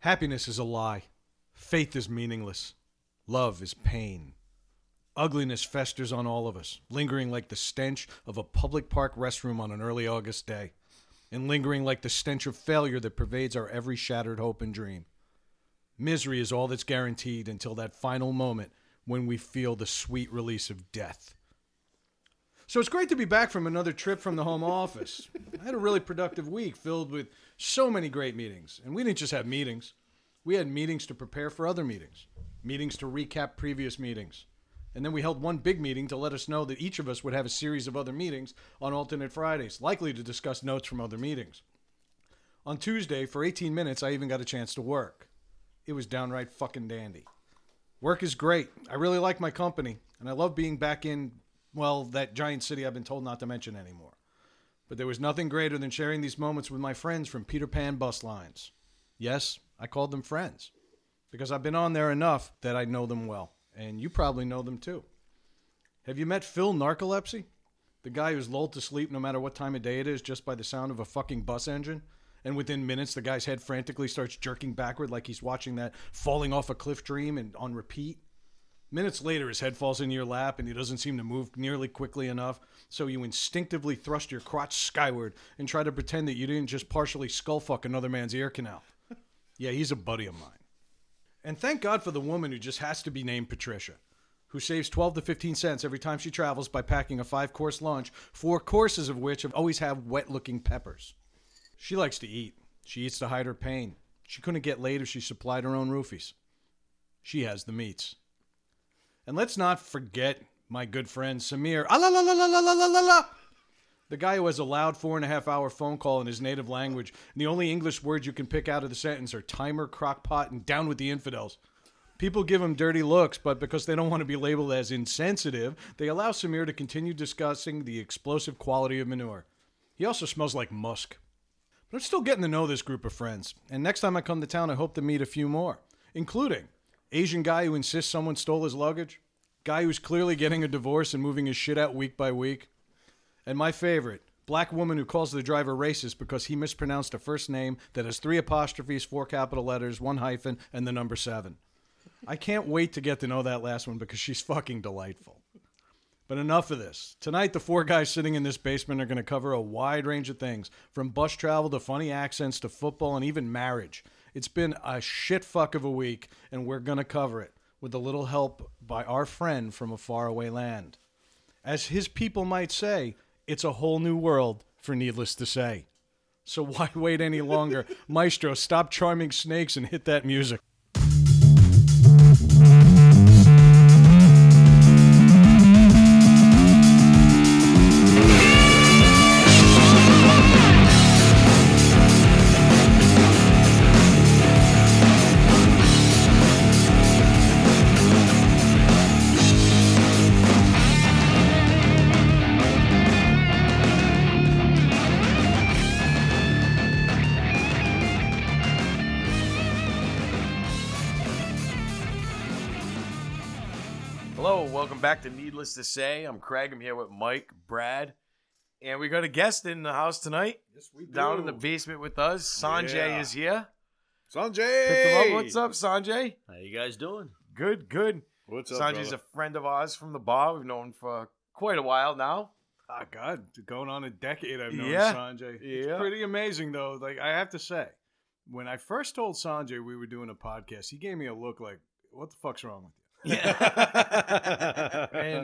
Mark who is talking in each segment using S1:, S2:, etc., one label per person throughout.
S1: Happiness is a lie. Faith is meaningless. Love is pain. Ugliness festers on all of us, lingering like the stench of a public park restroom on an early August day, and lingering like the stench of failure that pervades our every shattered hope and dream. Misery is all that's guaranteed until that final moment when we feel the sweet release of death. So it's great to be back from another trip from the home office. I had a really productive week filled with so many great meetings. And we didn't just have meetings, we had meetings to prepare for other meetings, meetings to recap previous meetings. And then we held one big meeting to let us know that each of us would have a series of other meetings on alternate Fridays, likely to discuss notes from other meetings. On Tuesday, for 18 minutes, I even got a chance to work. It was downright fucking dandy. Work is great. I really like my company, and I love being back in, well, that giant city I've been told not to mention anymore. But there was nothing greater than sharing these moments with my friends from Peter Pan bus lines. Yes, I called them friends because I've been on there enough that I know them well, and you probably know them too. Have you met Phil Narcolepsy? The guy who's lulled to sleep no matter what time of day it is just by the sound of a fucking bus engine? And within minutes, the guy's head frantically starts jerking backward like he's watching that falling off a cliff dream and on repeat. Minutes later, his head falls into your lap and he doesn't seem to move nearly quickly enough, so you instinctively thrust your crotch skyward and try to pretend that you didn't just partially skull fuck another man's ear canal. Yeah, he's a buddy of mine. And thank God for the woman who just has to be named Patricia, who saves 12 to 15 cents every time she travels by packing a five course lunch, four courses of which have always have wet looking peppers. She likes to eat. She eats to hide her pain. She couldn't get laid if she supplied her own roofies. She has the meats. And let's not forget my good friend Samir. Ah, la, la, la, la, la, la, la, la, la. The guy who has a loud four and a half hour phone call in his native language, and the only English words you can pick out of the sentence are timer, crockpot, and down with the infidels. People give him dirty looks, but because they don't want to be labeled as insensitive, they allow Samir to continue discussing the explosive quality of manure. He also smells like musk. But I'm still getting to know this group of friends, and next time I come to town, I hope to meet a few more, including Asian guy who insists someone stole his luggage, guy who's clearly getting a divorce and moving his shit out week by week, and my favorite, black woman who calls the driver racist because he mispronounced a first name that has three apostrophes, four capital letters, one hyphen, and the number seven. I can't wait to get to know that last one because she's fucking delightful. But enough of this. Tonight, the four guys sitting in this basement are going to cover a wide range of things from bus travel to funny accents to football and even marriage. It's been a shit fuck of a week, and we're going to cover it with a little help by our friend from a faraway land. As his people might say, it's a whole new world, for needless to say. So why wait any longer? Maestro, stop charming snakes and hit that music.
S2: Hello, welcome back to Needless to Say. I'm Craig. I'm here with Mike, Brad, and we got a guest in the house tonight. Down in the basement with us, Sanjay
S3: Yeah.
S2: is here.
S3: Sanjay.
S2: Pick him up. What's up, Sanjay?
S4: How you guys doing?
S2: Good, good.
S3: What's up,
S2: Sanjay's a friend of ours from the bar. We've known him for quite a while now.
S1: Ah, God, going on a decade I've known
S2: Yeah.
S1: Sanjay.
S2: Yeah.
S1: It's pretty amazing, though. Like, I have to say, when I first told Sanjay we were doing a podcast, he gave me a look like, what the fuck's wrong with you? And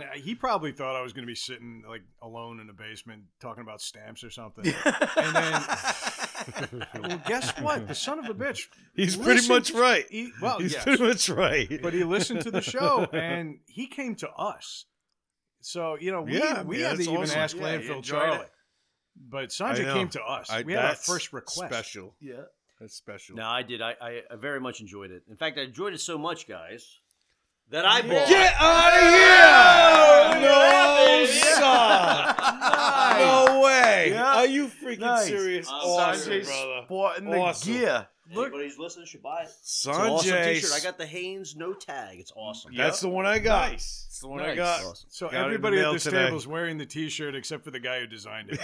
S1: uh, he probably thought I was going to be sitting, like, alone in the basement talking about stamps or something. and then, well, guess what? The son of a bitch.
S3: He's pretty much
S1: listened-
S3: right.
S1: He, well,
S3: He's
S1: yes.
S3: pretty much right.
S1: but he listened to the show and he came to us. So you know, we
S3: Yeah,
S1: we
S3: man,
S1: had to
S3: that's
S1: even
S3: awesome.
S1: ask
S2: Yeah, he
S1: Landfill
S2: enjoyed
S1: Charlie,
S2: it.
S1: but
S3: I
S1: Sanjay
S3: know.
S1: came to us.
S3: I-
S1: we had our
S3: that's
S1: first request.
S3: Special.
S2: Yeah.
S3: That's special.
S4: No, I did. I, I, I very much enjoyed it. In fact, I enjoyed it so much, guys, that I bought.
S3: Get out of
S2: Yeah!
S3: here!
S2: Yeah, baby.
S3: No, son.
S2: Nice.
S3: No way.
S2: Yeah.
S3: Are you freaking
S2: Nice.
S3: serious?
S4: Uh,
S3: awesome,
S2: Sanjay's
S3: brother.
S2: sporting the
S3: Awesome.
S2: gear.
S1: Look-
S4: Anybody who's listening should buy it. It's an awesome
S3: Sanjay.
S4: T-shirt. I got the Haynes no tag. It's awesome.
S3: That's the one I got. That's the one I
S2: Nice.
S3: got.
S4: Awesome.
S1: So
S3: Got it in the
S1: everybody at
S3: mail
S1: this
S3: today.
S1: table is wearing the T-shirt except for the guy who designed it.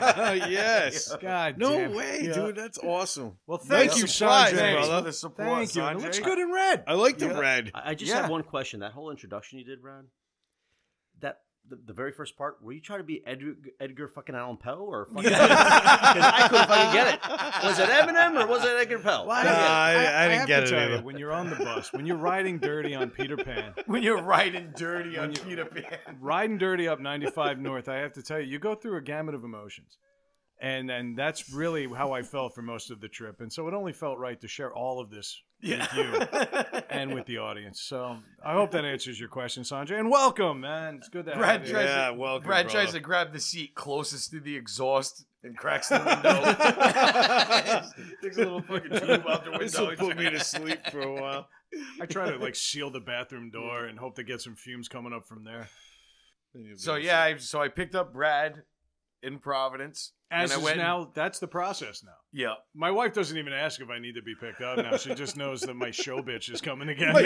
S3: yes.
S1: God,
S3: No
S1: damn it.
S3: way,
S1: Yeah.
S3: dude. That's awesome.
S1: Well, thank
S3: Nice
S1: you,
S3: surprise,
S1: Sanjay.
S2: Thanks
S3: brother.
S2: for the support,
S1: Thank you. and It
S2: Sanjay.
S1: looks good in red.
S3: I like the
S2: Yeah.
S3: red.
S4: I, I just
S1: Yeah.
S4: have one question. That whole introduction you did, Brad. That the, the very first part. Were you trying to be Edgar, Edgar fucking Allan Poe or fucking? Because I couldn't fucking get it. Was it Eminem or was it Edgar Poe?
S3: I don't get it. I- I didn't
S1: have
S3: get
S1: to
S3: it
S1: tell you,
S3: either.
S1: when you're on the bus, when you're riding dirty on Peter Pan,
S2: When you're riding dirty on Peter Pan.
S1: riding dirty up 95 North, I have to tell you, you go through a gamut of emotions. And and that's really how I felt for most of the trip. And so it only felt right to share all of this with you and with the audience. So I hope that answers your question, Sanjay. And welcome, man. It's good to
S2: Brad
S1: have you.
S2: tries
S3: Yeah,
S2: to,
S3: welcome,
S2: Brad tries
S3: brother.
S2: to grab the seat closest to the exhaust and cracks the window. Takes a little fucking tube out the window.
S3: This will put me to sleep for a while.
S1: I try to like seal the bathroom door and hope to get some fumes coming up from there.
S2: So yeah, I, so I picked up Brad in Providence,
S1: As
S2: and I
S1: is
S2: went
S1: now, that's the process now.
S2: Yeah,
S1: My wife doesn't even ask if I need to be picked up now. She just knows that my show bitch is coming again.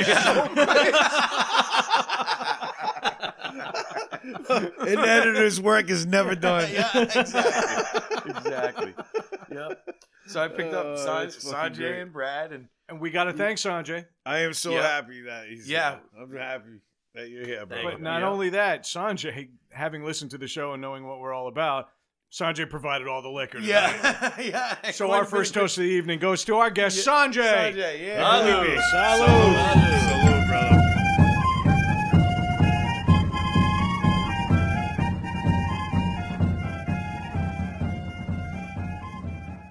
S3: An editor's work is never done.
S2: exactly. exactly. Yep. So I picked
S3: Oh,
S2: up San-
S3: that's fucking great.
S2: Sanjay and Brad, and
S1: And we got to thank Sanjay.
S3: I am so
S2: Yeah.
S3: happy that he's
S2: Yeah.
S3: here. I'm happy that you're here, bro.
S4: Thank
S1: But
S4: you.
S1: not
S2: Yeah.
S1: only that, Sanjay, having listened to the show and knowing what we're all about, Sanjay provided all the liquor. tonight.
S2: yeah, yeah.
S1: So our first toast of the evening goes to our guest, Sanjay.
S2: Sanjay, yeah.
S3: Salud.
S1: Salud.
S3: Salud, brother.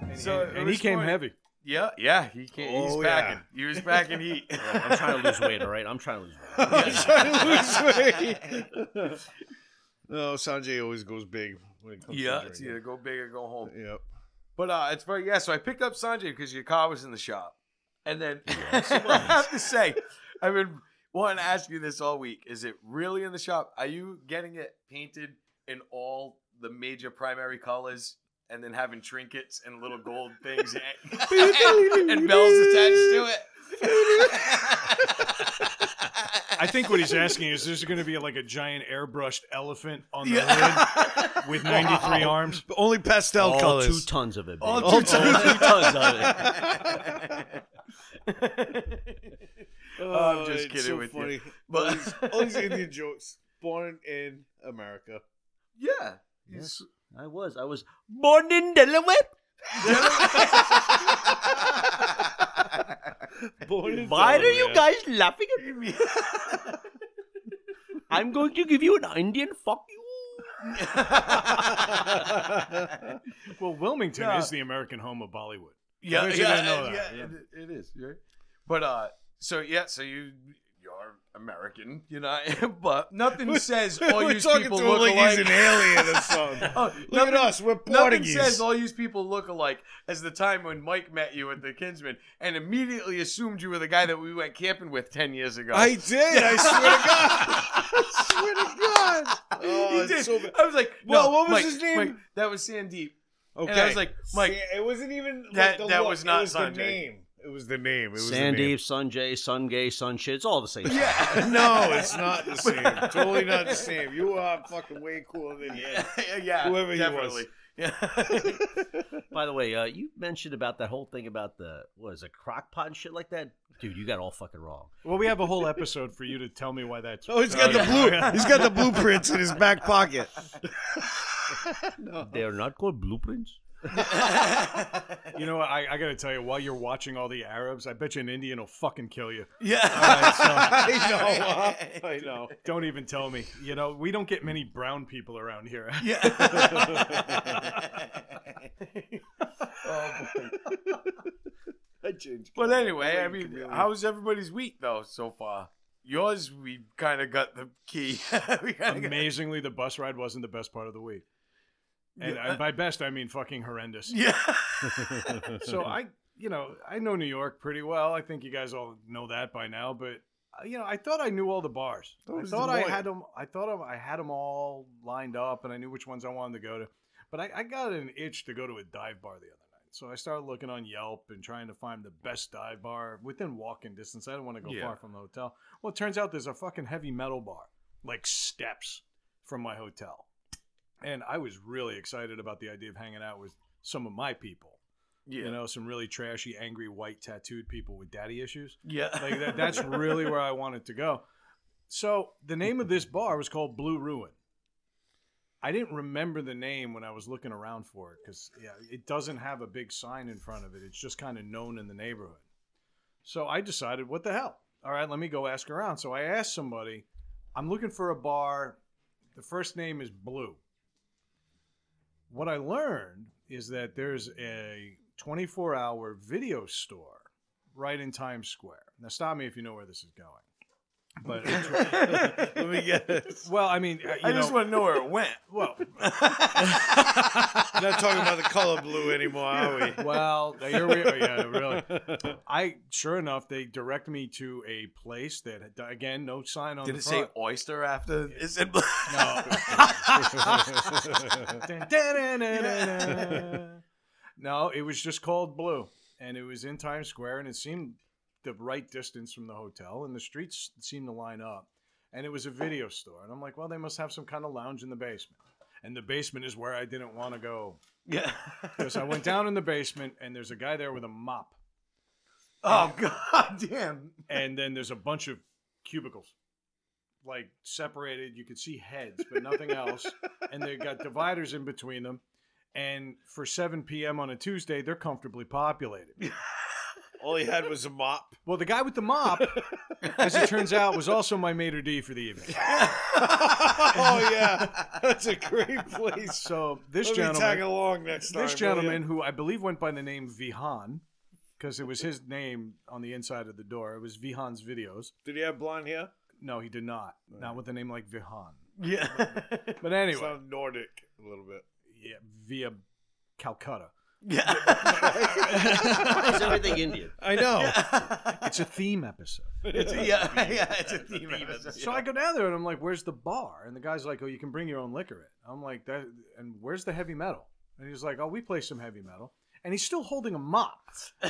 S1: And,
S2: So uh,
S1: and-
S2: it
S1: and he
S2: was
S1: came
S2: funny.
S1: heavy.
S2: yeah, yeah. He can He's
S3: Oh, yeah.
S2: packing. He was packing heat.
S4: I'm trying to lose weight. All right, I'm trying to lose weight.
S3: I'm trying to lose weight. no, Sanjay always goes big when it comes
S2: yeah,
S3: to
S2: it's either
S3: drinking.
S2: go big or go home.
S3: Yep.
S2: But uh, it's funny, yeah. So I picked up Sanjay because your car was in the shop, and then I have to say, I've been wanting to ask you this all week: Is it really in the shop? Are you getting it painted in all the major primary colors, and then having trinkets and little gold things and, and bells attached to it?
S1: I think what he's asking is there's going to be like a giant airbrushed elephant on the lid with 93 arms.
S3: But only pastel
S4: All
S3: colors.
S4: two tons of it.
S2: All
S4: baby.
S2: two
S4: All tons of it.
S2: Oh, I'm just
S3: it's
S2: kidding
S3: so
S2: with you.
S3: funny. All
S2: But
S3: these, all these Indian jokes. Born in America.
S2: yeah,
S4: Yes. I was. I was born in Delaware.
S3: Born in
S4: Why are
S1: Oh,
S3: Delaware.
S4: you guys laughing at me? I'm going to give you an Indian fuck you.
S1: Well, Wilmington
S2: Yeah.
S1: is the American home of Bollywood.
S2: Yeah,
S1: bet you
S2: yeah,
S1: didn't know that.
S2: yeah, it- it is, right? But uh, so yeah, so you you're American, you know, but nothing says all
S3: We're
S2: you
S3: talking
S2: people
S3: to him
S2: look
S3: like he's an
S2: alike.
S3: alien or something.
S2: Oh,
S3: Look
S2: nothing-
S3: at us, we're
S2: Nothing
S3: Portuguese.
S2: says all you people look alike as the time when Mike met you at the Kinsman and immediately assumed you were the guy that we went camping with ten years ago.
S3: I did. I swear to God. I swear to God. Oh,
S2: He
S3: it's
S2: did.
S3: so bad.
S2: I was like,
S3: Well,
S2: no,
S3: what was
S2: Mike,
S3: his name?
S2: Mike, that was Sandeep.
S3: Okay.
S2: And I was like, Mike,
S3: Sa- it wasn't even like,
S2: that-
S3: the
S2: that
S3: look,
S2: was not
S3: it was
S2: Sanjay.
S3: The name. It was the name. It was the
S4: Sandeep,
S3: name.
S4: Sunjay, Sungay, Sunshit. It's all the same. Yeah.
S3: No, it's not the same. totally not the same. You are fucking way cooler than him.
S2: yeah,
S3: Whoever he
S2: definitely. Yeah.
S4: By the way, uh, you mentioned about that whole thing about the what is it, crock pot and shit like that. Dude, you got all fucking wrong.
S1: Well, we have a whole episode for you to tell me why that's.
S3: Oh, he's got the blue. He's got the blueprints in his back pocket.
S4: They are not called blueprints.
S1: You know, what, I, I got to tell you, while you're watching all the Arabs, I bet you an Indian will fucking kill you.
S3: I
S2: uh,
S3: know. huh? I know.
S1: Don't even tell me. You know, we don't get many brown people around here.
S3: I changed.
S2: But anyway, I
S3: Like a
S2: mean,
S3: chameleon.
S2: how's everybody's week though so far? Yours, we kind of got the key. we kind of got
S1: Amazingly, the bus ride wasn't the best part of the week. And,
S2: Yeah.
S1: and by best, I mean fucking horrendous.
S2: yeah.
S1: So I, you know, I know New York pretty well. I think you guys all know that by now. But uh, you know, I thought I knew all the bars.
S3: That
S1: I
S3: was
S1: thought I
S3: annoying.
S1: had them. I thought I had them all lined up, and I knew which ones I wanted to go to. But I, I got an itch to go to a dive bar the other night. So I started looking on Yelp and trying to find the best dive bar within walking distance. I didn't want to go
S3: Yeah.
S1: far from the hotel. Well, it turns out there's a fucking heavy metal bar, like steps from my hotel. And I was really excited about the idea of hanging out with some of my people.
S2: Yeah.
S1: You know, some really trashy, angry, white, tattooed people with daddy issues.
S2: yeah.
S1: Like that, that's really where I wanted to go. So the name of this bar was called Blue Ruin. I didn't remember the name when I was looking around for it because yeah, it doesn't have a big sign in front of it. It's just kind of known in the neighborhood. So I decided, what the hell? All right, let me go ask around. So I asked somebody, I'm looking for a bar. The first name is Blue. What I learned is that there's a 24 hour video store right in Times Square. Now, stop me if you know where this is going. But
S3: Let me guess.
S1: well, I mean, uh, you
S2: I just
S1: know,
S2: want to know where it went.
S1: well,
S3: We're not talking about the color blue anymore, are we?
S1: well, here we are. Yeah, really. I sure enough, they direct me to a place that uh, again, no sign on
S2: Did
S1: the
S2: it say
S1: front.
S2: oyster after? It said
S1: Dun, dun, dun, dun, dun, dun. no, it was just called Blue, and it was in Times Square, and it seemed the right distance from the hotel, and the streets seemed to line up, and it was a video store, and I'm like, well, they must have some kind of lounge in the basement, and the basement is where I didn't want to go
S2: yeah.
S1: because I went down in the basement, and there's a guy there with a mop,
S2: Oh god damn.
S1: and then there's a bunch of cubicles. Like separated, you could see heads, but nothing else. and they got dividers in between them. And for 7 p.m. on a Tuesday, they're comfortably populated.
S3: All he had was a mop.
S1: Well, the guy with the mop, as it turns out, was also my maitre d for the evening.
S3: oh yeah, that's a great place.
S1: So this
S3: Let me tag
S1: gentleman,
S3: along next time.
S1: this
S3: will
S1: gentleman who I believe went by the name Vihan, because it was his name on the inside of the door. It was Vihan's videos.
S3: ya? Did he have blonde hair?
S1: No, he did not. Not with a name like Vihan.
S2: Yeah.
S1: But anyway,
S3: Sound Nordic a little bit.
S1: yeah, via Calcutta.
S2: Yeah.
S4: It's everything Indian.
S3: I know.
S1: It's a theme episode.
S2: It's a, yeah, yeah, it's a theme.
S1: So I go down there and I'm like, "Where's the bar?" And the guy's like, "Oh, you can bring your own liquor in." I'm like, "That." And where's the heavy metal? And he's like, "Oh, we play some heavy metal." And he's still holding a mop.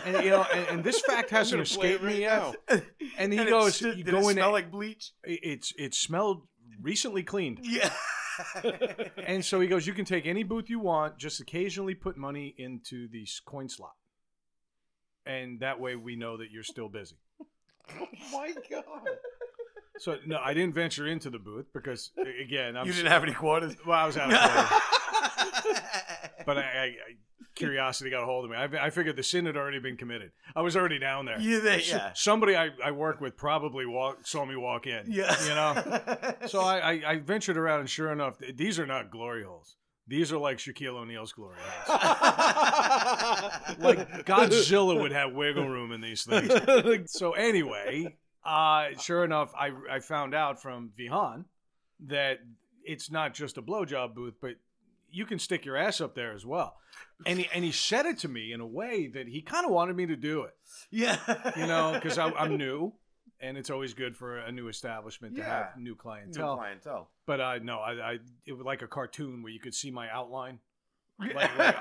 S1: And you know, and, and this fact hasn't
S3: gonna play
S1: escaped
S3: it right
S1: me
S3: now.
S1: yet. And he
S2: And it
S1: goes,
S2: stood-
S1: "You
S2: did
S1: go
S2: it
S1: in."
S2: smell like bleach?
S1: it- it's it smelled recently cleaned.
S2: Yeah.
S1: And so he goes, "You can take any booth you want. Just occasionally put money into the s- coin slot." And that way, we know that you're still busy.
S3: oh my god.
S1: So no, I didn't venture into the booth because a- again, I'm
S2: you didn't have any quarters.
S1: well, I was out of quarters. but I, I, I curiosity got a hold of me. I, I figured the sin had already been committed. I was already down there.
S2: you there,
S1: S-
S2: yeah.
S1: Somebody I, I work with probably walk, saw me walk in.
S2: Yeah.
S1: You know? So I, I, I ventured around, and sure enough, th- these are not glory holes. These are like Shaquille O'Neal's glory holes.
S2: e-
S1: Like Godzilla would have wiggle room in these things. So anyway, uh, sure enough, I, I found out from Vihan that it's not just a blowjob booth, but you can stick your ass up there as well. And he, and he said it to me in a way that he kind of wanted me to do it,
S2: yeah.
S1: you know, because I'm new and it's always good for a new establishment to
S2: Yeah.
S1: have new clientele.
S2: New clientele.
S1: But uh, no, I, I it was like a cartoon where you could see my outline Like, like,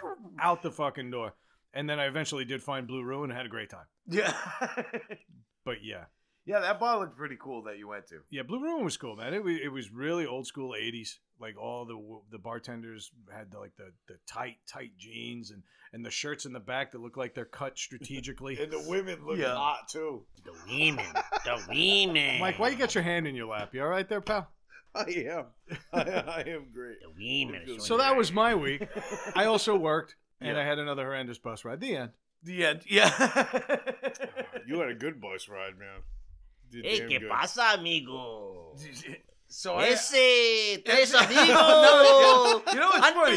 S1: out the fucking door. And then I eventually did find Blue Ruin and had a great time.
S2: yeah.
S1: But yeah,
S2: Yeah, that bar looked pretty cool that you went to.
S1: Yeah, Blue Ruin was cool, man. It was, it was really old school '80s. Like all the w- the bartenders had the, like the, the tight tight jeans and and the shirts in the back that look like they're cut strategically.
S3: And the women look
S2: Yeah.
S3: hot too.
S4: The women. The women.
S1: Mike, why you got your hand in your lap? You all right there, pal?
S3: I am. I, I am great.
S4: The women.
S1: So that was my week. I also worked, and
S2: Yeah.
S1: I had another horrendous bus ride. The end.
S2: The end. Yeah.
S1: Oh,
S3: You had a good bus ride, man. You did
S5: Hey,
S3: damn
S5: ¿qué
S3: good.
S5: pasa, amigo?
S2: so I.
S5: Ese, tres
S2: No,
S5: amigos.
S2: no, you know what's funny?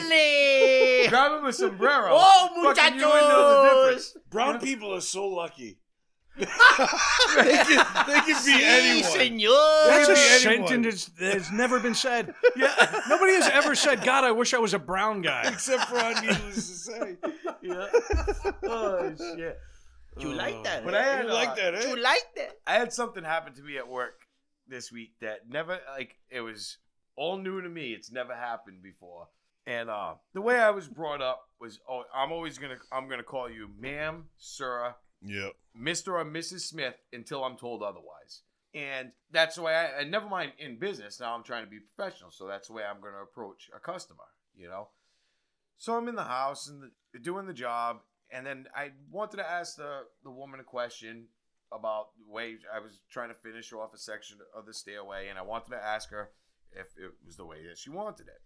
S5: Ándale.
S2: Grab him a sombrero.
S5: Oh,
S2: Fucking you wouldn't know the
S5: muchachos.
S2: difference.
S3: Brown people are so lucky. they, can, they can be
S5: Sí,
S3: anyone.
S5: señor.
S1: That's a
S3: be anyone.
S1: sentence that has never been said.
S2: Yeah.
S1: Nobody has ever said, "God, I wish I was a brown guy."
S3: Except for on needless to say.
S2: yeah. Oh shit.
S1: Oh,
S5: You like that?
S2: But I had,
S3: You like
S2: uh,
S3: that, eh?
S5: You like that?
S2: I had something happen to me at work this week that never like it was all new to me. It's never happened before. And uh, the way I was brought up was, oh, I'm always gonna, I'm gonna call you ma'am, sir,
S3: Yep.
S2: Mr. or Mrs. Smith until I'm told otherwise. And that's the way I, and never mind in business, now I'm trying to be professional. So that's the way I'm going to approach a customer, you know? So I'm in the house and the, doing the job. And then I wanted to ask the, the woman a question about the way I was trying to finish off a section of the stairway. And I wanted to ask her if it was the way that she wanted it.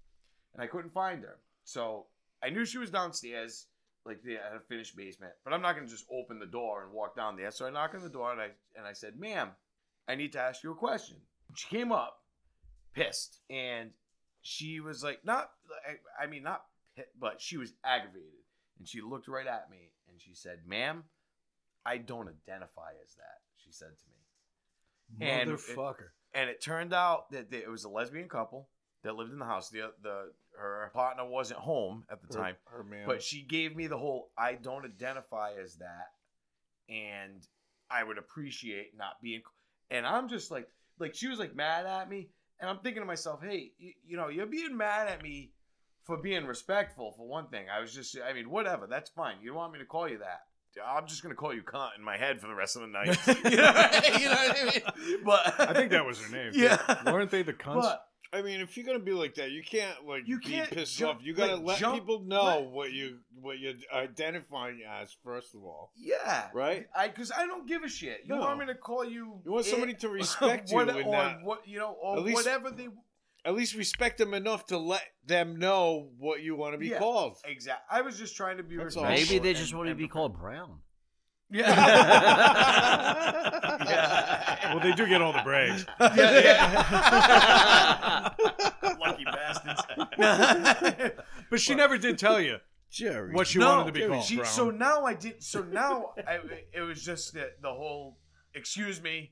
S2: And I couldn't find her. So I knew she was downstairs like they had a finished basement, but I'm not gonna just open the door and walk down there. So I knock on the door and I and I said, "Ma'am, I need to ask you a question." She came up, pissed, and she was like, "Not, I, I mean, not, pi- but she was aggravated." And she looked right at me and she said, "Ma'am, I don't identify as that." She said to me, And it-
S1: Motherfucker.
S2: and it turned out that they, it was a lesbian couple that lived in the house. The the her partner wasn't home at the time.
S3: Her, her man.
S2: But she gave me the whole I don't identify as that and I would appreciate not being and I'm just like like she was like mad at me and I'm thinking to myself, "Hey, you, you know, you're being mad at me for being respectful for one thing. I was just I mean, whatever, that's fine. You don't want me to call you that. I'm just going to call you cunt in my head for the rest of the night. you, know, you know what I mean? But
S3: I think that was her name.
S2: Yeah.
S1: Weren't they the cunts?
S2: But
S3: I mean, if you're gonna be like that, you can't like
S2: You
S3: you
S2: can't
S3: can't be pissed
S2: jump-
S3: off. You gotta
S2: like,
S3: let
S2: jump-
S3: people know
S2: let-
S3: what you what you're identifying as first of all,
S2: yeah.
S3: right?
S2: I because I don't give a shit. You
S3: No.
S2: want me to call you?
S3: You want
S2: it-
S3: somebody to respect you,
S2: What-
S3: and
S2: or
S3: not,
S2: what you know, or
S3: At least-
S2: whatever they
S3: at least respect them enough to let them know what you want to be
S2: Yeah.
S3: called.
S2: exact. I was just trying to be
S3: That's
S2: respectful.
S3: all.
S4: Maybe they
S2: and-
S4: just want to
S2: and
S4: be
S2: professional.
S4: called Brown.
S2: Yeah.
S1: Well, they do get all the praise.
S2: Lucky bastards.
S1: But she never did tell you
S3: Jerry.
S1: what she
S2: No,
S1: wanted to be
S3: dude,
S1: called.
S2: She-
S3: Oh, Brown.
S2: so now I did. So now I, it was just the, the whole excuse me,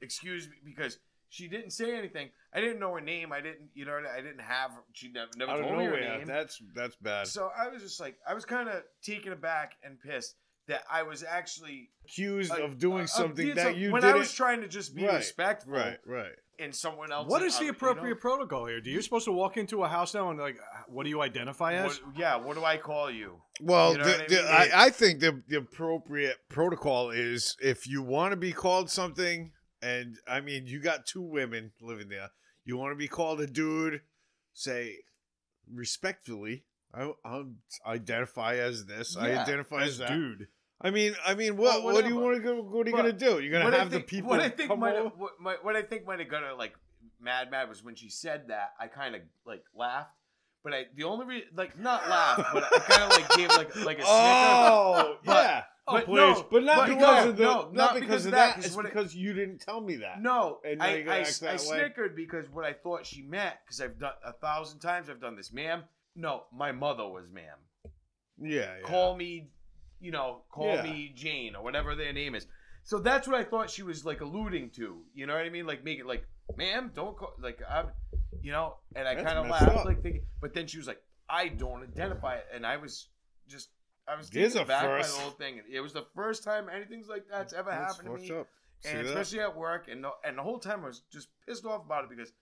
S2: excuse me, because she didn't say anything. I didn't know her name. I didn't, you know, I didn't have. She never, never
S3: out of
S2: told me her
S3: nowhere,
S2: name.
S3: that's that's bad.
S2: So I was just like, I was kind of taken aback and pissed that I was actually
S3: Accused
S2: uh,
S3: of doing
S2: uh,
S3: something
S2: did
S3: that
S2: some-
S3: you
S2: when
S3: didn't.
S2: I was trying to just be
S3: Right,
S2: respectful
S3: right, right.
S2: in someone else.
S1: What is the appropriate protocol here? Do you supposed to walk into a house now and like, what do you identify as?
S2: yeah, what do I call you?
S3: Well,
S2: You know
S3: the,
S2: what I
S3: the-
S2: mean?
S3: I, I think the, the appropriate protocol is if you want to be called something, and I mean, you got two women living there, you want to be called a dude, say respectfully, I i identify as this, I
S2: Yeah,
S3: identify as, that.
S1: Dude,
S3: I mean, I mean, what what do you
S2: whatever.
S3: want to go? What are you gonna
S2: But
S3: do? You're
S2: what
S3: gonna have
S2: I
S3: the
S2: think,
S3: people
S2: What I think
S3: come
S2: might
S3: over.
S2: have, what, my, what I think might have got her like mad, mad was when she said that. I kind of like laughed, but I the only re- like not laughed, but I kind of like gave like like a snicker.
S3: Oh
S2: But-
S3: yeah,
S2: but
S1: please.
S2: no,
S3: but not
S2: but
S3: because
S2: no,
S3: of the,
S2: no,
S3: not,
S2: not
S3: because,
S2: because
S3: of
S2: of that,
S3: that.
S2: 'cause
S3: It's
S2: what it-
S3: because you didn't tell me that.
S2: No,
S3: And now
S2: I,
S3: you gotta
S2: I,
S3: act
S2: I
S3: that way.
S2: snickered because what I thought she meant because I've done a thousand times I've done this, ma'am. No, my mother was ma'am.
S3: Yeah, yeah.
S2: Call me, you know, call
S3: Yeah.
S2: me Jane or whatever their name is. So that's what I thought she was like alluding to. You know what I mean? Like make it like, ma'am, don't call like I'm, you know. And I
S3: That's
S2: kind of
S3: messed
S2: laughed,
S3: up.
S2: like thinking, but then she was like, I don't identify it, and I was just. I was
S3: There's
S2: taken
S3: a
S2: back by
S3: first.
S2: the whole thing. It was the first time anything's like that's ever
S3: That's
S2: happened to
S3: fucked
S2: me
S3: up. See
S2: and
S3: that?
S2: especially at work, and the, and the whole time I was just pissed off about it because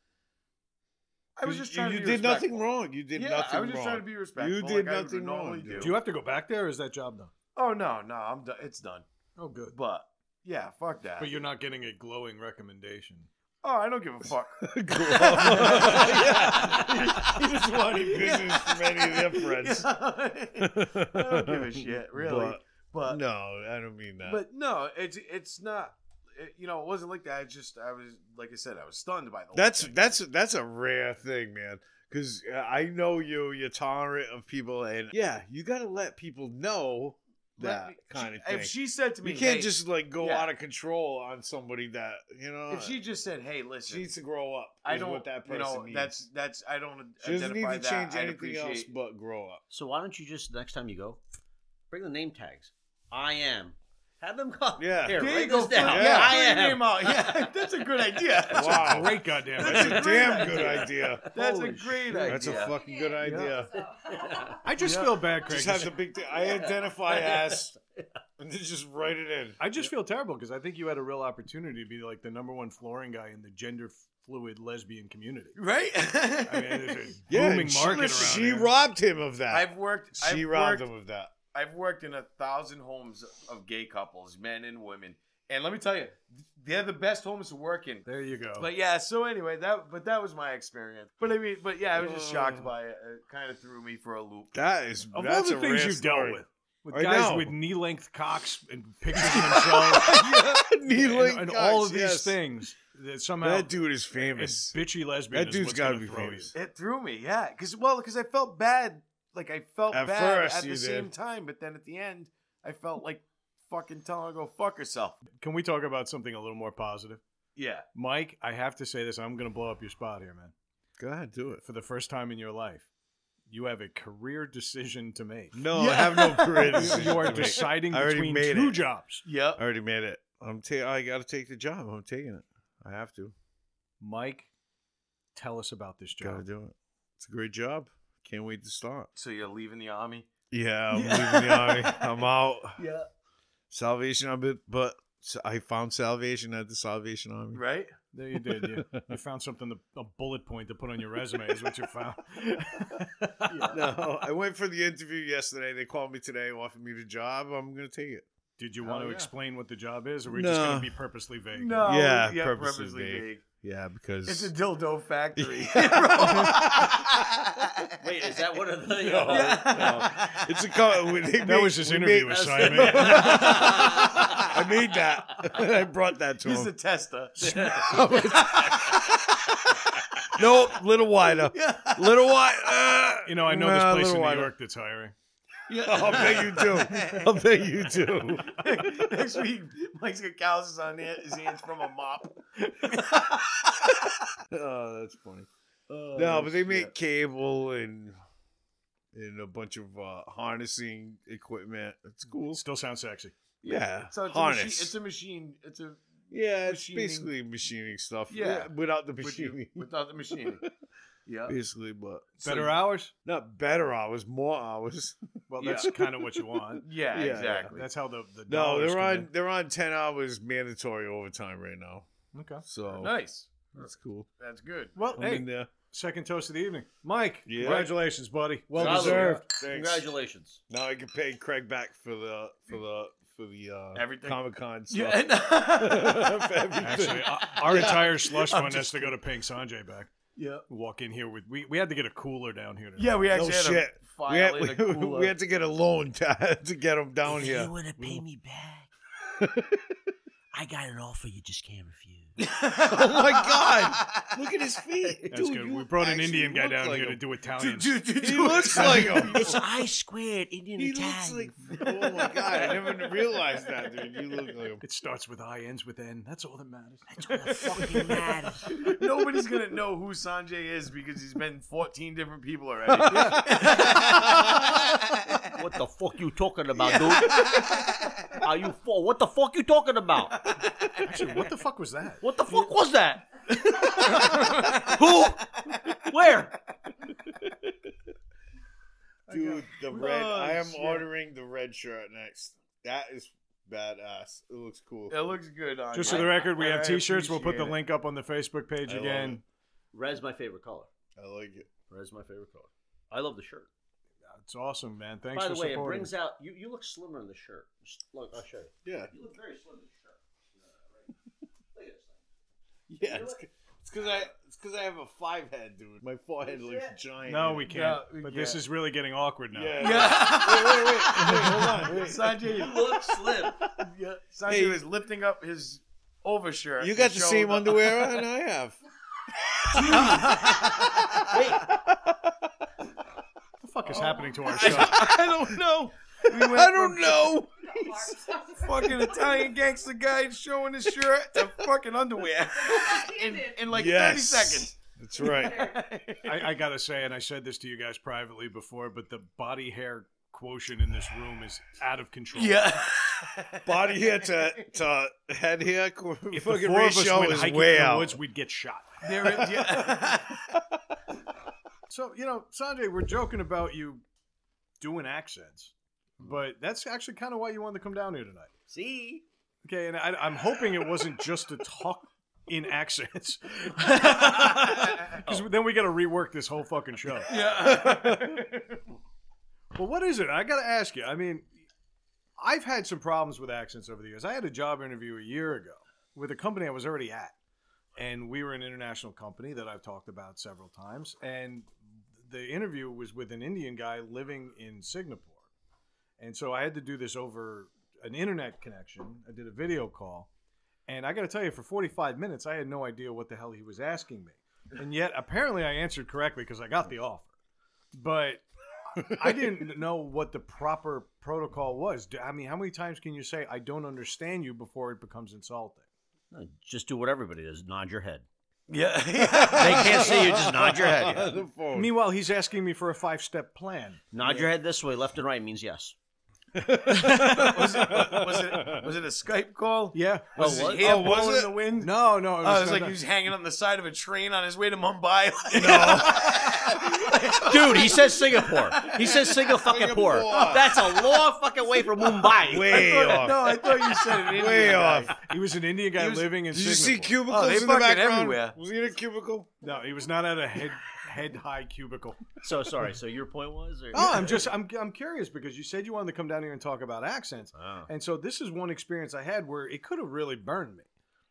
S2: I was
S3: You-
S2: just trying
S3: you
S2: to. be
S3: did nothing
S2: respectful.
S3: wrong. You did
S2: yeah,
S3: nothing
S2: I was just
S3: wrong.
S2: trying to be respectful.
S3: You did
S2: like I would
S3: nothing wrong,
S2: normally
S3: dude.
S1: do you have to go back there or is that job done?
S2: Oh no, no, I'm done. It's done.
S1: Oh, good.
S2: But yeah, fuck that.
S1: But you're not getting a glowing recommendation.
S2: oh, I don't give a fuck.
S3: You just wanted business from any of their friends.
S2: I don't give a shit, really. But
S3: no, I don't mean that.
S2: but no, it's it's not. It, you know, it wasn't like that. I just I was like I said, I was stunned by the. whole
S3: that's
S2: thing.
S3: that's that's a rare thing, man. Because I know you, you're tolerant of people, and yeah, you got to let people know
S2: Let
S3: that
S2: me-
S3: kind
S2: she-
S3: of thing.
S2: If she said to me,
S3: you can't
S2: "Hey,"
S3: just like go
S2: yeah.
S3: out of control on somebody that you know.
S2: If she just said, "Hey,
S3: she
S2: listen,"
S3: needs to grow up.
S2: I
S3: is
S2: don't.
S3: What that person
S2: you know,
S3: needs.
S2: that's that's. I don't
S3: she doesn't need
S2: identify
S3: to
S2: that.
S3: change
S2: I'd
S3: anything else
S2: appreciate-
S3: but grow up.
S4: So why don't you just next time you go, bring the name tags. I am. Have them come.
S3: Yeah.
S4: Here,
S2: There you
S4: write
S2: go,
S4: this down.
S2: Phil.
S3: Yeah.
S4: I
S2: Throw your
S4: am.
S2: name out. Yeah, that's a good idea.
S1: That's
S3: Wow.
S1: a great goddamn
S3: That's
S1: idea.
S3: a damn good idea.
S2: That's
S4: Holy
S2: a great idea.
S3: That's a fucking good idea.
S1: I just feel bad, Craig.
S3: Just have the big. thing. I identify as, and then just write it in.
S1: I just feel terrible because I think you had a real opportunity to be like the number one flooring guy in the gender fluid lesbian community.
S2: right?
S1: I mean, there's a
S3: Yeah,
S1: booming
S3: and she,
S1: market
S3: listen,
S1: around
S3: she
S1: here.
S3: robbed him of that.
S2: I've worked.
S3: she
S2: I've
S3: robbed
S2: worked,
S3: him of that.
S2: I've worked in a thousand homes of gay couples, men and women, and let me tell you, they're the best homes to work in.
S1: There you go.
S3: Oh.
S2: But yeah, so anyway, that but that was my experience. But I mean, but yeah, I was just shocked
S3: Oh.
S2: by it. It kind of threw me for a loop.
S3: That is
S1: of all
S3: that's
S1: the
S3: a
S1: things
S3: rare
S1: you've dealt
S3: story.
S1: with, with
S3: I
S1: guys
S3: know.
S1: with knee-length cocks and pictures of themselves, and,
S3: Needling
S1: and all
S3: cocks,
S1: of these
S3: yes.
S1: things that somehow
S3: That dude is
S1: a
S3: famous.
S1: bitchy lesbian.
S3: That
S1: is
S3: dude's
S1: what's
S3: got to
S1: gonna
S3: be
S1: throw you.
S3: famous.
S2: It threw me, yeah, because well, because I felt bad. Like I felt
S3: At
S2: bad
S3: first
S2: at the
S3: you did.
S2: same time, but then at the end, I felt like fucking telling her to go fuck herself.
S1: Can we talk about something a little more positive?
S2: Yeah,
S1: Mike, I have to say this. I'm going to blow up your spot here, man.
S3: Go ahead, do it.
S1: For the first time in your life, you have a career decision to make.
S3: No, I have no career
S1: You-
S3: decision
S1: you are
S3: to make.
S1: deciding
S3: I already
S1: between
S3: made
S1: two
S3: it.
S1: jobs.
S2: yep.
S3: I already made it. I'm ta- I got to take the job. I'm taking it. I have to.
S1: Mike, tell us about this
S3: Got to
S1: job.
S3: do it. It's a great job. Can't wait to start.
S2: So you're leaving the army?
S3: Yeah, I'm
S2: Yeah.
S3: leaving the army. I'm out.
S2: Yeah.
S3: Salvation Army, but s- I found salvation at the Salvation Army.
S2: Right.
S1: There you did. You, you found something, to, a bullet point to put on your resume is what you found.
S3: No, I went for the interview yesterday. They called me today, offered me the job. I'm gonna take it.
S1: Did you want
S2: Hell
S1: to
S2: yeah.
S1: explain what the job is, or were you just
S3: No.
S1: going to be purposely vague?
S2: No.
S3: Yeah,
S2: yeah,
S3: purposely
S2: purposely
S3: vague.
S2: vague.
S3: Yeah, because
S2: It's a dildo factory.
S4: Wait, is that one of the? uh,
S3: Oh,
S2: Yeah.
S3: It's a co- we- they
S1: That
S3: made-
S1: was his
S3: we
S1: interview
S3: made-
S1: assignment.
S3: I made that. I brought that to
S2: He's a
S3: him.
S2: tester.
S3: nope, little wider,
S2: yeah.
S3: little wider. Uh,
S1: You know, I know this
S3: nah,
S1: place
S3: little
S1: in New
S3: wider.
S1: York that's hiring.
S3: I'll bet you do. I'll bet you do.
S2: Next week, Mike's got calluses on his hands from a mop.
S3: Oh, that's funny.
S2: Oh,
S3: no, but they make cable and and a bunch of uh, harnessing equipment. It's cool.
S1: Still sounds sexy.
S3: Yeah,
S2: So it's a,
S3: harness.
S2: machine, it's a machine. It's a
S3: yeah, it's
S2: machining.
S3: basically machining stuff.
S2: Yeah.
S3: without the
S2: with you-
S3: machining,
S2: without the machine. Yeah.
S3: basically, but
S1: Better
S2: So-
S1: hours.
S3: not better hours, more hours.
S1: Well,
S2: Yeah.
S1: that's kind of what you want.
S2: Yeah,
S3: Yeah,
S2: exactly.
S1: That's how the the
S3: No,
S1: dollars
S3: they're
S1: come
S3: on they're on ten hours mandatory overtime right now.
S1: in. Okay.
S3: So
S2: Nice.
S3: that's cool.
S2: That's good.
S1: Well,
S3: I'm
S1: hey,
S3: in there.
S1: second toast of the evening, Mike.
S3: Yeah.
S1: Congratulations, buddy. Well
S4: Solid.
S1: deserved.
S3: Thanks.
S4: Congratulations.
S3: Now I can pay Craig back for the for the for the uh,
S2: Everything.
S3: Comic Con stuff.
S2: Yeah.
S3: For everything.
S1: Actually, our our entire slush fund has to go to paying Sanjay back. Yeah. Walk in here with we, we had to get a cooler down here. Today.
S2: yeah, we actually
S3: No
S2: had
S3: shit.
S2: a
S3: we had,
S2: file in a
S3: we-
S2: cooler.
S3: we had to get a loan to, to get him down here.
S5: want to
S1: pay
S5: me back, I got an offer you just can't refuse.
S3: oh my god! Look at his feet,
S1: That's
S3: dude.
S1: good.
S3: you
S1: We brought an
S3: actually
S1: Indian guy
S3: look
S1: down
S3: like
S1: here to
S3: him.
S1: do Italian.
S2: Dude, dude, dude,
S3: He
S2: dude.
S3: looks like him.
S5: I squared Indian
S3: He looks like. Oh my god! I never realized that, dude. You look like him.
S1: It starts with I, ends with N. That's all that matters.
S5: That's all that fucking matters.
S2: Nobody's gonna know who Sanjay is because he's been 14 different people already.
S4: What the fuck you talking about, dude? Are you for? What the fuck you talking about?
S1: Actually, what the fuck was that?
S4: What the fuck was that? Who? Where?
S3: Dude, the red.
S2: Oh,
S3: I am
S2: shit.
S3: ordering the red shirt next. That is badass. It looks cool.
S2: It looks good on
S1: Just
S2: you.
S1: for the record, we
S2: I
S1: have T-shirts. We'll put the
S2: appreciate it.
S1: link up on the Facebook page
S3: I love
S1: again.
S4: Red's my favorite color.
S3: I like it.
S4: Red's my favorite color. I love the shirt.
S1: It's awesome, man. Thanks
S4: By
S1: for
S4: the way, it
S1: supporting.
S4: brings out you. You look slimmer in the shirt. Just Look, I'll show you.
S3: Yeah,
S4: You look very slim in the shirt. You know that, right? Look at this
S3: yeah.
S4: thing.
S3: It's because I. It's because I have a five head, dude. My forehead looks giant.
S1: no, we can't.
S2: No, we
S1: but this
S2: can't.
S1: is really getting awkward now.
S3: Yeah.
S2: Yeah.
S3: Wait, wait, wait, wait. Hold on. Wait.
S2: Sanjay,
S4: You look slim.
S2: yeah, Sanjay
S3: Hey.
S2: was lifting up his overshirt.
S3: You got
S2: to
S3: the
S2: show
S3: same underwear on I have.
S1: What the fuck is happening to our show?
S3: I don't know.
S2: We went
S3: I don't
S2: from
S3: know.
S2: Fucking Italian gangster guy showing his shirt to fucking underwear in, in like 30 seconds.
S3: That's right.
S1: I, I gotta say, and I said this to you guys privately before, but the body hair quotient in this room is out of control.
S2: Yeah.
S3: Body hair to, to head hair.
S1: If the
S3: fucking
S1: four of us
S3: ratio
S1: went
S3: is
S1: hiking
S3: way
S1: in the
S3: out.
S1: woods, we'd get shot.
S2: There is, yeah.
S1: So you know, Sanjay, we're joking about you doing accents, but that's actually kind of why you wanted to come down here tonight.
S4: See,
S1: Okay, and I, I'm hoping it wasn't just to talk in accents. Because then we got to rework this whole fucking show.
S2: Yeah.
S1: Well, what is it? I got to ask you. I mean, I've had some problems with accents over the years. I had a job interview a year ago with a company I was already at, and we were an international company that I've talked about several times. And the interview was with an Indian guy living in Singapore, and so I had to do this over an internet connection. I did a video call, and I got to tell you, for 45 minutes, I had no idea what the hell he was asking me, and yet apparently I answered correctly because I got the offer, but. I didn't know what the proper protocol was. Do- I mean, how many times can you say "I don't understand you" before it becomes insulting?
S4: No, Just do what everybody does. Nod your head.
S2: yeah.
S4: They can't see you. Just nod your head.
S3: the phone.
S1: Meanwhile, he's asking me for a five-step plan.
S4: Nod your head this way, left and right means yes.
S2: was, it, was, it, was it a Skype call?
S1: Yeah.
S2: Was
S4: what?
S2: his hand
S3: Oh, was
S2: blowing
S3: it?
S2: in the wind?
S1: No, no. It
S2: Oh, it was
S1: not
S2: like
S1: that.
S2: he was hanging on the side of a train on his way to Mumbai. no.
S4: Dude, he says Singapore. He says Singapore. fucking poor.
S3: Singapore.
S4: That's a long fucking way from Mumbai.
S3: Way off.
S2: no, I thought you said an Indian
S3: Way
S2: guy.
S3: off.
S1: He was an Indian guy
S2: He was-
S1: living in
S3: Did you see
S1: Singapore.
S3: cubicles
S2: Oh, they
S3: in the
S2: fucking
S3: background?
S2: everywhere.
S3: Was he in a cubicle?
S1: no, he was not at a head head high cubicle.
S4: So sorry. So your point was? Or?
S1: Oh, I'm just I'm I'm curious because you said you wanted to come down here and talk about accents.
S4: Oh.
S1: And so this is one experience I had where it could have really burned me.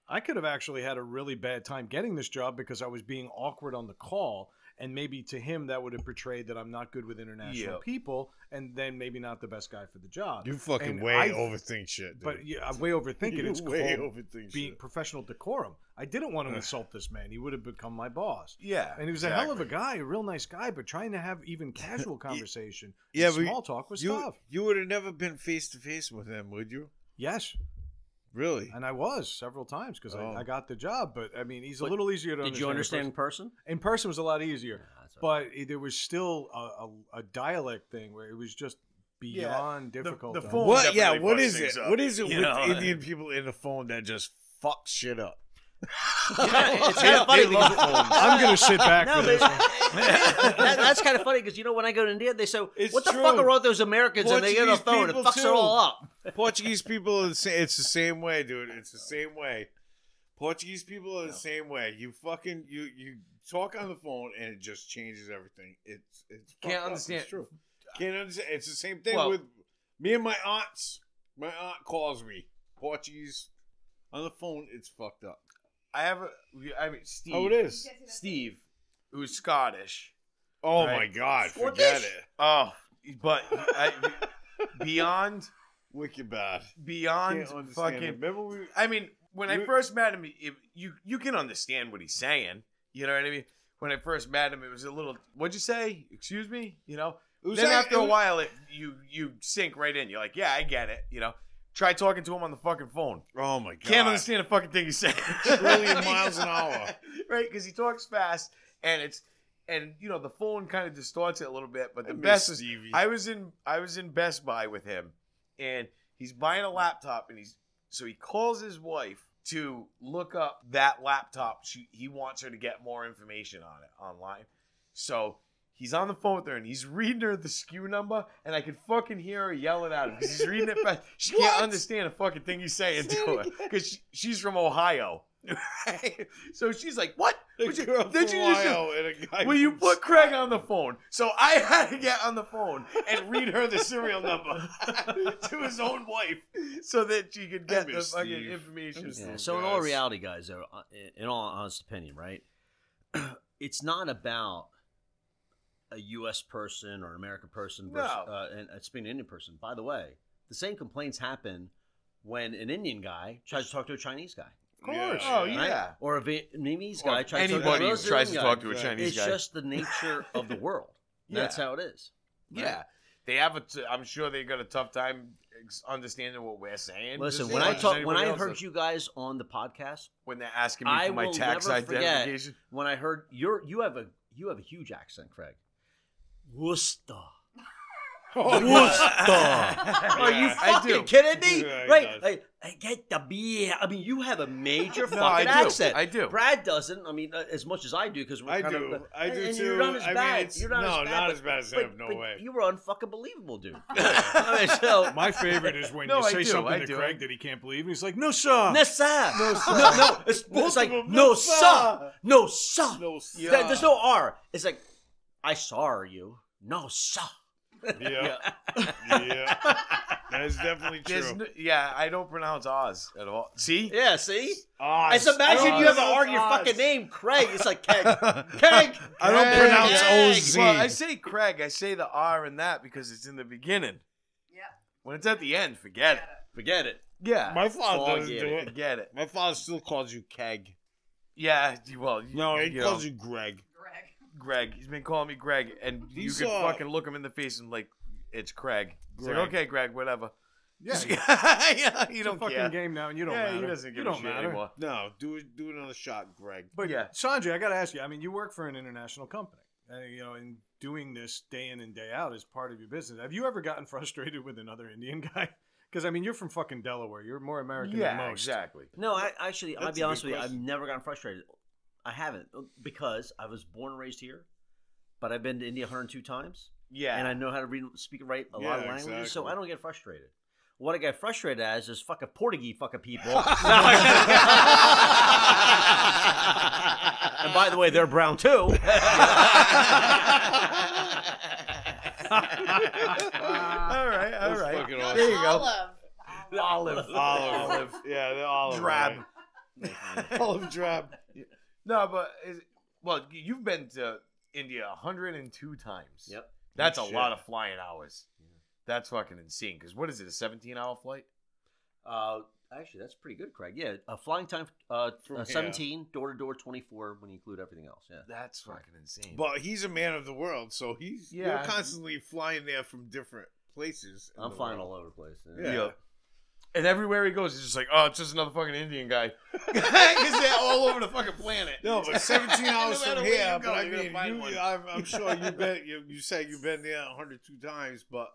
S1: I could have actually had a really bad time getting this job because I was being awkward on the call. And maybe to him, that would have portrayed that I'm not good with international
S2: Yep.
S1: people, and then maybe not the best guy for the job.
S3: You fucking
S1: And
S3: way
S1: I-
S3: overthink shit, dude.
S1: But yeah, I'm way overthinking
S3: you
S1: it's
S3: way
S1: called
S3: overthink
S1: being
S3: shit.
S1: professional decorum. I didn't want to insult this man; he would have become my boss.
S2: Yeah.
S1: And he was a hell of a guy, a real nice guy, but trying to have even casual conversation,
S3: Yeah,
S1: yeah,
S3: but
S1: small talk was
S3: You,
S1: tough.
S3: you would have never been face to face with him, would you?
S1: Yes,
S3: Really?
S1: and I was several times because
S3: Oh.
S1: I, I got the job. But I mean, he's a
S4: But
S1: little easier to.
S4: Did you understand
S1: In
S4: in
S1: person,
S4: person?
S1: in person was a lot easier,
S4: that's all
S1: but it, there was still a, a, a dialect thing where it was just beyond difficult.
S2: the
S1: to
S2: form-
S1: understand.
S3: What? Yeah.
S2: definitely
S3: What
S2: fucks
S3: is it?
S2: things up.
S3: What is it
S2: You
S3: with
S2: know?
S3: Indian people in the phone that just fuck shit up?
S4: it's kind of funny. because-
S1: I'm gonna sit back for
S4: No, but
S1: this. One.
S4: that, that's kind of funny because you know when I go to India, they say,
S3: It's
S4: "What the
S3: true.
S4: fuck are all those Americans?" and they get on the
S3: Portuguese
S4: phone and
S3: people,
S4: fucks it
S3: too.
S4: all up.
S3: Portuguese people are the same. It's the same way, dude. It's the same way. Portuguese people are the same way. You fucking you you talk on the phone and it just changes everything. It's it's fucked
S2: Can't
S3: up.
S2: understand.
S3: It's true. Can't understand. It's the same thing
S2: Well-
S3: with me and my aunts. My aunt calls me Portuguese on the phone. It's fucked up.
S2: I have a. I mean, Steve.
S3: Oh, it is.
S2: Steve, who's Scottish.
S3: Oh
S2: Right.
S3: my god,
S4: Scottish?
S3: forget it.
S2: Oh, but I, beyond
S3: Wicked bad.
S2: beyond
S3: Can't understand. it.
S2: fucking.
S3: Remember we.
S2: I mean, when I
S3: You-
S2: first met him, it, you you can understand what he's saying. You know what I mean? When I first met him, it was a little. What'd you say? Excuse me. You know.
S3: It was
S2: then
S3: like-
S2: after
S3: it
S2: a
S3: was-
S2: while, it you you sink right in. You're like, yeah, I get it. You know. Try talking to him on the fucking phone.
S3: Oh my god.
S2: Can't understand a fucking thing he's saying.
S3: Trillion miles an hour.
S2: right? Because he talks fast, and it's and you know the phone kind of distorts it a little bit. But
S3: I
S2: the
S3: miss
S2: best is
S3: Stevie.
S2: I was in I was in Best Buy with him, and he's buying a laptop, and he's so he calls his wife to look up that laptop. She he wants her to get more information on it online, so. He's on the phone with her and he's reading her the SKU number, and I can fucking hear her yelling at him because he's reading it fast. She can't understand a fucking thing he's saying to her because she, she's from Ohio. right? So she's like, "What?
S3: A
S2: Would you-
S3: girl
S2: did
S3: from
S2: you just-
S3: Ohio and a guy
S2: Will you
S3: from
S2: put Craig on the phone? So I had to get on the phone and read her the serial number to his own wife so that she could get the
S3: miss
S2: fucking
S3: Steve. I
S2: information.
S3: miss
S4: Yeah.
S3: Yes.
S4: So in all
S3: Yes.
S4: reality, guys, though, uh, in all honest opinion, right? it's not about a U.S. person or an American person versus
S2: No.
S4: uh, and it's being an Indian person. By the way, the same complaints happen when an Indian guy tries to talk to a Chinese guy,
S3: Of course.
S2: Oh,
S3: yeah.
S4: right?
S2: Yeah.
S4: Or a Vietnamese
S2: Or
S4: guy tries to talk
S2: anybody
S4: to
S2: who
S4: a
S2: tries to
S4: Brazilian
S2: talk
S4: guy.
S2: to a
S3: Right.
S2: Chinese
S4: It's
S2: guy.
S4: just the nature of the world. That's how it is.
S2: yeah. They have a. T- I'm sure they got a tough time ex- understanding what we're saying.
S4: Listen,
S2: just
S4: when
S2: as
S4: I
S2: much as
S4: talk, when
S2: anybody
S4: I
S2: else
S4: heard
S2: does.
S4: you guys on the podcast,
S2: when they're asking me
S4: I
S2: for my
S4: will
S2: tax
S4: never forget-
S2: identification,
S4: when I heard you're Oh, you have a you have a huge accent, Craig. Worcester.
S1: Worcester.
S2: Are you
S4: Are you fucking kidding me?
S3: Yeah, he
S4: right?
S3: does.
S4: Like, I get the beer. I mean, you have a major fucking
S2: No, I do.
S4: accent.
S2: I do.
S4: Brad doesn't. I mean, uh, as much as I do, because we're
S3: I
S4: kind
S3: do.
S4: of.
S3: I do
S4: and, and
S3: too.
S4: You're not as
S3: I mean,
S4: bad.
S3: it's-
S4: you're not
S3: no,
S4: as bad.
S3: not
S4: but-
S3: as bad as
S4: but,
S3: him, no
S4: but
S3: way.
S4: You were unfucking believable, dude. I mean, so.
S1: My favorite is when
S2: No,
S1: you
S2: I
S1: say
S2: do,
S1: something
S2: I
S1: to
S2: do.
S1: Craig that he can't believe, and he's like, "No, sir."
S4: No, sir. No, no, It's, it's like, no, sir. No, sir.
S3: No,
S4: There- There's no R. It's like, I saw you. No, sir.
S3: Yeah. yeah. That is definitely
S2: There's
S3: true.
S2: no- yeah, I don't pronounce Oz at all. See?
S4: Yeah, see?
S3: Oz.
S4: It's imagine
S3: Oz.
S4: you have to argue your
S3: Oz.
S4: fucking name, Craig. It's like Keg. Keg.
S3: I don't
S4: Keg.
S3: pronounce
S4: Keg.
S3: OZ.
S2: Well, I say Craig, I say the R in that because it's in the beginning.
S6: Yeah.
S2: When it's at the end, forget it.
S4: Forget it.
S2: Yeah.
S3: My father
S4: Forget
S3: doesn't do it.
S2: Forget it.
S3: My father still calls you Keg.
S2: Yeah, well, you-
S3: No, he
S2: you know,
S3: calls you Greg.
S6: Greg.
S2: Greg. He's been calling me Greg, and you
S3: These
S2: can
S1: uh,
S3: are-
S2: fucking look him in the face and like, it's Craig. He's like,
S3: Greg.
S2: okay, Greg, whatever.
S1: Yeah, it's
S2: yeah, you
S1: a
S2: don't
S1: fucking
S2: care.
S1: game now, and you don't
S2: yeah,
S1: matter.
S2: he doesn't give
S1: you
S2: a
S1: don't
S2: shit
S1: matter.
S2: anymore.
S3: No, do do another shot, Greg.
S1: But
S2: Yeah.
S1: Sanjay, I got to ask you. I mean, you work for an international company, and you know, and doing this day in and day out is part of your business. Have you ever gotten frustrated with another Indian guy? Because I mean, you're from fucking Delaware. You're more American
S2: yeah,
S1: than most.
S2: exactly.
S4: No, I actually, I'll
S3: That's
S4: be
S3: a
S4: honest
S3: good
S4: with you. I've
S3: question.
S4: never gotten frustrated. I haven't uh, because I was born and raised here, but I've been to India 102 times,
S2: Yeah.
S4: and I know how to read, speak, and write a lot of
S3: Yeah,
S4: languages, so
S3: exactly.
S4: I don't get frustrated. What I get frustrated as is fucking Portuguese fucking people. No, I- and by the way, they're brown too.
S2: all right, all
S3: That's
S2: right.
S3: fucking
S6: No,
S3: awesome.
S6: there
S2: you go.
S6: Olive.
S2: Olive.
S6: Olive.
S3: Olive. Yeah, the olive.
S2: Drab.
S3: right? Olive drab.
S2: No, but is, well, you've been to India 102 times.
S4: Yep.
S2: That's
S3: Oh,
S2: a
S3: shit.
S2: lot of flying hours. That's fucking insane. Because what is it, a 17 hour flight?
S4: Uh, actually, that's pretty good, Craig. Yeah, uh, flying time uh,
S3: From
S4: uh,
S3: here.
S4: 17, door to door 24 when you include everything else. Yeah.
S2: That's fucking insane.
S3: But he's a man of the world, so he's you're
S2: Yeah.
S3: constantly flying there from different places. in
S4: I'm
S3: the
S4: flying
S3: world.
S4: all over the place.
S3: Yeah.
S2: And everywhere he goes, he's just like, oh, it's just another fucking Indian guy. Because they're all over the fucking planet.
S3: No, but 17 hours
S2: No matter where
S3: from here.
S2: you go,
S3: but I
S2: you're gonna
S3: mean,
S2: find one.
S3: you, I'm, I'm sure you've been. You, you say you've been there 102 times, but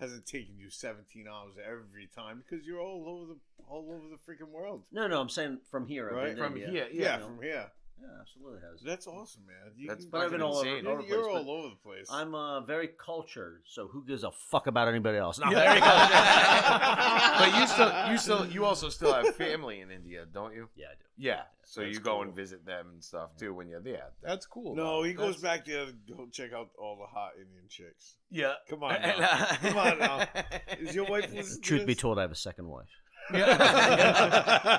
S3: hasn't taken you 17 hours every time because you're all over the all over the freaking world.
S4: No, no, I'm saying from here. I've
S3: Right,
S4: been to
S2: From
S4: India.
S2: here,
S3: Yeah,
S2: yeah.
S4: no.
S3: from here.
S4: Yeah, absolutely has.
S3: That's awesome, man. You,
S2: That's
S3: you-
S4: But I've
S2: fucking
S4: been all over,
S2: insane.
S4: all over
S3: you're,
S4: the
S3: you're
S4: place.
S3: all
S4: but
S3: over the place.
S4: I'm uh, very cultured, so who gives a fuck about anybody else? No,
S2: Yeah.
S4: very cultured.
S2: but you still, you still, you also still have family in India, don't you?
S4: yeah, I do.
S2: Yeah. So
S4: That's
S2: you go
S4: cool.
S2: and visit them and stuff too when you're there. That's cool.
S3: no,
S2: though.
S3: he goes
S2: That's-
S3: back there to go check out all the hot Indian chicks.
S2: Yeah.
S3: Come on, now.
S4: uh,
S3: Come on now. is your wife listening? to
S4: Truth be
S3: this?
S4: told, I have a second wife.
S2: Yeah.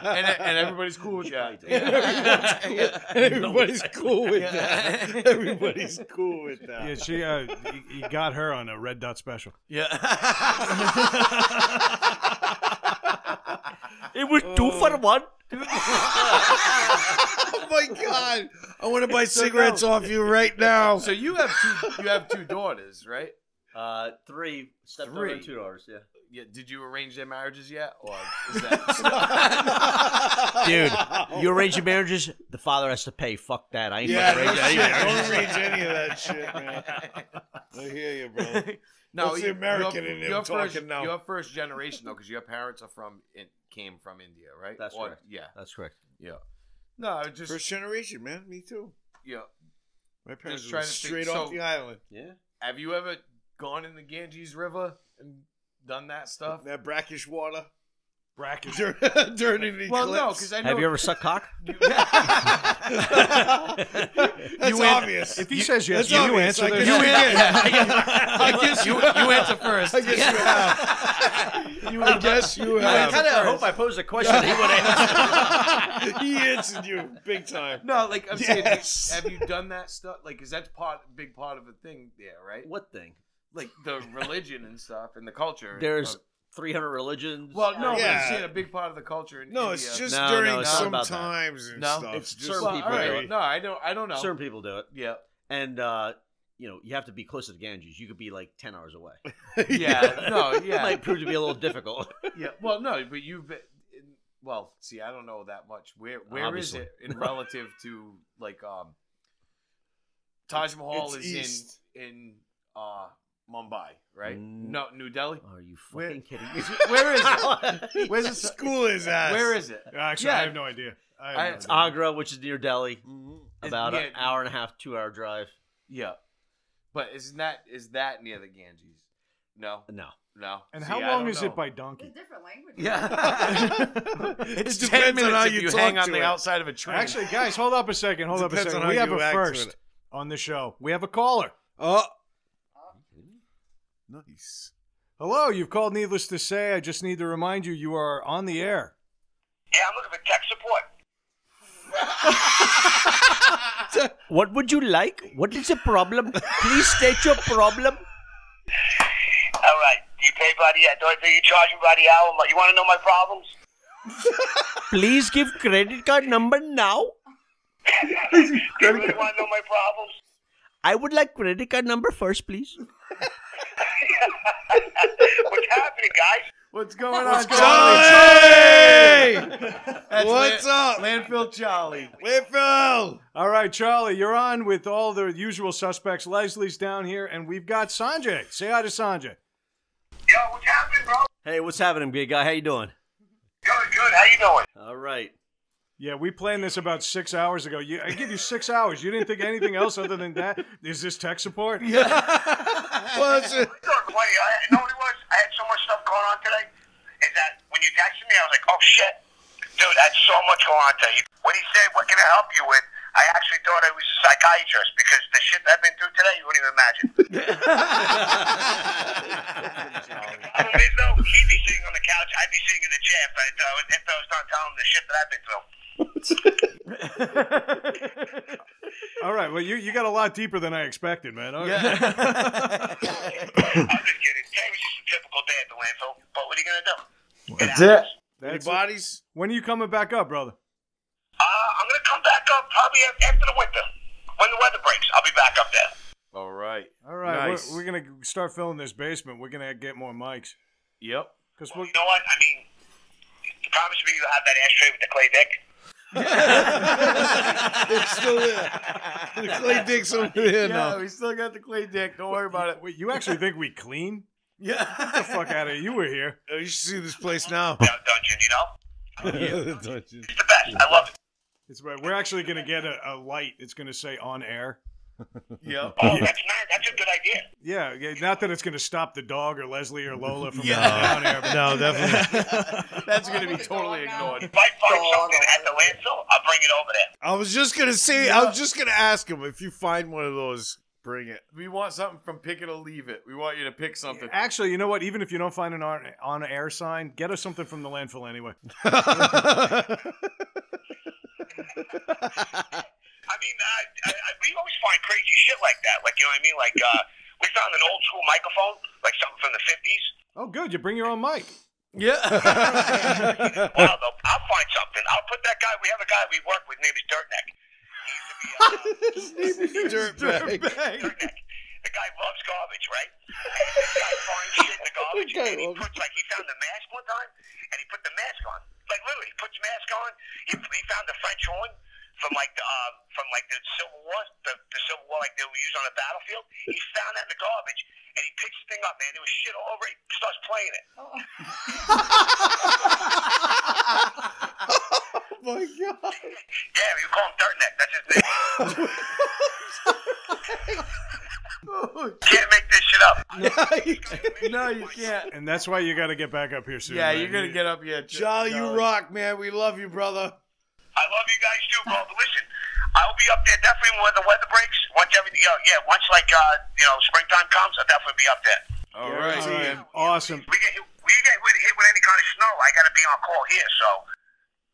S2: and, and everybody's cool with that.
S3: Everybody's cool with
S2: Yeah.
S3: that. Everybody's cool with that.
S1: Yeah, she. Uh, he, he got her on a red dot special.
S2: Yeah.
S4: It was two for one.
S3: Oh my god! I want to buy cigarettes off you right now.
S2: so you have two. You have two daughters, right?
S4: Uh, three. Step
S2: Three.
S4: three. Two dollars. Yeah.
S2: Yeah. Did you arrange their marriages yet, or is that?
S4: Dude, you arrange your marriages, the father has to pay. Fuck that. I ain't
S3: Oh. yeah,
S4: fucking
S3: no shit.
S4: arranging
S3: Don't
S4: any marriages.
S3: reach any of that shit, man. I hear you, bro.
S2: no,
S3: That's the
S2: you-
S3: American
S2: your-
S3: in him
S2: your
S3: talking
S2: first,
S3: now.
S2: Your first generation, though, because your parents are from in, came from India, right?
S4: That's
S2: Or-
S4: correct.
S2: Yeah.
S4: That's correct.
S2: Yeah. No, I just
S3: First generation, man. Me too.
S2: yeah.
S3: My parents were
S2: trying to think-
S3: straight off
S2: so-
S3: the island.
S4: Yeah.
S2: Have you ever gone in the Ganges River and done that stuff?
S3: That brackish water
S1: Brackish.
S3: during, during an eclipse.
S2: Well, no, because I know.
S4: Have you ever sucked cock?
S3: That's
S2: You went-
S3: obvious.
S1: If he says yes,
S3: That's
S1: you
S3: obvious.
S1: answer
S3: I
S1: this.
S3: guess
S1: You answer-
S3: you
S2: I guess you, you answer first.
S3: I guess you have. You I guess you
S4: I
S3: have.
S4: kind of hope I posed a question he would answer.
S3: he answered you big time.
S2: No, like I'm
S3: Yes.
S2: saying, have you done that stuff? Like, is that part big part of the thing there, right?
S4: what thing?
S2: Like the religion and stuff and the culture.
S4: There's
S2: of-
S4: 300 religions.
S2: well, no, but
S3: Yeah.
S2: I'm saying a big part of the culture. In
S3: No, it's
S2: India-
S3: just
S4: No, no,
S3: during
S4: it's not about that.
S3: sometimes and
S2: No,
S3: stuff.
S4: it's
S3: just
S4: certain
S2: Well,
S4: people
S2: all
S4: do
S2: right.
S4: it.
S2: No, I don't. I don't know.
S4: certain people do it,
S2: Yeah,
S4: and uh, you know you have to be close to the Ganges. You could be like 10 hours away.
S2: yeah, no,
S4: It
S2: yeah,
S4: might prove to be a little difficult.
S2: yeah. Well, no, but you've been. in- Well, see, I don't know that much. Where where is
S4: Obviously.
S2: it in relative to like um, Taj Mahal
S3: It's
S2: is
S3: east.
S2: in in uh Mumbai, right?
S4: Mm.
S2: No, New Delhi.
S4: Are you fucking
S2: Where-
S4: kidding me?
S2: Where is it? Where's
S3: The
S2: it?
S3: school is at.
S2: Where is it?
S1: Actually,
S2: Yeah.
S1: I have no idea. I have no
S2: I- it's
S4: It's
S1: idea.
S4: Agra, which is near Delhi,
S3: Mm-hmm.
S4: about
S2: yeah.
S4: an hour and a half, two hour drive.
S2: Yeah, but isn't that is that near the Ganges? No,
S4: No,
S2: no.
S1: and
S2: See,
S1: how
S2: I
S1: long
S2: don't
S1: is
S2: know.
S1: it by
S6: There's
S1: donkey?
S6: different languages.
S2: Yeah,
S3: It
S2: it's
S3: depends
S2: ten
S3: on
S2: minutes
S3: how
S2: if
S3: you
S2: you,
S3: talk
S2: hang on
S3: to
S2: the
S3: it.
S2: outside of a train.
S1: Actually, guys, hold up a second. Hold up a
S3: Depends on
S1: second. We
S3: how
S1: have
S3: you
S1: a
S3: act to
S1: first
S3: it.
S1: on the show. We have a caller.
S3: Oh. Nice.
S1: Hello, you've called needless to say. I just need to remind you you are on the air.
S7: Yeah, I'm looking for tech support.
S5: What would you like? What is the problem? Please state your problem.
S7: All right. Do you pay by the do I do you charge me by the hour? You want to know my problems?
S5: Please give credit card number now.
S7: Do you really want to know my problems?
S5: I would like credit card number first, please.
S7: What's happening, guys?
S2: what's going on,
S3: Charlie!
S2: That's
S3: What's up?
S2: Landfill Charlie.
S3: Whitfield!
S1: All right, Charlie, you're on with all the usual suspects. Leslie's down here, and we've got Sanjay. Say hi to Sanjay.
S7: Yo, what's happening, bro?
S4: Hey, what's happening, big guy? How you doing?
S7: Good, good. How you doing?
S4: All right.
S1: Yeah, we planned this about six hours ago. You, I give you six hours. You didn't think anything else other than that? Is this tech support? Yeah.
S3: Well, it's a-
S7: I'm doing plenty. I, you know what it was? I had so much stuff going on today. Is that when you texted me, I was like, oh shit, dude, that's so much going on today. When he said, "What can I help you with?" I actually thought I was a psychiatrist because the shit I've been through today, you wouldn't even imagine. I mean, no, he'd be sitting on the couch, I'd be sitting in the chair, but uh, if I was not telling him the shit that I've been through.
S1: All right, well, you, you got a lot deeper than I expected, man. Okay.
S7: I'm just kidding. Today was just a typical day at the landfill, but what are you going to do?
S2: That's it.
S3: Any
S1: That's it.
S3: bodies?
S1: When are you coming back up, brother?
S7: Uh, I'm going to come back up probably af- after the winter. When the weather breaks, I'll be back up there.
S2: All right.
S1: All right,
S3: Nice.
S1: we're, we're going to start filling this basement. We're going to get more mics.
S2: Yep.
S1: Cause
S7: Well,
S1: we're,
S2: Oh,
S7: you know what? I mean, promise me you'll have that ashtray with the clay dick.
S3: It's still there. The clay digs over there
S2: Yeah,
S3: now.
S2: we still got the clay dick. Don't worry about it.
S1: wait, you actually think we clean?
S2: Yeah.
S1: Get the fuck out of here. You were here.
S3: Oh, you should see this place now.
S7: Dun- Dungeon, you know?
S3: Dungeon.
S7: It's the best. I love it.
S1: It's right. We're actually going to get a, a light. It's going to say on air.
S2: Yep.
S7: Oh, that's nice. That's a good idea.
S1: Yeah, yeah, not that it's going to stop the dog or Leslie or Lola from
S2: Yeah.
S1: coming on air. But
S3: No, definitely.
S2: That's going to be totally ignored.
S7: If I find something at the landfill, I'll bring it over there.
S3: I was just gonna say. I was just gonna ask him if you find one of those, bring it.
S2: We want something from pick it or leave it. We want you to pick something.
S1: actually, you know what? Even if you don't find an on, on air sign, get us something from the landfill anyway.
S7: I mean, I, I, I, we always find crazy shit like that. Like, you know what I mean? Like, uh, we found an old school microphone, like something from the 50s.
S1: Oh, good. You bring your own mic.
S2: Yeah.
S7: Well, though, I'll find something. I'll put that guy, we have a guy we work with, name is Dirtneck. He used to be, uh, Dirtneck. The guy loves garbage, right? And this guy finds shit in the garbage,
S3: guy
S7: and he
S3: loves-
S7: puts like he found a mask one time, and he put the mask on. Like literally, he puts mask on. He, he found the French horn from like the uh, from like the Civil War, the, the Civil War like they were used on the battlefield. He found that in the garbage, and he picks the thing up, man. There was shit all over it. He starts playing it.
S6: Oh,
S3: my god!
S7: Yeah, you call him Dirtneck. That's his name. Can't make this shit up.
S2: no, you can't.
S1: And that's why you got to get back up here soon.
S2: Yeah,
S1: man.
S2: you're going to get up yet.
S3: Jolly, you rock, man. We love you, brother.
S7: I love you guys too, bro. But listen, I'll be up there definitely when the weather breaks. Once everything, yeah, yeah. Once like uh, you know, springtime comes, I'll definitely be up there.
S2: All
S1: All
S2: right.
S1: right. Awesome.
S7: We get hit, we get hit, hit with any kind of snow. I got to be on call here. So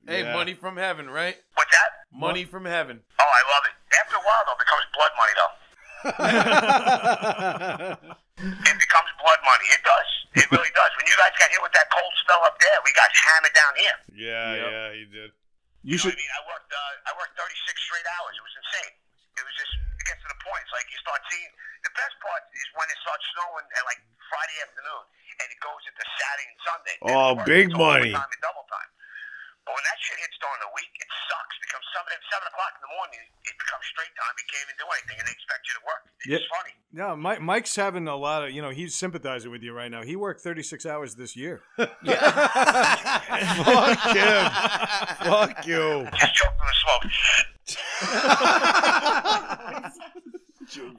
S2: Hey,
S3: Yeah.
S2: money from heaven, right?
S7: what's that?
S2: Money from heaven.
S7: Oh, I love it. After a while, though, it becomes blood money, though. It becomes blood money. It does. It really does. When you guys got hit with that cold spell up there, we got hammered down here.
S3: Yeah,
S2: Yep.
S3: yeah, he did.
S1: You
S7: You know
S1: should.
S7: what I mean, I worked, uh, I worked 36 straight hours. It was insane. It was just, it gets to the point. It's like you start seeing. The best part is when it starts snowing at like Friday afternoon, and it goes into Saturday and Sunday. Then
S3: Oh,
S7: it's worth-
S3: big
S7: it's
S3: money.
S7: overtime and double time. But when that shit hits during the week, it sucks because them seven at seven o'clock in the morning. It becomes straight time. You can't even do anything, and they expect you to work. It's
S1: Yep.
S7: funny.
S1: No, Mike, Mike's having a lot of, you know, he's sympathizing with you right now. He worked 36 hours this year.
S3: Fuck him. Fuck you.
S7: Just choke from the smoke.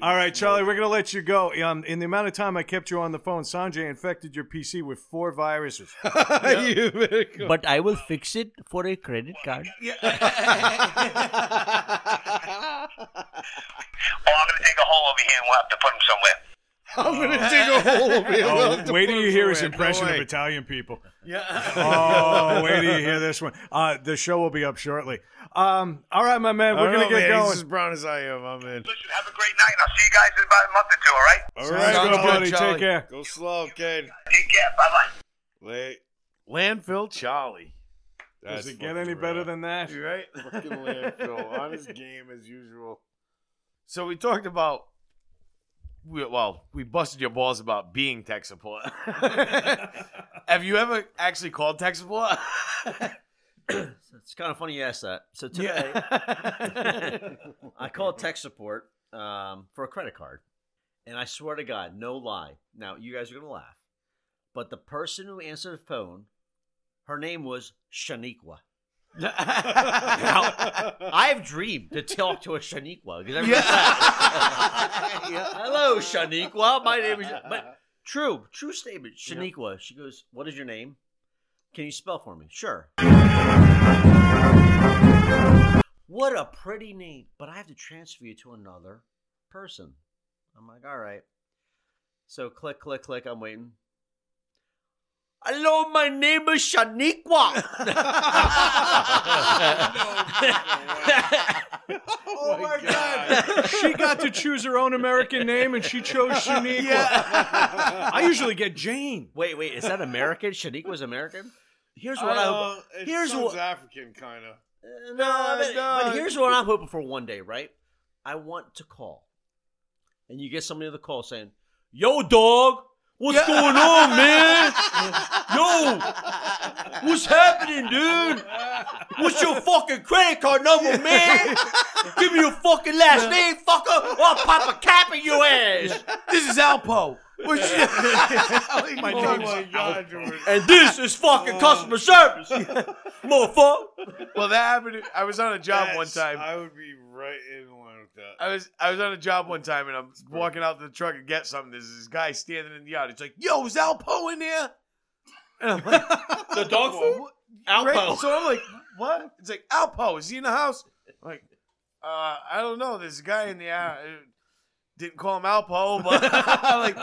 S1: All right, Charlie, we're going to let you go. Um, in the amount of time I kept you on the phone, Sanjay infected your PC with four viruses.
S3: You better go.
S5: But I will fix it for a credit card.
S7: Oh, I'm gonna dig a hole over here, and we'll have to put them somewhere.
S3: I'm gonna dig a hole over here. We'll have to
S1: Oh, wait
S3: put
S1: till
S3: him
S1: you hear his
S3: somewhere.
S1: impression
S3: No
S1: of
S3: way.
S1: Italian people. Yeah. oh, wait till you hear this one. Uh, the show will be up shortly. Um, all right, my man,
S3: I
S1: we're
S3: don't
S1: going to
S3: know,
S1: get
S3: man. He's
S1: going.
S3: as brown as I am. I'm in.
S7: Listen, have a great night, and I'll see you guys in about a month or two. All right?
S3: All
S1: Sounds
S3: right,
S1: good, buddy.
S3: Charlie.
S1: Take care.
S3: Go slow, kid.
S7: Take care. Bye bye.
S3: Late.
S2: Landfill Charlie.
S1: Does it get any better than that?
S2: You right?
S3: fucking landfill? Honest game as usual.
S2: So we talked about. We, well, we busted your balls about being tech support. Have you ever actually called tech support?
S4: It's kind of funny you asked that. So today,
S2: yeah.
S4: I called tech support um, for a credit card, and I swear to God, no lie. Now you guys are gonna laugh, but the person who answered the phone, her name was Shaniqua. I've dreamed to talk to a Shaniqua. 'cause everyone's like, yeah, Hello, Shaniqua. My name is. But true, true statement. Shaniqua. She goes, "What is your name? Can you spell for me?" Sure. What a pretty name, but I have to transfer you to another person. I'm like, all right. So click, click, click. I'm waiting. Hello, my name is Shaniqua.
S3: Oh my
S1: she got to choose her own American name, and she chose Shaniqua. I usually get Jane.
S4: Wait, wait, is that American? Shanique was American? Here's what I, hope.
S3: Uh, it
S4: Here's
S3: sounds
S4: what-
S3: African kind of.
S4: Uh, No, but,
S3: no.
S4: but here's what I'm hoping for one day, right? I want to call, and you get somebody on the call saying, "Yo, dog, what's going on, man? Yo, what's happening, dude? What's your fucking credit card number, man? Give me your fucking last name, fucker, or I'll pop a cap in your ass."
S2: this is Alpo. What's your-
S3: My oh my god, Jordan.
S4: And this is fucking customer service, motherfucker.
S2: well, that happened. I was on a job one
S3: That's-
S2: time.
S3: I would be right in line with that.
S2: I was I was on a job one time and I'm walking out to the truck and get something. There's this guy standing in the yard. He's like, "Yo, is Alpo in there?" And I'm like,
S4: The dog food,
S2: Right?
S4: Alpo.
S2: So I'm like, "What?" It's like, "Alpo, is he in the house?" I'm like, uh, I don't know. There's a guy in the yard. Uh, Didn't call him Alpo, but like,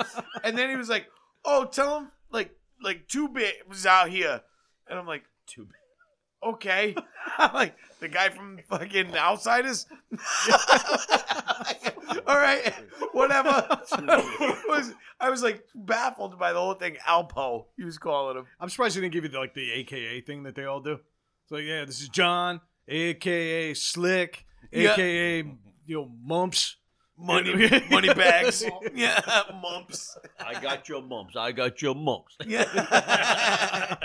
S2: and then he was like, "Oh, tell him like like two bit was out here," and I'm like,
S4: Two Bit."
S2: Okay, I'm like the guy from fucking Outsiders. All right, whatever. was, I was like baffled by the whole thing. Alpo, he was calling him.
S1: I'm surprised they didn't give you the, like the AKA thing that they all do. It's like, yeah, this is John, AKA Slick,
S2: Yeah.
S1: AKA you know Mumps.
S2: Money, money bags. yeah, mumps.
S4: I got your mumps. I got your mumps.
S2: Yeah.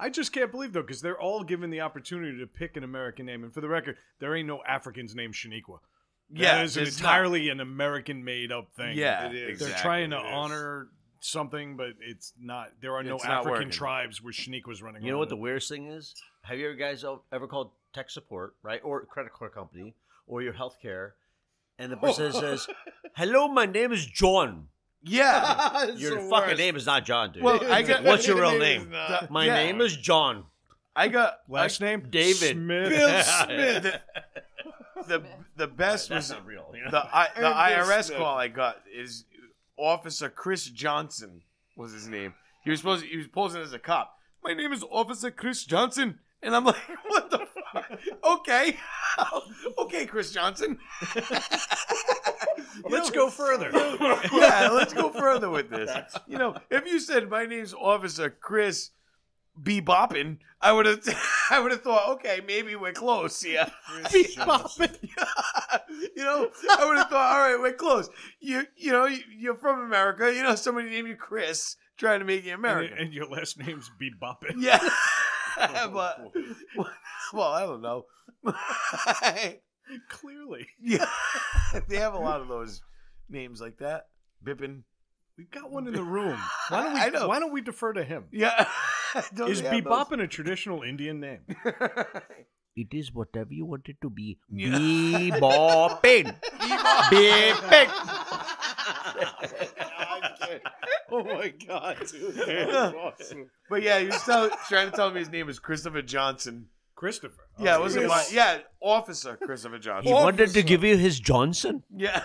S1: I just can't believe though, because they're all given the opportunity to pick an American name. And for the record, there ain't no Africans named Shaniqua.
S2: yeah,
S1: that is an
S2: it's
S1: entirely an American made up thing.
S2: Yeah,
S3: It is.
S1: they're
S3: Exactly,
S1: trying to
S3: it is.
S1: honor something, but it's not. There are no
S2: It's not
S1: African
S2: working.
S1: tribes where Shaniqua's running.
S4: You know what the
S2: Um,
S1: around.
S4: weirdest thing is? Have you guys el- ever called tech support, right, or credit card company, or your healthcare, and the
S2: Oh.
S4: person says, "Hello, my name is John."
S2: Yeah.
S4: Your fucking name is not John, dude.
S2: Well, I got.
S4: What's your real
S3: Name is
S4: name?
S3: not-
S4: My
S2: yeah.
S4: name is John.
S2: I got
S1: last name?
S4: David.
S1: Smith.
S3: Bill Smith.
S2: the the best was
S4: That's not real. You know?
S2: the I, the
S3: Aaron
S2: IRS
S3: Smith.
S2: call I got is Officer Chris Johnson was his name. He was supposed he was posing as a cop. My name is Officer Chris Johnson, and I'm like, what the fuck? Okay, okay, Chris Johnson.
S1: Let's go further.
S2: yeah, let's go further with this. You know, if you said my name's Officer Chris B. Boppin, I would have, I would have thought, okay, maybe we're close. Yeah, B. Boppin. you know, I would have thought, all right, we're close. You, you know, you, you're from America. You know, somebody named you Chris, trying to make you
S1: and,
S2: American.
S1: and your last name's Beboppin.
S2: yeah, but well, I don't know.
S6: Clearly.
S2: yeah, they have a lot of those names like that. Bippin.
S1: We've got one in the room. Why don't we?
S2: I know.
S1: Why don't we defer to him?
S2: Yeah. Don't
S1: Is
S2: they have those?
S1: Beboppin a traditional Indian name?
S4: It is whatever you want it to be. Bebopping.
S3: Oh my god, dude. That was awesome.
S2: But yeah, he was tell, trying to tell me his name is Christopher Johnson.
S1: Christopher.
S2: Yeah, it wasn't
S3: yes.
S2: my, yeah, Officer Christopher Johnson.
S4: He wanted to give you his Johnson.
S2: yeah.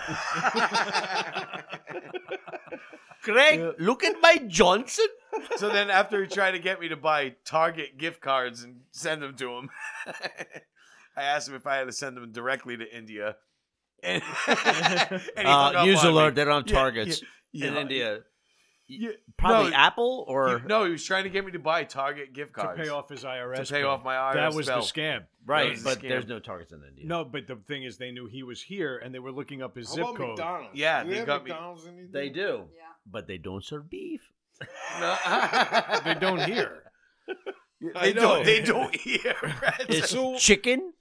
S4: Greg, look at my Johnson.
S2: so then after he tried to get me to buy Target gift cards and send them to him, I asked him if I had to send them directly to India. And, and he hung
S4: Uh,
S2: up
S4: news
S2: on me.
S4: alert, they're on
S2: Yeah,
S4: targets
S2: yeah,
S4: in
S2: yeah.
S4: India.
S2: Yeah,
S4: Probably
S2: no,
S4: Apple or.
S2: he- no, he was trying to get me to buy Target gift
S1: To
S2: cards
S1: pay off his IRS.
S2: to pay off my IRS
S1: That was
S2: bill.
S1: the scam.
S2: That
S4: right,
S2: was a
S4: but
S2: scam.
S4: there's no targets in India.
S1: No, but the thing is, they knew he was here, and they were looking up his
S3: How
S1: zip
S3: about
S1: code.
S3: McDonald's?
S2: Yeah,
S3: Do
S2: they
S3: have
S2: got me-
S3: McDonald's in India?
S4: They do.
S6: oh, Yeah.
S4: But they don't serve beef.
S2: No.
S1: They don't hear.
S3: I
S2: they
S3: know.
S2: don't. They don't hear.
S4: It's
S3: So-
S4: chicken,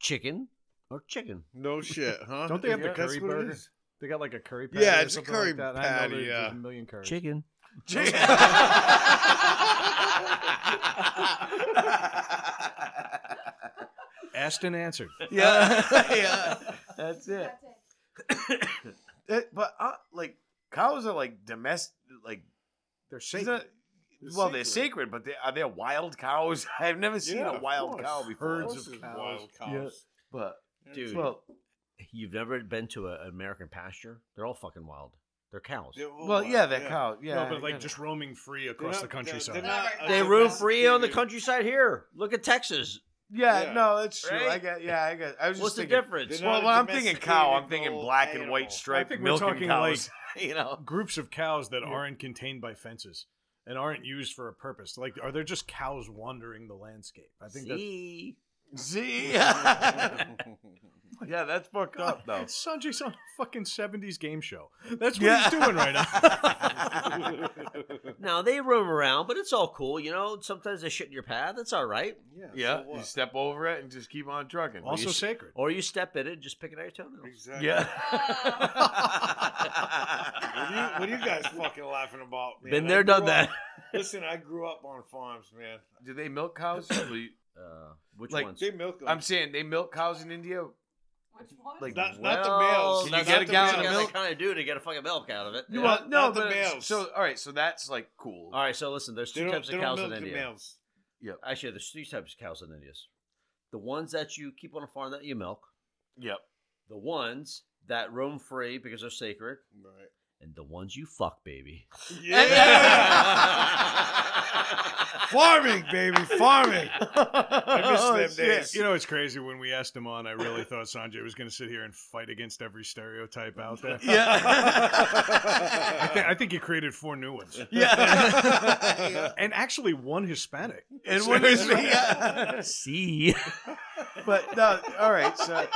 S4: chicken, or chicken.
S3: No shit, huh?
S1: Don't they have the
S3: Yeah, that's
S1: curry
S3: what it
S1: burger?
S3: is.
S1: They got like a curry patty.
S3: Yeah,
S1: or
S3: it's a
S1: something
S3: curry
S1: like that. I know
S3: patty,
S1: there's-
S3: yeah.
S1: there's a million curries.
S4: Chicken.
S1: Asked and answered.
S2: yeah, yeah, that's it.
S6: That's it.
S2: It- but uh, like cows are like domestic, like
S1: They're
S2: she's
S1: safe.
S2: not-
S3: They're
S2: well, they're
S3: sacred.
S2: sacred, but they, are they wild cows? I've never seen
S3: Yeah,
S2: a
S3: of
S2: wild
S3: course.
S2: cow before.
S1: Herds
S3: Horses
S1: of
S3: and
S1: cows.
S3: wild
S1: Yeah.
S3: cows.
S2: but
S4: Dude,
S2: well,
S4: you've never been to a- an American pasture? They're all fucking wild. They're cows.
S3: They're all
S2: well,
S3: wild,
S2: yeah, that cow, yeah,
S1: no,
S2: I
S1: but like
S2: get it.
S1: just roaming free
S3: oh They're
S1: across
S3: not-
S1: the countryside.
S3: They're, they're not,
S4: They
S3: uh,
S4: roam free on the
S3: domesticated.
S4: countryside here. Look at Texas.
S2: yeah,
S3: yeah.
S2: no, that's true. I
S4: Right?
S2: get, yeah, I get. I was just
S4: What's the
S2: thinking.
S4: difference?
S3: They're
S2: Well,
S3: not a
S2: when I'm thinking cow, I'm
S3: domesticated
S2: thinking
S3: little
S2: black and
S3: animal.
S2: white striped
S1: I think we're
S2: milking
S1: talking,
S2: cows. you know,
S1: Groups of cows that aren't contained by fences and aren't used for a purpose. Like, are there just cows wandering the landscape? I think that's
S4: See?
S2: see, yeah, that's fucked up though.
S1: Sanjay's on a fucking 70s game show. That's what
S2: Yeah.
S1: he's doing right now.
S4: Now they roam around, but it's all cool. You know, sometimes they shit in your path. That's all right.
S2: Yeah,
S3: so
S2: you
S3: what?
S2: step over it and just keep on trucking.
S1: also
S2: You- oh,
S1: sacred.
S4: Or you step in it and just pick it out your toenails.
S3: Exactly.
S2: yeah.
S6: Uh,
S3: What are, you, what are you guys fucking laughing about? Man?
S4: Been
S3: I
S4: there, done
S3: grew up-
S4: that.
S3: Listen, I grew up on farms, man.
S2: Do they milk cows? Well, you-
S4: Uh, which
S2: Like,
S4: ones?
S3: They milk them.
S2: I'm saying they milk cows in India.
S6: Which one?
S2: Like-
S3: not, not the
S4: Well,
S3: males.
S2: Can you
S4: that's
S2: get a
S4: what you
S2: gallon of
S4: gotta
S2: milk?
S4: Kind of do to get a fucking milk out of it.
S3: No,
S4: Yeah.
S3: not- not the
S2: but it's-
S3: males.
S2: So all right, so that's like cool.
S4: All right, so listen, there's
S3: They
S4: two
S3: don't,
S4: types
S3: they
S4: of
S3: don't
S4: cows
S3: milk
S4: in
S3: the
S4: India.
S3: males.
S4: Actually, there's three types of cows in India. The ones that you keep on a farm that you milk,
S2: Yep.
S4: the ones that roam free because they're sacred,
S3: Right.
S4: and the ones you fuck, baby.
S3: Yeah. farming, baby, farming. I
S2: Oh,
S3: miss them days.
S1: You know, it's crazy. When we asked him on, I really thought Sanjay was going to sit here and fight against every stereotype out there. I,
S2: Yeah.
S1: thi- I think he created four new ones.
S2: yeah. yeah.
S1: And actually, one Hispanic.
S2: And what is yeah.
S4: See,
S2: But no, all right, so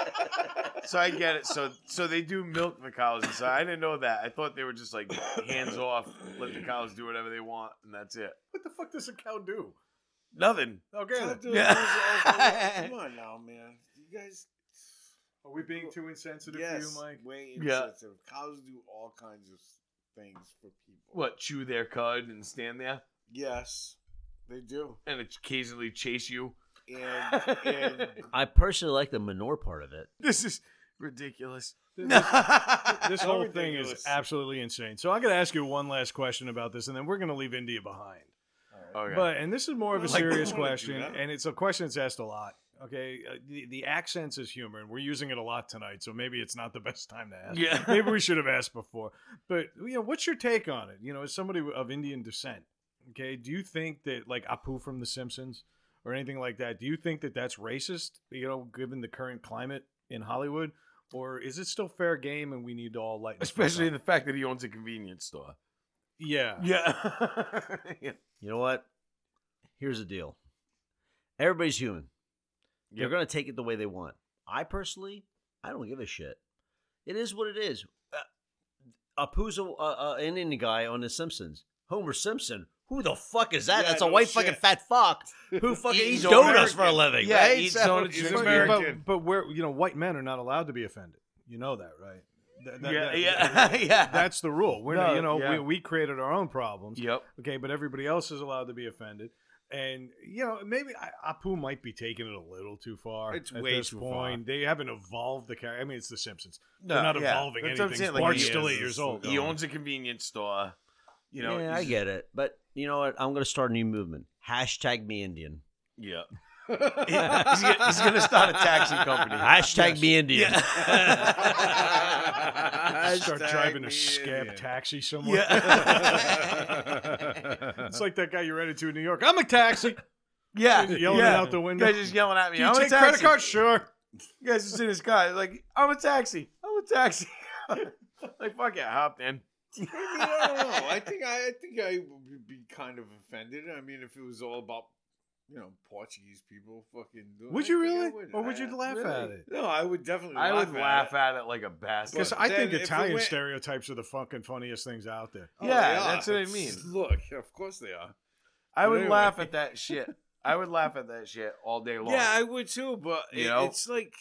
S2: so I get it. So so they do milk the cows and so I didn't know that. I thought they were just like hands off, let the cows do whatever they want and that's it.
S1: What the fuck does a cow do?
S2: Nothing.
S1: Okay.
S3: Don't
S1: then.
S3: do
S2: Yeah.
S3: those all- Come on now, man. You guys.
S1: Are we being too insensitive
S3: Yes,
S1: to you, Mike?
S3: way
S2: Yeah.
S3: insensitive. Cows do all kinds of things for people.
S2: What, chew their cud and stand there
S3: Yes, they do.
S2: and occasionally chase you?
S3: And, and
S4: I personally like the manure part of it.
S2: This is ridiculous.
S1: This
S3: How
S1: whole thing is
S3: ridiculous.
S1: absolutely insane. So I got to ask you one last question about this, and then we're going to leave India behind.
S2: Okay.
S1: But and this is more of a
S3: Like, I
S1: serious
S3: don't wanna do
S1: question,
S3: that.
S1: and it's a question that's asked a lot. Okay, uh, the, the accents is humor, and we're using it a lot tonight, so maybe it's not the best time to ask.
S2: Yeah.
S1: maybe we should have asked before. But you know, what's your take on it? You know, as somebody of Indian descent, okay, do you think that like Apu from The Simpsons or anything like that? Do you think that that's racist? You know, given the current climate in Hollywood, or is it still fair game and we need to all lighten? the fuck
S2: Especially
S1: up?
S2: the fact that he owns a convenience store.
S1: yeah,
S2: Yeah.
S4: You know what? Here's the deal. Everybody's human. They're
S2: Yep.
S4: going to take it the way they want. I personally, I don't give a shit. It is uh, what it is. Uh, Apu's a, a, a, an Indian guy on The Simpsons. Homer Simpson
S5: Who the fuck is that?
S3: Yeah,
S5: That's a
S3: no
S5: white
S3: shit.
S5: fucking fat fuck who fucking eats
S3: He's
S5: donuts
S3: American.
S5: for a living,
S2: Yeah,
S5: right?
S2: eats
S5: So-
S2: donuts.
S3: He's
S2: He's
S1: But-
S3: American.
S1: But, but where you know white men are not allowed to be offended. You know that, right? Th- that-
S2: Yeah,
S1: that-
S5: yeah, yeah.
S1: That's the rule. We're
S2: No,
S1: not, you know
S2: yeah.
S1: we, we created our own problems.
S2: Yep.
S1: Okay, but everybody else is allowed to be offended. And you know, maybe I- Apu might be taking it a little too far.
S3: It's
S1: at
S3: way
S1: this
S3: too
S1: point. They haven't evolved the character. I mean, it's The Simpsons.
S2: No,
S1: They're not
S2: yeah.
S1: evolving
S3: That's what I'm
S1: anything.
S3: saying, like,
S1: Bart's
S3: he
S1: still
S3: is-
S1: eight years old.
S2: He owns a convenience store. You know.
S4: yeah, I
S2: he's-
S4: get it. But you know what? I'm going to start a new movement. Hashtag me Indian.
S2: Yeah. he's, gonna, he's gonna start a taxi company.
S5: Hashtag me Indian.
S1: Start
S3: Hashtag
S1: driving a
S3: me
S1: scab
S3: Indian.
S1: taxi somewhere. it's like that guy you ran into in New York. I'm a taxi.
S2: yeah,
S1: He's yelling
S2: yeah.
S1: out the window.
S2: Guys just yelling at me.
S1: Do you
S2: I'm
S1: take
S2: a taxi.
S1: credit cards? Sure.
S2: You guys just in his car. Like I'm a taxi. I'm a taxi. like fuck it, I hopped in.
S3: I don't know. I think I, I think I would be kind of offended. I mean, if it was all about you know Portuguese people fucking doing,
S1: Would
S3: I
S1: you
S3: think I
S1: really?
S3: would.
S1: Or would
S3: I-
S1: you laugh
S3: really?
S1: at it?
S3: No, I would definitely.
S2: I
S3: laugh
S2: would
S3: at
S2: laugh
S3: it.
S2: at it like a bastard.
S1: Because I
S3: then
S1: think
S3: if we
S1: Italian
S3: went-
S1: stereotypes are the fucking funniest things out there.
S3: Oh,
S2: Yeah,
S3: they are.
S2: that's what I mean.
S3: It's- Look, of course they are.
S2: I would
S3: Anyway.
S2: laugh at that shit. I would laugh at that shit all day long.
S3: Yeah, I would too, but
S2: You
S3: it-
S2: know?
S3: it's like.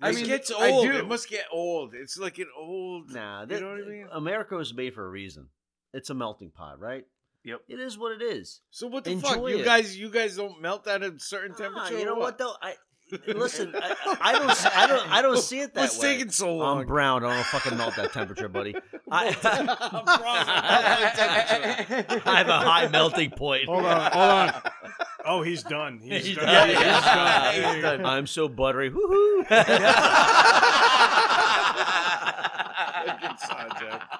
S2: I
S3: it
S2: mean,
S3: gets
S2: I
S3: old.
S2: do.
S3: It must get old. It's like an old.
S4: Nah,
S3: You
S4: that,
S3: know what I mean?
S4: America was made for a reason. It's a melting pot, right?
S2: Yep.
S4: It is what it is.
S3: So what the
S4: Enjoy
S3: fuck? You
S4: it.
S3: guys, you guys don't melt at a certain
S4: Ah,
S3: temperature.
S4: you
S3: or
S4: know
S3: what?
S4: what though? I listen. I, I don't. s- I don't. I don't see it that
S3: What's
S4: way.
S3: taking so
S4: I'm
S3: long?
S4: brown. I don't fucking melt that temperature, buddy. I,
S3: I'm brown.
S5: I have a high melting point.
S1: Hold on, hold on. Oh, he's done. He's,
S5: He's
S1: done.
S5: done.
S1: He's
S5: Yeah,
S1: done.
S2: he's
S1: There you
S2: done.
S1: go.
S4: I'm so buttery. Woohoo!
S3: Fucking Sanjay.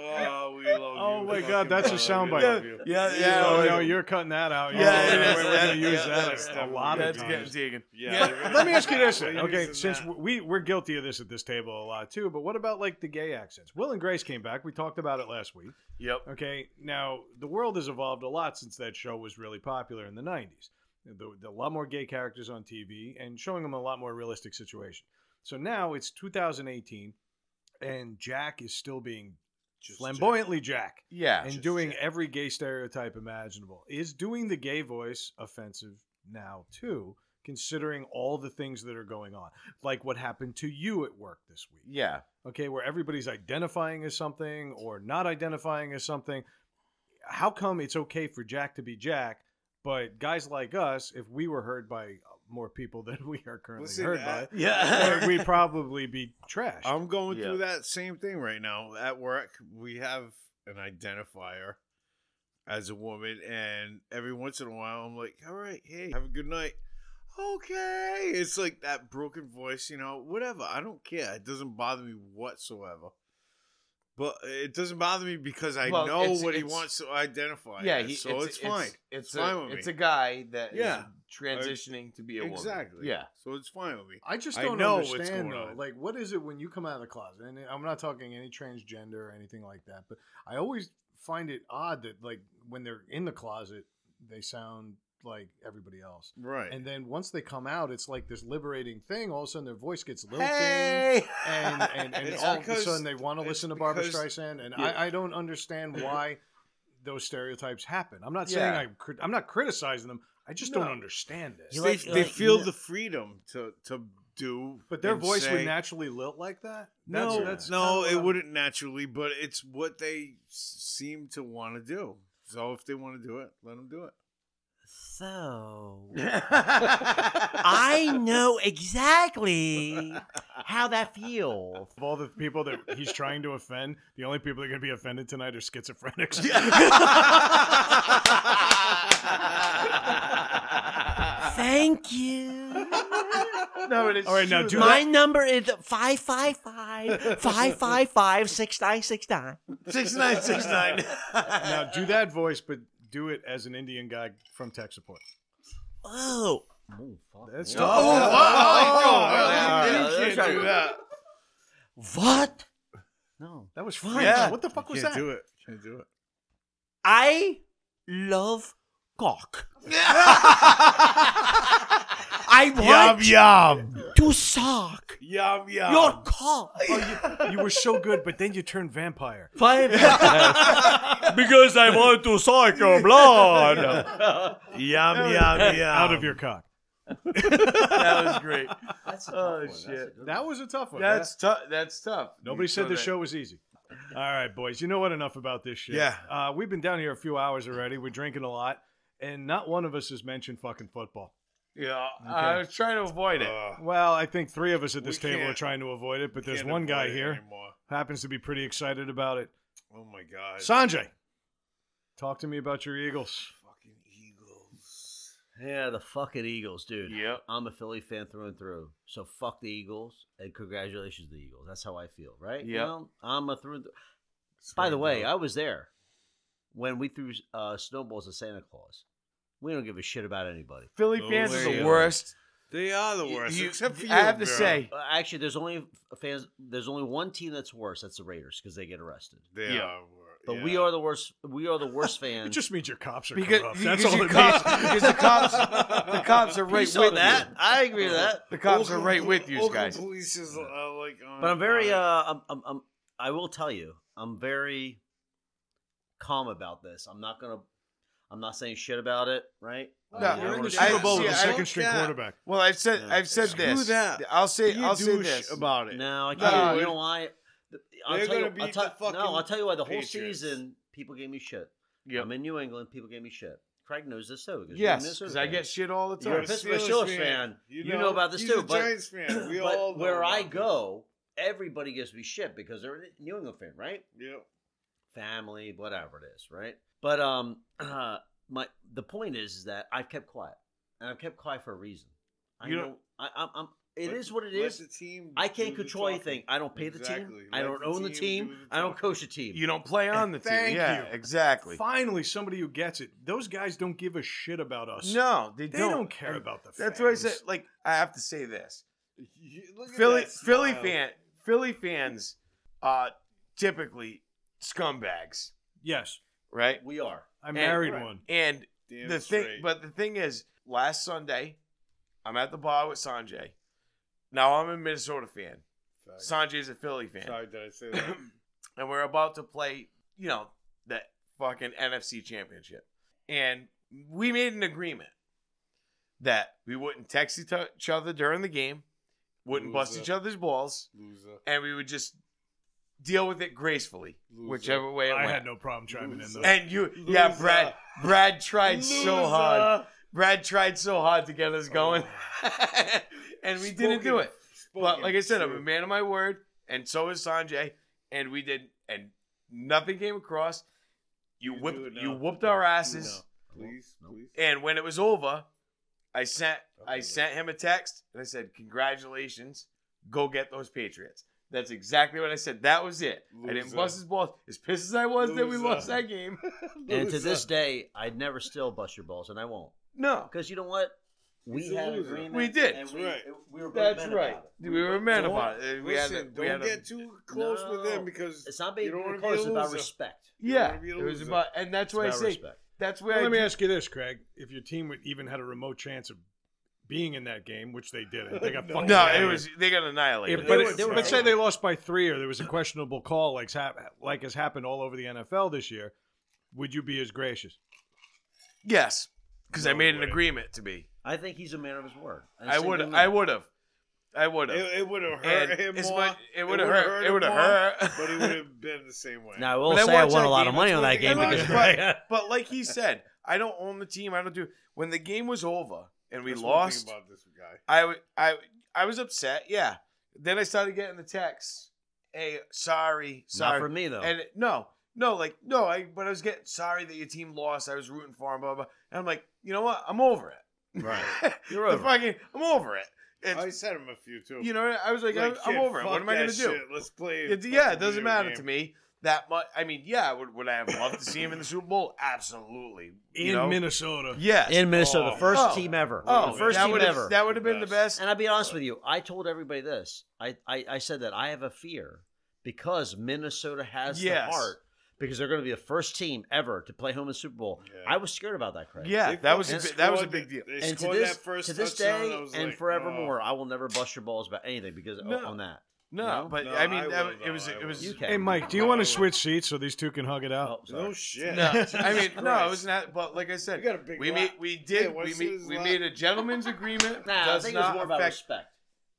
S3: Oh, we love
S1: Oh
S3: you.
S1: my
S3: Fucking
S1: God, that's a
S3: love you.
S1: soundbite.
S3: Love you.
S2: yeah,
S1: Yeah, oh,
S2: yeah.
S1: no, you're cutting that out.
S2: Yeah,
S1: You're-
S2: yeah,
S1: we're-
S2: that's-
S1: we're gonna
S2: that-
S1: use
S2: yeah,
S1: that,
S2: that's
S1: a lot of
S2: That's
S1: times.
S2: getting taken.
S3: Yeah.
S1: Let me ask you this.
S3: We're
S1: Okay,
S3: using
S1: since
S3: that.
S1: we we're guilty of this at this table a lot too, but what about like the gay accents? Will and Grace came back. We talked about it last week.
S2: Yep.
S1: Okay, now the world has evolved a lot since that show was really popular in the '90s. The, the, a lot more gay characters on TV and showing them a lot more realistic situation. So now it's 2018, and Jack is still being
S3: Just
S1: flamboyantly Jack
S2: Yeah.
S1: and
S3: just
S1: doing
S3: shit.
S1: every gay stereotype imaginable. Is doing the gay voice offensive now too, considering all the things that are going on, like what happened to you at work this week?
S2: Yeah.
S1: Okay, where everybody's identifying as something or not identifying as something. How come it's okay for Jack to be Jack, but guys like us, if we were heard by more people than we are currently
S3: Listen,
S1: heard
S3: I-
S1: by,
S2: Yeah.
S1: we'd probably be trashed.
S3: I'm going
S2: Yeah.
S3: through that same thing right now at work. We have an identifier as a woman, and every once in a while, I'm like, "All right, hey, have a good night." Okay, it's like that broken voice, you know. Whatever, I don't care. It doesn't bother me whatsoever. But it doesn't bother me because I
S2: Well,
S3: know
S2: it's-
S3: what he
S2: it's-
S3: wants to identify.
S2: yeah.
S3: as,
S2: He,
S3: so it's, fine.
S2: It's, it's
S3: fine
S2: a,
S3: with
S2: it's
S3: me.
S2: a guy that is
S3: Yeah.
S2: transitioning to be a woman.
S3: exactly.
S2: Yeah.
S3: So it's fine with me.
S1: I just
S3: I
S1: don't
S3: know what's
S1: understand
S3: going
S1: though.
S3: on.
S1: Like, what is it when you come out of the closet? And I'm not talking any transgender or anything like that, but I always find it odd that like when they're in the closet, they sound like everybody else.
S3: Right.
S1: And then once they come out, it's like this liberating thing. All of a sudden, their voice gets lilting,
S2: Hey.
S1: and and, and
S3: It's
S1: all of
S3: because-
S1: a sudden they want to
S3: it's
S1: listen to Barbara
S3: because-
S1: Streisand. And
S3: Yeah.
S1: I, I don't understand why those stereotypes happen. I'm not saying
S2: Yeah.
S1: I'm crit- I'm not criticizing them. I just
S3: No.
S1: don't understand this.
S3: they,
S5: You like-
S3: they
S5: like,
S3: feel
S5: yeah.
S3: the freedom to to do,
S1: But their
S3: and
S1: voice
S3: say-
S1: would naturally lilt like that. That's-
S3: no,
S1: that's
S3: no,
S1: kinda what
S3: it
S1: I'm-
S3: wouldn't naturally, but it's what they s- seem to want to do. So if they want to do it, let them do it.
S5: So
S2: I
S5: I know exactly how that feels.
S1: Of all the people that he's trying to offend, the only people that are going to be offended tonight are schizophrenics.
S5: Thank you.
S2: no, but it's
S1: All right, now
S2: true,
S1: do
S2: though.
S5: My number is 555 555 6969.
S2: six nine six nine.
S1: Now do that voice, but do it as an Indian guy from tech support.
S5: Oh,
S1: That's
S2: Oh,
S1: all.
S2: wow.
S4: Oh,
S3: wow.
S2: Yeah,
S3: You
S2: that's
S3: can't
S2: right.
S3: do that.
S5: what?
S1: that was French.
S2: Yeah.
S1: What the fuck was
S3: can't
S1: that?
S3: do it. Can't do it.
S5: I love cock. I want
S3: Yum yum.
S5: to suck
S3: Yum yum.
S5: Your car.
S1: You were so good, but then you turned vampire.
S5: Five. because I want to suck your blood.
S3: yum yum yum.
S1: Out of your cock.
S2: That was great.
S4: That's a tough
S2: Oh
S4: one. That's a
S2: shit.
S4: good
S1: That was a tough one.
S2: That's tough. That's tough.
S1: Nobody
S2: You
S1: said
S2: throw
S1: the
S2: that-
S1: show was easy. All right, boys. You know what? Enough about this shit.
S3: Yeah.
S1: Uh, we've been down here a few hours already. We're drinking a lot, and not one of us has mentioned fucking football.
S2: Yeah, Oh, I was trying to avoid it.
S3: Uh,
S1: Well, I think three of us at
S3: We
S1: this table are
S3: can't-
S1: trying to avoid it, but there's
S3: can't
S1: one
S3: avoid
S1: guy
S3: it
S1: here
S3: anymore.
S1: who happens to be pretty excited about it.
S3: Oh my god.
S1: Sanjay, talk to me about your Eagles.
S3: fucking Eagles.
S4: one. Yeah, the fucking Eagles, dude.
S2: Yep.
S4: I'm a Philly fan through and through. So fuck the Eagles and congratulations to the Eagles. That's how I feel, right?
S2: Yep.
S4: Well, I'm a through and through. By the way, I was there when we threw uh, snowballs at Santa Claus. We don't give a shit about anybody.
S2: Philly
S3: Oh,
S2: fans are
S3: there you
S2: the
S3: go.
S2: worst.
S3: they are the
S2: You-
S3: worst.
S2: you-
S3: except for you,
S2: I have to
S3: bro.
S2: say,
S4: Uh, actually, there's only f- fans. There's only one team that's worse. That's the Raiders because they get arrested.
S3: they
S2: Yeah.
S3: are. wor-
S4: But
S3: yeah.
S4: we are the worst. We are the worst
S1: It
S4: fans.
S1: just means your cops are
S2: because,
S1: corrupt.
S2: because
S1: That's all
S2: your
S1: it
S2: cops,
S1: means.
S2: because the cops, the cops are
S4: you
S2: right
S4: saw
S2: with
S4: that.
S2: you.
S4: I agree with that.
S2: The cops
S3: Oakland
S2: are right
S3: pol-
S2: with you
S3: Oakland
S2: guys.
S3: Police is uh, like. on-
S4: But I'm very. Uh,
S3: on-
S4: I'm, I'm, I'm. I will tell you. I'm very calm about this. I'm not gonna. I'm not saying shit about it. Right.
S3: No,
S4: I don't
S3: we're in
S4: wanna
S3: the
S4: say
S2: Super
S4: it.
S2: Bowl
S1: with
S2: see,
S1: the
S2: I
S1: second
S3: don't
S1: string
S3: care.
S1: quarterback.
S2: Well, I've said,
S4: Yeah.
S2: I've said
S3: Screw
S2: this.
S3: that.
S2: I'll say,
S3: Be a
S2: I'll say
S3: douche
S2: this.
S3: about it.
S4: No, I
S3: No,
S4: can't. you
S3: dude.
S4: know why? I'll
S3: They're
S4: tell you,
S3: gonna
S4: I'll
S3: beat
S4: tell-
S3: the fucking
S4: no, I'll tell you why. The whole
S3: Patriots.
S4: season, people gave me shit.
S2: Yep.
S4: I'm in New England. People gave me shit. Craig knows this too. because you're a
S2: Yes,
S4: Minnesota
S2: because I
S4: fan.
S2: get shit all the
S4: You're a
S2: time.
S4: Pittsburgh Steelers fan. You know about this
S3: he's
S4: too,
S3: A
S4: but-
S3: Giants fan. We
S4: but
S3: all know
S4: where I
S3: about
S4: go, everybody gives me shit because they're a New England fan, right?
S3: This. Yep.
S4: Family, whatever it is, right? But um, my the point is, is that I've kept quiet, and I've kept quiet for a reason. I
S2: You
S4: know.
S2: don't-
S4: I, I'm. I'm it
S3: Let-
S4: is what it
S3: let
S4: is.
S3: the team
S4: I
S3: do
S4: can't
S3: the
S4: control
S3: talking.
S4: anything. I don't pay the
S3: Exactly.
S4: team. I
S3: Let
S4: don't
S3: the
S4: own the
S3: team
S4: team.
S3: do the
S4: I don't
S3: talking.
S4: coach the team.
S2: You don't play on the team.
S3: Thank
S2: yeah,
S3: you.
S2: exactly.
S1: Finally, somebody who gets it. Those guys don't give a shit about us.
S2: No, they,
S1: they don't, care
S2: And
S1: about the fans.
S2: That's why I said. Like, I have to say this.
S3: You- look at
S2: Philly,
S3: that
S2: Philly
S3: smile.
S2: fan, Philly fans, uh, typically scumbags,
S1: Yes,
S2: right?
S4: We are.
S1: I married
S3: right.
S1: one.
S2: And
S3: Damn
S2: the
S3: straight.
S2: thing, but the thing is, last Sunday, I'm at the bar with Sanjay. Now I'm a Minnesota fan.
S3: Sorry.
S2: Sanjay's a Philly fan,
S3: Sorry, did I say that?
S2: and we're about to play, you know, that fucking NFC Championship. And we made an agreement that we wouldn't text each- each other during the game, wouldn't bust
S3: Loser.
S2: each other's balls,
S3: Loser.
S2: and we would just deal with it gracefully,
S3: Loser.
S2: whichever way it
S1: I
S2: went.
S1: had no problem chiming in though.
S2: and you, yeah,
S3: Loser.
S2: Brad. Brad tried so
S3: Loser.
S2: hard. Brad tried so hard to get us going, and we didn't do
S3: Oh,
S2: it.
S3: Spoken-
S2: But
S3: spoken
S2: like I said, I'm a
S3: truth.
S2: man of my word, and so is Sanjay, and we did, and nothing came across. You,
S3: You do
S2: whipped,
S3: it now.
S2: you whooped our asses,
S3: Please,
S4: No.
S3: please.
S2: and when it was over, I sent, I
S3: Okay.
S2: sent him a text, and I said, "Congratulations, go get those Patriots." That's exactly what I said. That was it. I didn't
S3: Loser.
S2: bust his balls. As pissed as I was that we
S3: Loser.
S2: lost that game,
S4: And to
S3: Loser.
S4: this day, I'd never still bust your balls, and I won't.
S2: no,
S4: Because you know what? We
S3: He's a
S4: had an
S3: loser.
S4: agreement.
S2: We did.
S4: and
S3: That's right.
S4: We were both
S2: that's
S4: men
S2: right.
S4: about it.
S2: We were mad
S3: Don't-
S2: about it. We had a-
S3: Listen,
S2: we had
S3: don't
S2: a-
S3: get too close with
S4: No.
S3: them because
S4: It's not being
S3: You don't wanna be
S4: close.
S3: a
S4: It's about
S3: loser.
S4: respect.
S3: You
S2: Yeah,
S3: wanna be
S2: it
S3: a
S2: was
S3: loser.
S2: about, and that's
S4: It's
S2: why I
S4: about
S2: say
S4: respect.
S2: that's why.
S1: Well,
S2: I
S1: let me
S2: do-
S1: ask you this, Craig: If your team would even had a remote chance of being in that game, which they didn't, they got
S3: No.
S1: fucking
S2: No, it
S1: hammered.
S2: was they got annihilated.
S1: If-
S4: They
S1: but
S4: were-
S1: it-
S4: they were
S1: but say they
S4: terrible.
S1: lost by three, or there was a questionable call, like hap- like has happened all over the NFL this year, would you be as gracious?
S2: yes, because I
S3: No
S2: made an
S3: way.
S2: agreement to be.
S4: I think he's a man of his word. And
S2: I
S4: same
S2: would.
S4: thing
S2: I
S4: with-
S2: would have. I would have.
S3: It, would have hurt
S2: And
S3: him
S2: it's
S3: more.
S2: my- it would have
S3: would've
S2: hurt. It
S3: him
S2: would have
S3: more,
S2: hurt.
S3: But he would have been the same way.
S4: Now I will
S2: But I
S4: say I
S2: watched
S4: won a
S2: that
S4: lot
S2: game.
S4: of money on that
S3: That's
S4: game
S3: one thing.
S4: because
S3: And I
S2: But like he said, I don't own the team. I don't do. When the game was over and we
S3: That's one thing
S2: lost,
S3: about this guy.
S2: I w- I I was upset. Yeah. Then I started getting the texts. Hey, sorry,
S4: not
S2: sorry.
S4: for me though.
S2: And it- no, no, like no, I but I was getting sorry that your team lost. I was rooting for him, blah blah. blah. And I'm like, you know what? I'm over it. Right.
S4: You're
S2: the
S4: over. it.
S2: fucking, I'm over it. It's,
S3: I said him a few too.
S2: you know, I was like,
S3: Like,
S2: I'm, I'm
S3: kid,
S2: over it. What
S3: fuck
S2: am I gonna
S3: that
S2: do?
S3: shit. Let's play. a
S2: It- yeah, it
S3: fucking
S2: doesn't
S3: video
S2: matter
S3: game.
S2: to me that much. I mean, yeah, would, would I have loved to see him in the Super Bowl? Absolutely.
S1: In
S2: You know?
S1: Minnesota,
S2: yes.
S4: In Minnesota,
S3: Oh.
S4: first
S2: Oh.
S4: team ever.
S2: oh,
S4: the first
S2: that
S4: team
S2: would've-
S4: ever.
S2: That would have been the best.
S4: And I'll be honest with you, I told everybody this. I, I, I said that I have a fear because Minnesota has
S2: Yes.
S4: the heart. because they're going to be the first team ever to play home in Super Bowl.
S3: Yeah.
S4: I was scared about that, Craig.
S2: Yeah,
S3: They
S2: that was a,
S3: fucking
S2: bi- that was a
S3: scored
S2: big deal.
S3: that- they
S4: And to
S3: scored
S4: this,
S3: that first
S4: to this
S3: touchdown,
S4: day
S3: I was
S4: and
S3: like,
S4: forevermore, I will never bust your balls about anything because
S2: No.
S4: on that.
S2: No,
S4: No?
S2: but
S3: No,
S2: I mean,
S3: I
S2: that
S3: will,
S2: was, it was
S3: though, I
S2: it was.
S4: will. You
S1: Hey, Mike, do you want to switch seats so these two can hug it out?
S4: Oh,
S3: "Oh, No
S4: sorry.
S3: shit.
S2: No,
S3: Jesus
S2: I mean, no, it
S3: Christ.
S2: was not. But like I said,
S3: You got a big
S2: we
S3: lot.
S2: made we did
S3: Yeah, what's
S2: we made
S3: his
S2: we
S3: lot?
S2: made a gentleman's agreement.
S4: Nah, I
S2: does
S4: think it was
S2: not
S4: more about
S2: affect.
S4: respect.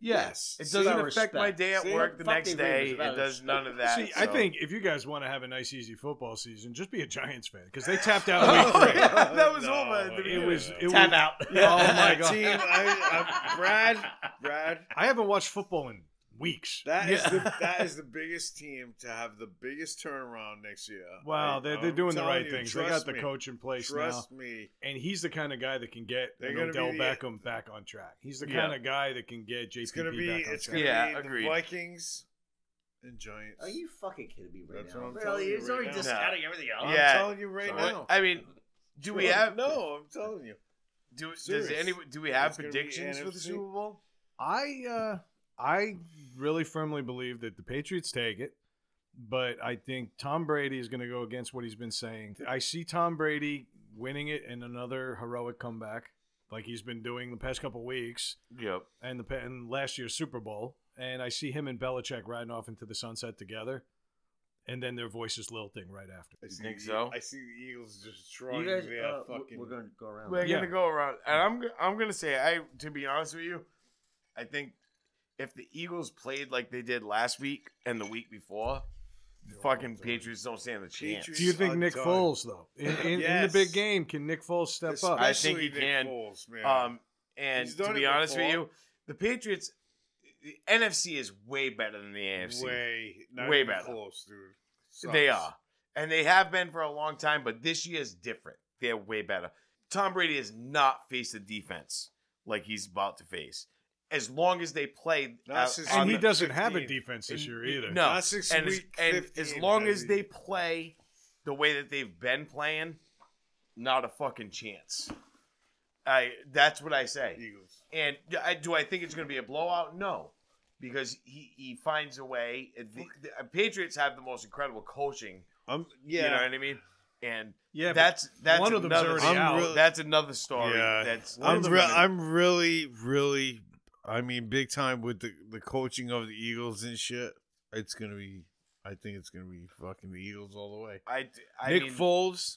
S2: Yes,
S4: It's
S2: it doesn't
S4: about
S2: affect my
S4: respect.
S2: day at
S3: See?
S2: work the
S4: Fuck
S2: next
S4: the agreement,
S2: day.
S4: it's
S2: It
S4: about
S2: does
S4: respect.
S2: none of that.
S1: See, I
S2: so.
S1: think if you guys want to have a nice, easy football season, just be a Giants fan because they tapped out.
S2: Oh,
S1: week three.
S2: yeah, that was
S3: No,
S2: over. at the
S3: yeah.
S1: It
S2: beginning.
S1: was. It was
S4: Tap out.
S1: Oh my god!
S3: Team, I, I'm, Brad, Brad,
S1: I haven't watched football in weeks.
S3: that is
S2: Yeah.
S3: the, that is the biggest team to have the biggest turnaround next year.
S1: Wow,
S3: Like,
S1: they're,
S3: I'm
S1: they're doing the
S3: telling
S1: right
S3: you,
S1: things. They got
S3: trust
S1: the
S3: me.
S1: coach in place
S3: Trust
S1: now,
S3: me.
S1: and he's the kind of guy that can get
S3: They're
S1: an
S3: gonna be
S1: Odell
S3: the-
S1: Beckham back on track. He's the
S2: Yeah.
S1: kind of guy that can get JPP
S3: It's gonna be
S1: back on
S3: it's
S1: track.
S3: gonna
S2: Yeah,
S3: be
S2: agreed.
S3: the Vikings and Giants.
S4: Are you fucking kidding me right
S3: That's
S4: now?
S3: what I'm
S4: Really?
S3: telling you
S4: He's
S3: right
S4: already
S3: now.
S4: discounting everything else.
S3: I'm
S2: Yeah.
S3: telling you right
S2: Well,
S3: now.
S2: I mean, do we have
S3: No, I'm telling you.
S2: Do does
S3: Serious.
S2: any do we have
S3: It's gonna be
S2: predictions for the
S3: NFC.
S2: Super Bowl?
S1: I uh, I really firmly believe that the Patriots take it, but I think Tom Brady is going to go against what he's been saying. I see Tom Brady winning it in another heroic comeback, like he's been doing the past couple weeks
S2: Yep.
S1: and the pa- and last year's Super Bowl. And I see him and Belichick riding off into the sunset together, and then their voices lilting right after.
S3: I see
S2: think
S3: the-
S2: so?
S3: I see the Eagles destroying
S4: You guys,
S3: their
S4: uh, we're-
S3: fucking.
S4: we're going to go around.
S2: We're
S1: Yeah.
S2: gonna go around, and I'm go- I'm gonna say I to be honest with you, I think if the Eagles played like they did last week and the week before, the fucking Patriots don't stand a chance.
S3: Patriots
S1: Do you think
S3: are
S1: Nick
S3: done.
S1: Foles though, in, in, in the
S3: Yes.
S1: big game, can Nick Foles step up?
S2: I think
S3: Especially
S2: he
S3: Nick
S2: can.
S3: Foles, man.
S2: Um, and
S3: He's done
S2: to be
S3: it
S2: honest with
S3: before.
S2: you, the Patriots, the NFC is way better than the AFC.
S3: way, not
S2: Way
S3: even
S2: better.
S3: close, dude.
S2: They
S3: Sucks.
S2: are, and they have been for a long time, but this year is different. They're way better. Tom Brady has not faced a defense like he's about to face. As long as they play,
S3: Not
S2: out
S3: since
S2: on
S1: and he
S2: the-
S3: the
S1: doesn't have a
S3: 15th.
S1: defense this
S3: And-
S1: year either.
S2: No,
S3: Not since
S2: and, as-
S3: week
S2: and as
S3: 15,
S2: long as
S3: maybe.
S2: they play the way that they've been playing, not a fucking chance. I that's what I say.
S3: Eagles.
S2: And do I, do I think it's going to be a blowout? No, because he, he finds a way. The, the uh, Patriots have the most incredible coaching.
S3: I'm
S2: You know
S3: yeah.
S2: what I mean? And
S1: Yeah, but
S2: that's that's
S1: one of them's
S2: another,
S1: already
S2: I'm
S1: out.
S2: real- that's another story.
S3: Yeah.
S2: That's
S3: I'm,
S2: that's
S3: re-
S2: another-
S3: I'm really, really, I mean, big time with the, the coaching of the Eagles and shit. It's gonna be, I think it's gonna be fucking the Eagles all the way.
S2: I, I
S3: Nick
S2: mean,
S3: Foles,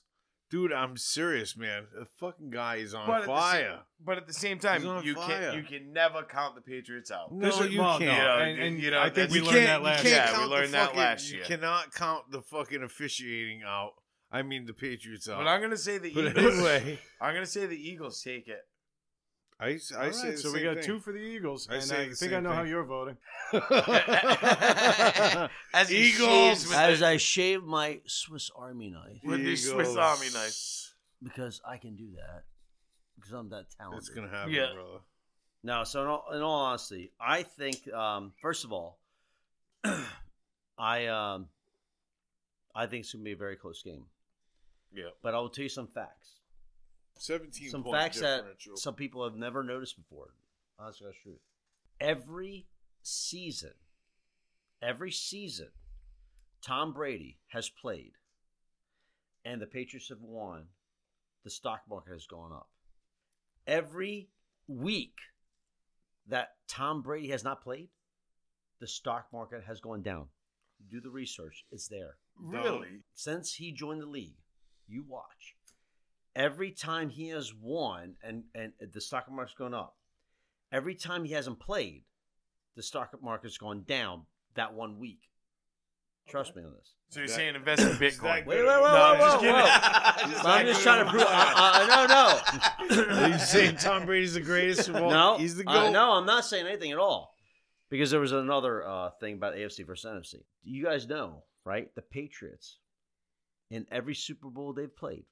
S3: dude, I'm serious, man. The fucking guy is on
S2: but at the
S3: fire.
S2: same- but at the same
S3: He's
S2: time,
S3: on
S2: you
S3: fire.
S2: can you can never count the Patriots out.
S3: No,
S1: This is-
S3: you
S1: well, no,
S3: can't.
S2: You know,
S1: and- and
S2: you know,
S1: I think
S2: that's-
S1: we
S3: You
S1: learned
S3: can't-
S1: that
S3: you
S1: last
S3: can't
S1: year.
S2: Yeah, we
S3: count the
S2: learned that
S3: fucking-
S2: last
S3: You
S2: year.
S3: cannot count the fucking officiating out. I mean, the Patriots out.
S2: But I'm gonna say the
S3: But
S2: Eagles.
S3: anyway,
S2: I'm gonna say the Eagles take it.
S3: I, I
S1: All right,
S3: say the
S1: so we
S3: same
S1: got
S3: thing.
S1: two for the Eagles,
S3: I
S1: and
S3: say
S1: I
S3: the
S1: think
S3: same
S1: I know how
S3: thing.
S1: you're voting.
S2: As he
S3: Eagles!
S2: shaves
S5: As
S2: with,
S5: I shave my Swiss Army knife,
S2: the, with the Swiss
S3: Eagles.
S2: Army knife.
S5: because I can do that, because I'm that talented.
S3: It's gonna happen,
S2: Yeah.
S3: brother.
S4: No, so in all, in all honesty, I think um, first of all, I um, I think it's gonna be a very close game.
S2: Yeah.
S4: But I will tell you some facts,
S3: Seventeen.
S4: some
S3: point
S4: facts that
S3: differential.
S4: some people have never noticed before. Honest to God's truth. Every season, every season, Tom Brady has played, and the Patriots have won. The stock market has gone up. Every week that Tom Brady has not played, the stock market has gone down. Do the research; it's there
S2: Really?
S4: since he joined the league, you watch. Every time he has won and, and the stock market's gone up, every time he hasn't played, the stock market's gone down that one week. Trust me on this.
S2: So you're
S3: That-
S2: saying invest in
S3: that
S2: Bitcoin?
S4: Wait, wait,
S3: good.
S4: wait, wait,
S2: I'm
S4: wait,
S2: just
S4: wait,
S2: kidding.
S4: But I'm just trying to prove. I, I, no, no.
S3: Are you saying Tom Brady's the greatest of all?
S4: no,
S3: he's the
S4: uh,
S3: goat.
S4: no, I'm not saying anything at all. Because there was another uh, thing about AFC versus NFC. You guys know, right? The Patriots, in every Super Bowl they've played,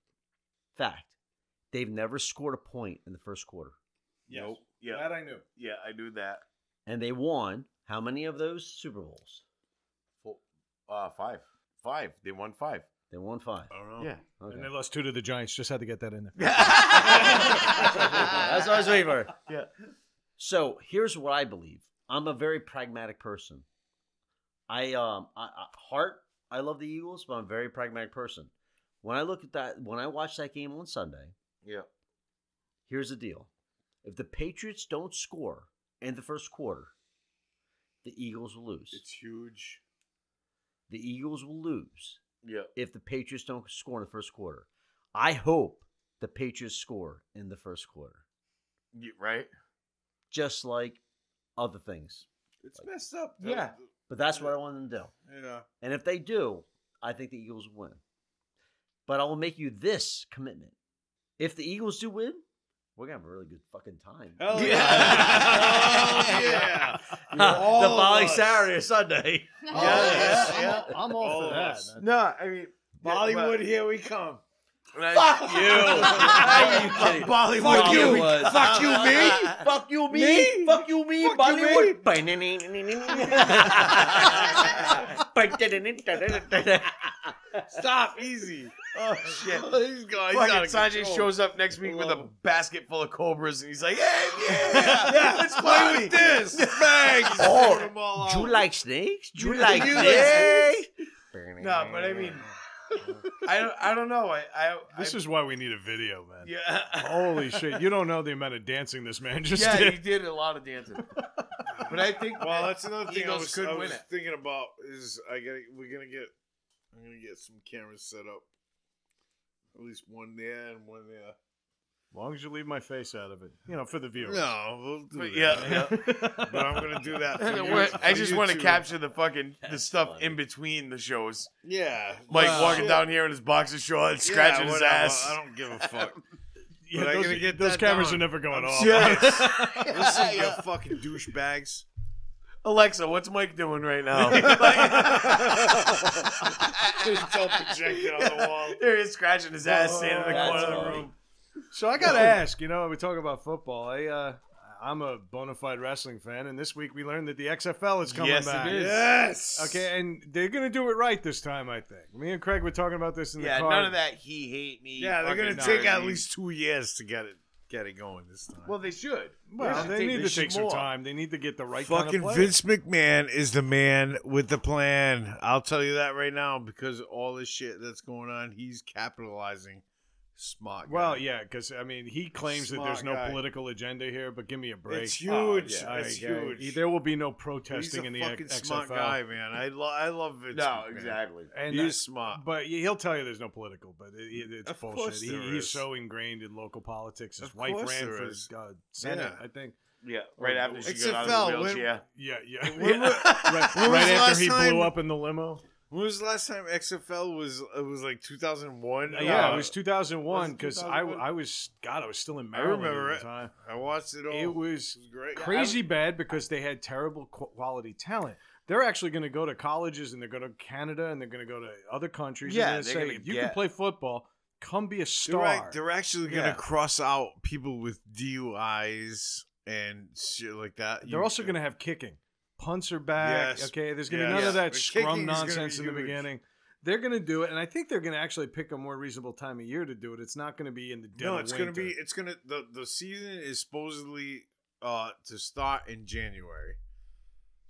S4: fact, they've never scored a point in the first quarter.
S2: Nope. Yeah,
S1: That I knew.
S2: yeah, I knew that.
S4: And they won how many of those Super Bowls?
S2: Four, uh, five, five. They won five.
S4: They won five.
S3: I don't know.
S2: Yeah.
S4: Okay.
S1: And they lost two to the Giants. Just had to get that in there.
S4: That's what I was waiting for.
S2: Yeah.
S4: So here's what I believe. I'm a very pragmatic person. I um I, I heart I love the Eagles, but I'm a very pragmatic person. When I look at that, when I watch that game on Sunday,
S2: Yeah.
S4: here's the deal: if the Patriots don't score in the first quarter, the Eagles will lose.
S3: It's huge.
S4: the Eagles will lose
S2: Yeah.
S4: if the Patriots don't score in the first quarter. I hope the Patriots score in the first quarter,
S2: You- right?
S4: just like other things.
S3: It's messed up.
S2: Yeah.
S4: But that's what I want them to do.
S3: Yeah.
S4: And if they do, I think the Eagles will win. But I will make you this commitment. If the Eagles do win, we're going to have a really good fucking time.
S3: Hell yeah.
S2: Yeah.
S3: Hell yeah.
S4: the
S3: All of
S4: following
S3: us.
S4: Saturday or Sunday.
S3: Oh, yes,
S6: I'm,
S3: yeah.
S6: I'm all
S3: All
S6: for
S3: of
S6: that.
S3: us.
S6: man.
S2: No, I mean,
S3: Bollywood, here we come.
S2: Fuck
S5: Are you kidding?
S3: Bollywood,
S5: Fuck
S3: here
S5: you.
S3: we Fuck you, me.
S4: Fuck you, me.
S3: Me?
S4: Fuck you, me.
S3: Fuck you, me.
S4: Bollywood.
S3: Stop. Easy.
S2: Oh, shit.
S3: These guys.
S2: Fucking Sanjay shows up next week with a basket full of cobras and he's like, yeah, yeah,
S3: Yeah,
S2: let's play with this.
S3: this. Bang.
S4: Oh,
S3: Throw them all
S4: Do you
S3: out.
S4: like snakes? Do you
S3: You
S4: like
S3: like
S4: snakes?
S2: No, but I mean, I don't, I don't know. I, I
S1: This
S2: I,
S1: is why we need a video, man.
S2: yeah,
S1: Holy shit! You don't know the amount of dancing this man just
S2: yeah,
S1: did.
S2: he did a lot of dancing, but I think
S3: Well, that's another thing I
S2: Eagles
S3: was,
S2: could
S3: I
S2: win
S3: was
S2: it.
S3: thinking about is I got we're gonna get I'm gonna get some cameras set up, at least one there and one there.
S1: As long as you leave my face out of it, you know, for the viewers.
S3: No, we'll do
S2: But yeah,
S3: that. but I'm gonna do that. For you,
S2: What- I
S3: for
S2: just
S3: you
S2: want to
S3: two.
S2: capture the fucking the
S4: That's
S2: stuff
S4: funny.
S2: in between the shows,
S3: Yeah,
S2: like
S3: Wow.
S2: walking
S3: Yeah.
S2: down here in his boxer shorts,
S3: Yeah,
S2: scratching his
S3: whatever.
S2: ass.
S3: I don't give a fuck.
S1: Yeah,
S3: But I
S1: those,
S3: gotta get
S1: those
S3: that
S1: cameras
S3: down.
S1: are never going off.
S2: Yes.
S3: Listen, you fucking douchebags.
S2: Alexa, what's Mike doing right now?
S3: Just don't project it on the wall.
S2: there he is scratching his ass, standing in the
S4: That's
S2: corner of the
S4: funny.
S2: room.
S1: So I gotta ask, you know, we talk about football. I, uh, I'm a bona fide wrestling fan, and this week we learned that the XFL is coming
S2: Yes, it
S1: back.
S2: is.
S3: Yes.
S1: Okay, and they're gonna do it right this time, I think. Me and Craig were talking about this in
S2: Yeah,
S1: the car.
S2: none of that. He hate me.
S3: Yeah, they're gonna
S2: fucking
S3: take
S2: no,
S3: at
S2: he-
S3: least two years to get it get it going this time.
S2: Well, they should.
S1: Well, they, need to
S2: should
S1: take some
S2: more.
S1: time. They need to get the right
S3: Fucking
S1: kind of
S3: Vince McMahon is the man with the plan. I'll tell you that right now because all this shit that's going on, he's capitalizing. Smart. Guy.
S1: Well, yeah, because I mean, he claims that there's no
S3: Smart guy.
S1: political agenda here, but give me a break. Oh,
S3: it's huge.
S1: I-
S3: it's
S1: I-
S3: huge.
S1: There will be no
S3: he's
S1: protesting
S3: a
S1: in the
S3: fucking
S1: X-
S3: smart
S1: XFL.
S3: guy, man. I lo- I love Vince.
S2: No,
S3: McMahon.
S2: exactly.
S1: And
S3: He's
S1: uh,
S3: smart.
S1: But he'll tell you there's no political, but it, it- it's
S3: Of
S1: bullshit.
S3: course
S1: He,
S3: there
S1: he's
S3: is.
S1: so ingrained in local politics. His
S3: Of
S1: wife
S3: course
S1: ran
S3: there
S1: for
S3: is.
S1: uh, Senate,
S3: Yeah.
S1: I think.
S2: Yeah, right after she got out of the
S3: XFL, when-
S2: wheelchair.
S1: Yeah, yeah. right
S3: When were- when was
S1: right
S3: the
S1: after
S3: last
S1: he
S3: time-
S1: blew up in the limo.
S3: When was the last time XFL was? It was like 2001.
S1: yeah,
S3: Uh,
S1: it was 2001
S3: was it
S1: because I,
S3: 2001?
S1: I was God, I was still in
S3: I
S1: Maryland
S3: remember
S1: at
S3: it.
S1: the time.
S3: I watched it all.
S1: It was
S3: It was great.
S1: crazy bad because they had terrible qu- quality talent. They're actually going to go to colleges and they're going to Canada and they're going to go to other countries.
S2: Yeah,
S1: and they're
S2: they're
S1: going to say,
S2: gonna
S1: if you
S2: get-
S1: can play football, come be a
S3: They're,
S1: star.
S3: act- they're actually going to
S2: Yeah.
S3: cross out people with DUIs and shit like that.
S1: They're also going to have kicking. Punts are back.
S3: Yes.
S1: Okay, there's going to be
S3: Yes.
S1: none of
S3: Yeah.
S1: that
S3: The
S1: scrum
S3: kicking is gonna
S1: nonsense
S3: be
S1: in the
S3: huge.
S1: beginning. They're going to do it, and I think they're going to actually pick a more reasonable time of year to do it. It's not going to be in the dead
S3: No,
S1: of
S3: it's going to
S1: winter.
S3: be. It's going to the the season is supposedly uh to start in January.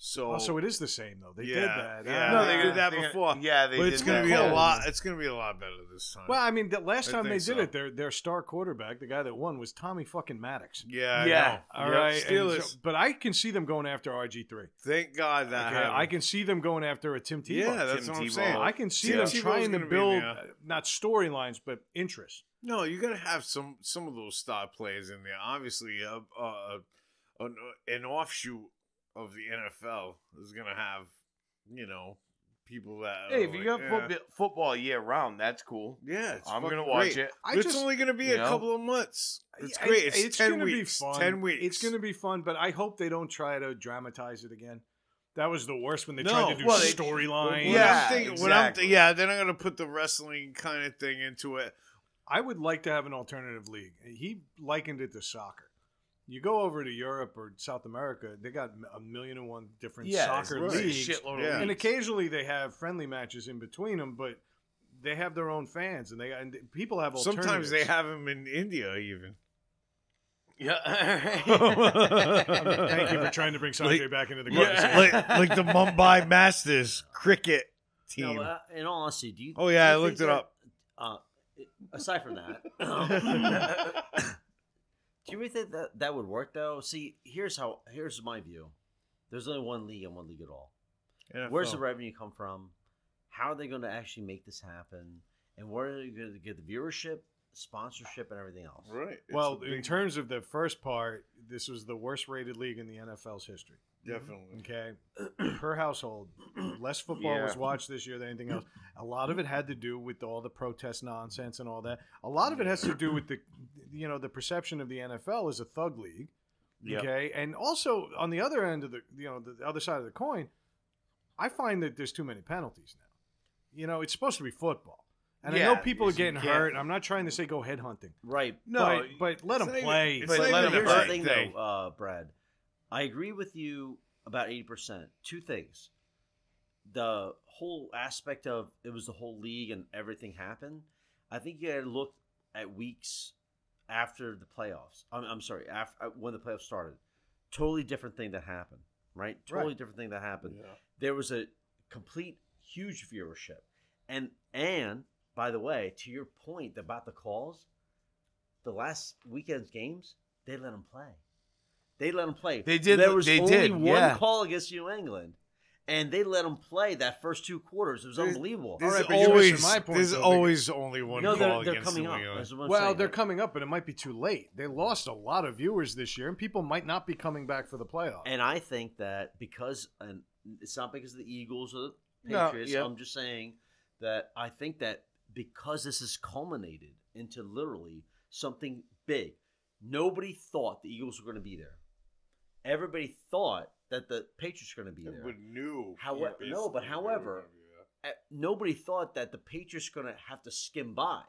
S3: So
S1: Oh, so it is the same though. They did
S3: Yeah,
S1: that.
S3: yeah.
S1: Ah.
S3: No,
S2: they
S3: they did that
S2: they-
S3: before.
S2: Yeah, they
S3: but
S2: did
S3: it's going
S2: that.
S3: to be a
S1: Yeah.
S3: lot. It's going to be a lot better this time.
S1: Well, I mean, the last
S3: I
S1: time they did
S3: think so.
S1: it, their their star quarterback, the guy that won, was Tommy fucking Maddox.
S3: yeah, I
S2: yeah.
S3: know.
S1: All
S3: Yep.
S1: right, and
S3: Steelers.
S1: so- but I can see them going after RG three.
S3: thank God that
S1: Okay,
S3: happened.
S1: I can see them going after a Tim Tebow.
S3: Yeah, that's
S2: Tim
S3: what I'm
S2: Tebow.
S3: saying.
S1: I can see
S3: Tim
S1: them
S3: Tebow's
S1: trying to
S3: gonna be
S1: build
S3: there.
S1: uh, not storylines but interest.
S3: No, you got to have some some of those star players in there. Obviously, a, a, a, an, an offshoot of the NFL is going to have, you know, people that. are
S2: Hey, if you got
S3: like, eh.
S2: football, football year round, that's cool.
S3: yeah, it's
S2: I'm
S3: fucking
S2: gonna watch
S3: great.
S2: it.
S1: I
S3: it's
S1: just-
S3: only going to be
S2: you
S3: a
S2: know?
S3: couple of months. It's
S1: I-
S3: great. It's, ten
S1: gonna be
S3: weeks.
S1: fun.
S3: Ten weeks.
S1: It's going to be fun, but I hope they don't try to dramatize it again. That was the worst when they
S3: No.
S1: tried to do
S2: Well, they-
S1: storyline.
S3: What
S2: Yeah,
S3: I'm thinking, what I'm
S2: exactly.
S3: th- yeah, then I'm going to put the wrestling kind of thing into it.
S1: I would like to have an alternative league. He likened it to soccer. You go over to Europe or South America, they got a million and one different soccer
S3: right.
S1: leagues.
S2: Shitload
S3: Yeah.
S2: of
S1: And
S2: leagues.
S1: occasionally they have friendly matches in between them, but they have their own fans and they and people have alternatives.
S3: Sometimes they have them in India, even.
S2: Yeah.
S1: Thank you for trying to bring Sanjay
S3: Like-
S1: back into the
S3: Look,
S1: conversation.
S3: like, like the Mumbai Masters cricket team.
S4: No, but, uh, in all honesty, do you?
S3: Oh, yeah,
S4: do you
S3: I looked
S4: think
S3: it up.
S4: that, Uh, aside from that, do you really think that that would work though? See, here's how. Here's my view. There's only one league and one league at all. Where's the
S3: NFL.
S4: revenue come from? How are they going to actually make this happen? And where are they going to get the viewership, sponsorship, and everything else?
S3: right? It's
S1: Well,
S3: a
S1: in
S3: big-
S1: terms of the first part, this was the worst rated league in the NFL's history.
S3: definitely.
S1: Okay. per household, less football
S3: Yeah.
S1: was watched this year than anything else. A lot of it had to do with all the protest nonsense and all that. A lot of it has to do with the, you know, the perception of the NFL as a thug league. Okay. And also on the other end of the, you know, the other side of the coin, I find that there's too many penalties now. You know, it's supposed to be football. And I know
S2: Yeah,
S1: people are
S2: yes, you
S1: getting
S2: can't-
S1: hurt. I'm not trying to say go headhunting.
S4: Right.
S1: No, but, but let them
S3: it's not even-
S1: play.
S3: it's
S2: But
S3: not
S2: let
S3: even
S2: him
S3: a
S4: Here's the
S3: bad
S2: play.
S4: thing,
S3: thing.
S4: though, uh, Brad. I agree with you about eighty percent. Two things: the whole aspect of it was the whole league and everything happened. I think you had to look at weeks after the playoffs. I'm, I'm sorry, after when the playoffs started. Totally different thing that happened, right? Totally different thing that happened. There was a complete huge viewership, and and by the way, to your point about the calls, the last weekend's games, they let them play. They let them play.
S2: They did-
S4: There was
S2: they
S4: only
S2: did,
S4: one
S2: yeah.
S4: call against New England, and they let them play that first two quarters. It was
S3: There's-
S4: unbelievable.
S1: All right,
S3: There's
S1: but you're
S3: always
S1: missing my point,
S3: there's
S1: though,
S3: always only one call
S4: no, they're, they're
S3: against
S4: coming
S3: the
S4: up.
S3: Leon.
S4: That's what I'm
S1: Well,
S4: saying.
S1: they're coming up, but it might be too late. They lost a lot of viewers this year, and people might not be coming back for the playoffs.
S4: And I think that because and it's not because of the Eagles or the
S2: No,
S4: Patriots.
S2: yeah.
S4: I'm just saying that I think that because this has culminated into literally something big. Nobody thought the Eagles were going to be there. Everybody thought that the Patriots were going to be there.
S3: But new.
S4: However-
S3: yeah,
S4: no, but
S3: basically,
S4: however-
S3: yeah.
S4: Uh, Nobody thought that the Patriots were going to have to skim by.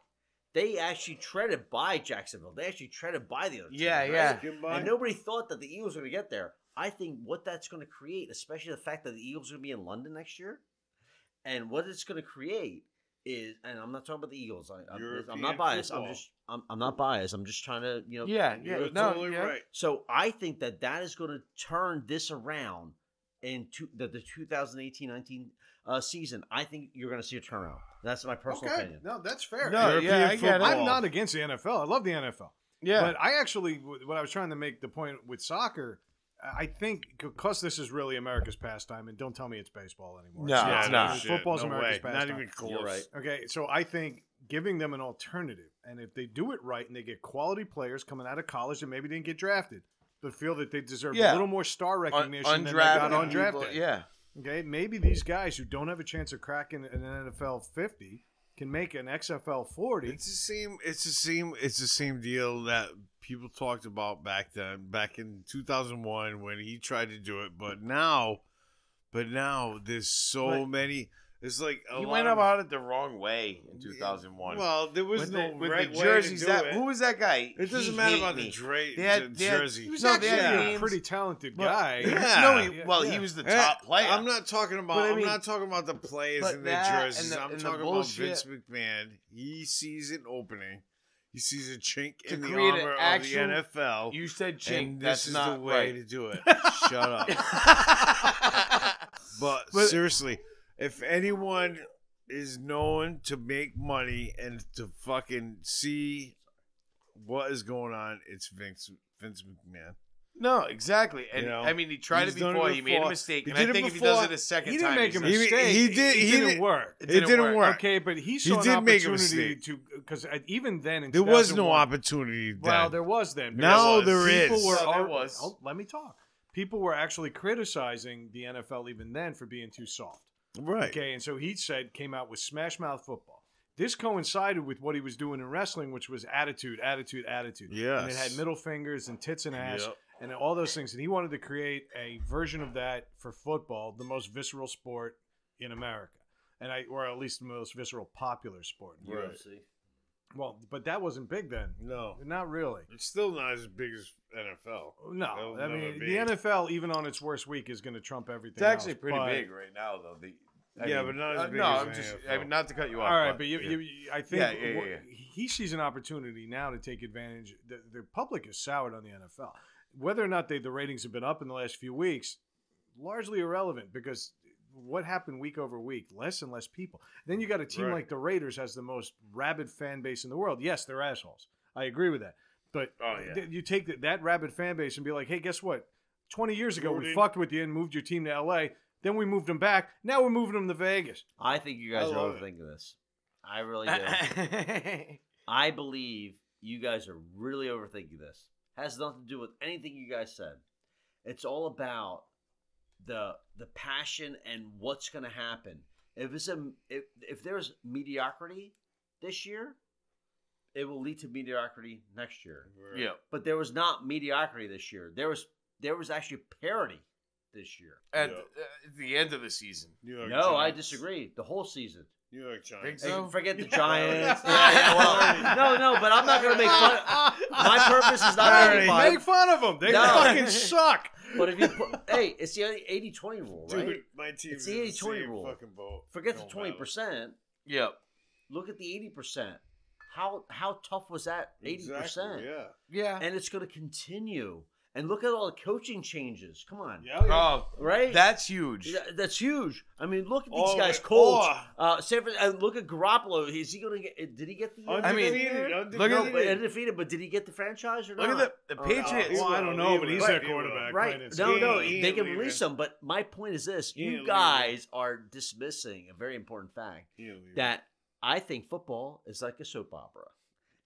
S4: They actually treaded by Jacksonville. They actually treaded by the other team,
S2: Yeah,
S4: right?
S2: yeah.
S4: And nobody thought that the Eagles were going to get there. I think what that's going to create, especially the fact that the Eagles are going to be in London next year, and what it's going to create is, and I'm not talking about the Eagles. I, I'm, I'm
S3: European
S4: not biased.
S3: football.
S4: I'm just, I'm, I'm not biased. I'm just trying to, you know.
S2: Yeah, yeah,
S3: You're
S2: no,
S3: totally
S2: yeah.
S3: right.
S4: So I think that that is going to turn this around in two, the, the 2018-19 uh, season. I think you're going to see a turnaround. That's my personal
S1: okay,
S4: opinion.
S1: no, that's fair.
S2: No, yeah,
S3: European
S2: I get
S1: I'm
S2: it.
S3: football.
S1: not against the NFL. I love the NFL.
S2: Yeah.
S1: But I actually, what I was trying to make the point with soccer, I think because this is really America's pastime, and don't tell me it's baseball anymore.
S2: No,
S3: Yeah,
S2: it's
S1: not.
S3: no
S2: not.
S3: shit,
S1: Football's
S3: no
S1: America's
S3: way.
S1: pastime.
S3: Not even close.
S4: You're right.
S1: Okay, so I think giving them an alternative, and if they do it right and they get quality players coming out of college that maybe didn't get drafted, but feel that they deserve
S2: Yeah.
S1: a little more star
S2: Un-
S1: recognition than they got
S2: undrafted.
S1: undrafted.
S2: people, Yeah.
S1: Okay, maybe these guys who don't have a chance of cracking an NFL 50 can make an XFL 40.
S3: It's the same. It's the same. It's the same deal that people talked about back then, back in 2001 when he tried to do it. But now, but now there's so
S2: But-
S3: many. It's like a
S2: He
S3: lot
S2: went
S3: of,
S2: about it the wrong way in 2001.
S3: Well, there was
S2: with
S3: no
S2: the, with
S3: right
S2: the
S3: way
S2: jerseys.
S3: to do
S2: that
S3: it.
S2: who was that guy?
S3: it doesn't
S2: He
S3: matter
S2: hate
S3: about
S2: me.
S3: the, dra-
S2: They had-
S3: the
S2: they had-
S3: jersey.
S2: he was
S1: no,
S2: actually
S1: they had
S2: named-
S1: a pretty talented
S2: Well,
S1: guy.
S3: yeah.
S2: No, he, well,
S1: Yeah.
S2: he was the
S3: Yeah,
S2: top player.
S3: I'm not talking about.
S2: But I
S3: I
S2: mean-
S3: am not talking about the players
S2: but
S3: and their
S2: that
S3: jerseys.
S2: and the-
S3: I'm
S2: and the
S3: talking about
S2: bullshit.
S3: Vince McMahon. He sees an opening. He sees a chink
S2: To
S3: in the
S2: create an
S3: armor
S2: actual-
S3: of the NFL.
S2: you said
S3: and
S2: chink.
S3: this
S2: That's
S3: is
S2: not
S3: the way to
S2: right.
S3: do it. Shut up. But,
S2: But-
S3: seriously, if anyone is known to make money and to fucking see what is going on, it's Vince Vince McMahon.
S2: no, exactly. And
S3: You know,
S2: I mean, he tried it
S3: he's done
S2: before.
S3: it
S2: He made a
S3: before.
S2: mistake,
S3: He
S2: and I
S3: did it
S2: think if he
S3: before.
S2: does it a second
S1: He didn't
S2: time,
S1: make a
S2: he's
S3: He-
S1: mistake.
S3: he did-
S1: It
S3: he
S1: didn't
S3: did-
S1: work.
S2: It
S3: It didn't,
S2: didn't work.
S3: work.
S1: Okay, but he saw an
S3: did make a
S1: opportunity
S3: mistake.
S1: to because even then in
S3: There was no
S1: 2001
S3: opportunity. Then.
S1: Well, there was then.
S3: Now
S1: because
S3: there
S1: people
S3: is.
S1: Were,
S2: No, there
S1: al-
S2: was.
S1: oh, let me talk. People were actually criticizing the NFL even then for being too soft.
S3: right.
S1: Okay, and so he said came out with Smash Mouth football. This coincided with what he was doing in wrestling, which was attitude, attitude, attitude.
S3: Yes.
S1: and it had middle fingers and tits and ass
S3: Yep.
S1: and all those things. And he wanted to create a version of that for football, the most visceral sport in America, and I, or at least the most visceral popular sport. in America.
S4: UFC.
S1: Well, but that wasn't big then.
S3: No,
S1: Not really.
S3: it's still not as big as NFL.
S1: No,
S3: That'll
S1: I
S3: never
S1: mean
S3: be.
S1: the NFL, even on its worst week, is going to trump everything.
S2: It's actually
S1: else,
S2: pretty
S1: but-
S2: big right now, though. The, I
S3: Yeah,
S2: mean,
S3: but not as
S2: uh,
S3: big
S2: no,
S3: as
S2: I'm
S3: the
S2: just.
S3: NFL.
S2: I mean, not to cut you off.
S1: All right,
S2: but-
S1: but you,
S2: yeah.
S1: you, you- I think
S2: Yeah, yeah, yeah,
S1: what-
S2: yeah.
S1: he sees an opportunity now to take advantage. The, the public is soured on the NFL. Whether or not they, the ratings have been up in the last few weeks, largely irrelevant because what happened week over week? Less and less people. Then you got a team
S3: Right.
S1: like the Raiders has the most rabid fan base in the world. Yes, they're assholes. I agree with that. But
S3: Oh, yeah.
S1: th- you take that that rabid fan base and be like, hey, guess what? 20 years ago, we
S3: Rooting.
S1: fucked with you and moved your team to LA. Then we moved them back. Now we're moving them to Vegas.
S4: I think you guys
S3: I
S4: are
S3: love it.
S4: overthinking this. I really do. I believe you guys are really overthinking this. Has nothing to do with anything you guys said. It's all about the the passion and what's going to happen. If it's a if, if there's mediocrity this year, it will lead to mediocrity next year.
S2: yeah.
S4: But there was not mediocrity this year. There was there was actually parity this year.
S2: At
S3: Yeah.
S2: the- at the end of the season.
S3: New York
S4: No, I
S3: Giants.
S4: disagree. The whole season.
S3: New York
S2: Thanks.
S3: Giants.
S2: So-
S4: Hey, forget the Giants.
S2: Yeah, yeah,
S3: well-
S4: no, no, but I'm not going to make fun. My purpose is not
S3: Alright,
S4: anybody.
S1: Make fun of them. They
S4: No.
S1: fucking suck.
S4: But if you put, hey, it's the 80 20 rule, right?
S3: Dude, my team is
S4: It's the
S3: in the
S4: 80-20
S3: same
S4: rule.
S3: fucking boat.
S4: Forget the
S3: Don't
S4: 20%.
S2: Yeah.
S4: Look at the 80%. How how tough was that
S3: matter.
S4: 80%?
S3: Exactly, yeah.
S2: Yeah.
S4: And it's going to continue. And look at all the coaching changes. Come on.
S3: Yeah, yeah.
S2: Oh,
S4: Right?
S2: that's huge.
S4: Th- That's huge. I mean, look at these
S3: Oh,
S4: guys.
S3: it-
S4: Colts.
S3: oh.
S4: Uh, San Fran- and look at Garoppolo. Is he going to get? Did he get the?
S2: I mean, look at-
S3: Undefeated,
S4: no, but
S3: undefeated.
S4: undefeated. But did he get the franchise or
S2: Look
S4: not?
S2: at the, the Patriots.
S3: Oh,
S1: Well, I don't know, but he's their
S3: Right.
S1: quarterback.
S4: Right.
S1: Right, it's-
S4: No, no,
S3: He ain't
S4: they can
S3: leaving.
S4: release them. But my point is this:
S3: He ain't
S4: you
S3: leaving.
S4: guys are dismissing a very important fact
S3: Yeah, leave it.
S4: that I think football is like a soap opera.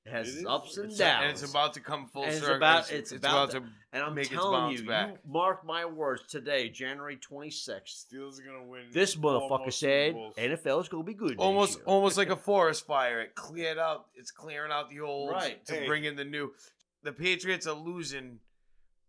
S4: It has
S3: It is.
S4: ups and
S3: It's
S4: downs.
S2: and it's about to come full
S4: And it's
S2: circle.
S4: about- it's about
S2: to
S4: And I'm
S2: make its
S4: telling
S2: bounce
S4: you,
S2: back.
S4: you mark my words today, January 26th.
S3: Steelers are gonna win.
S4: This motherfucker
S3: almost Super
S4: said
S3: Bowls.
S4: NFL is gonna be good.
S2: almost
S4: this year.
S2: almost like a forest fire. It cleared out. It's clearing out the old
S4: Right.
S2: to
S3: Hey.
S2: bring in the new. The Patriots are losing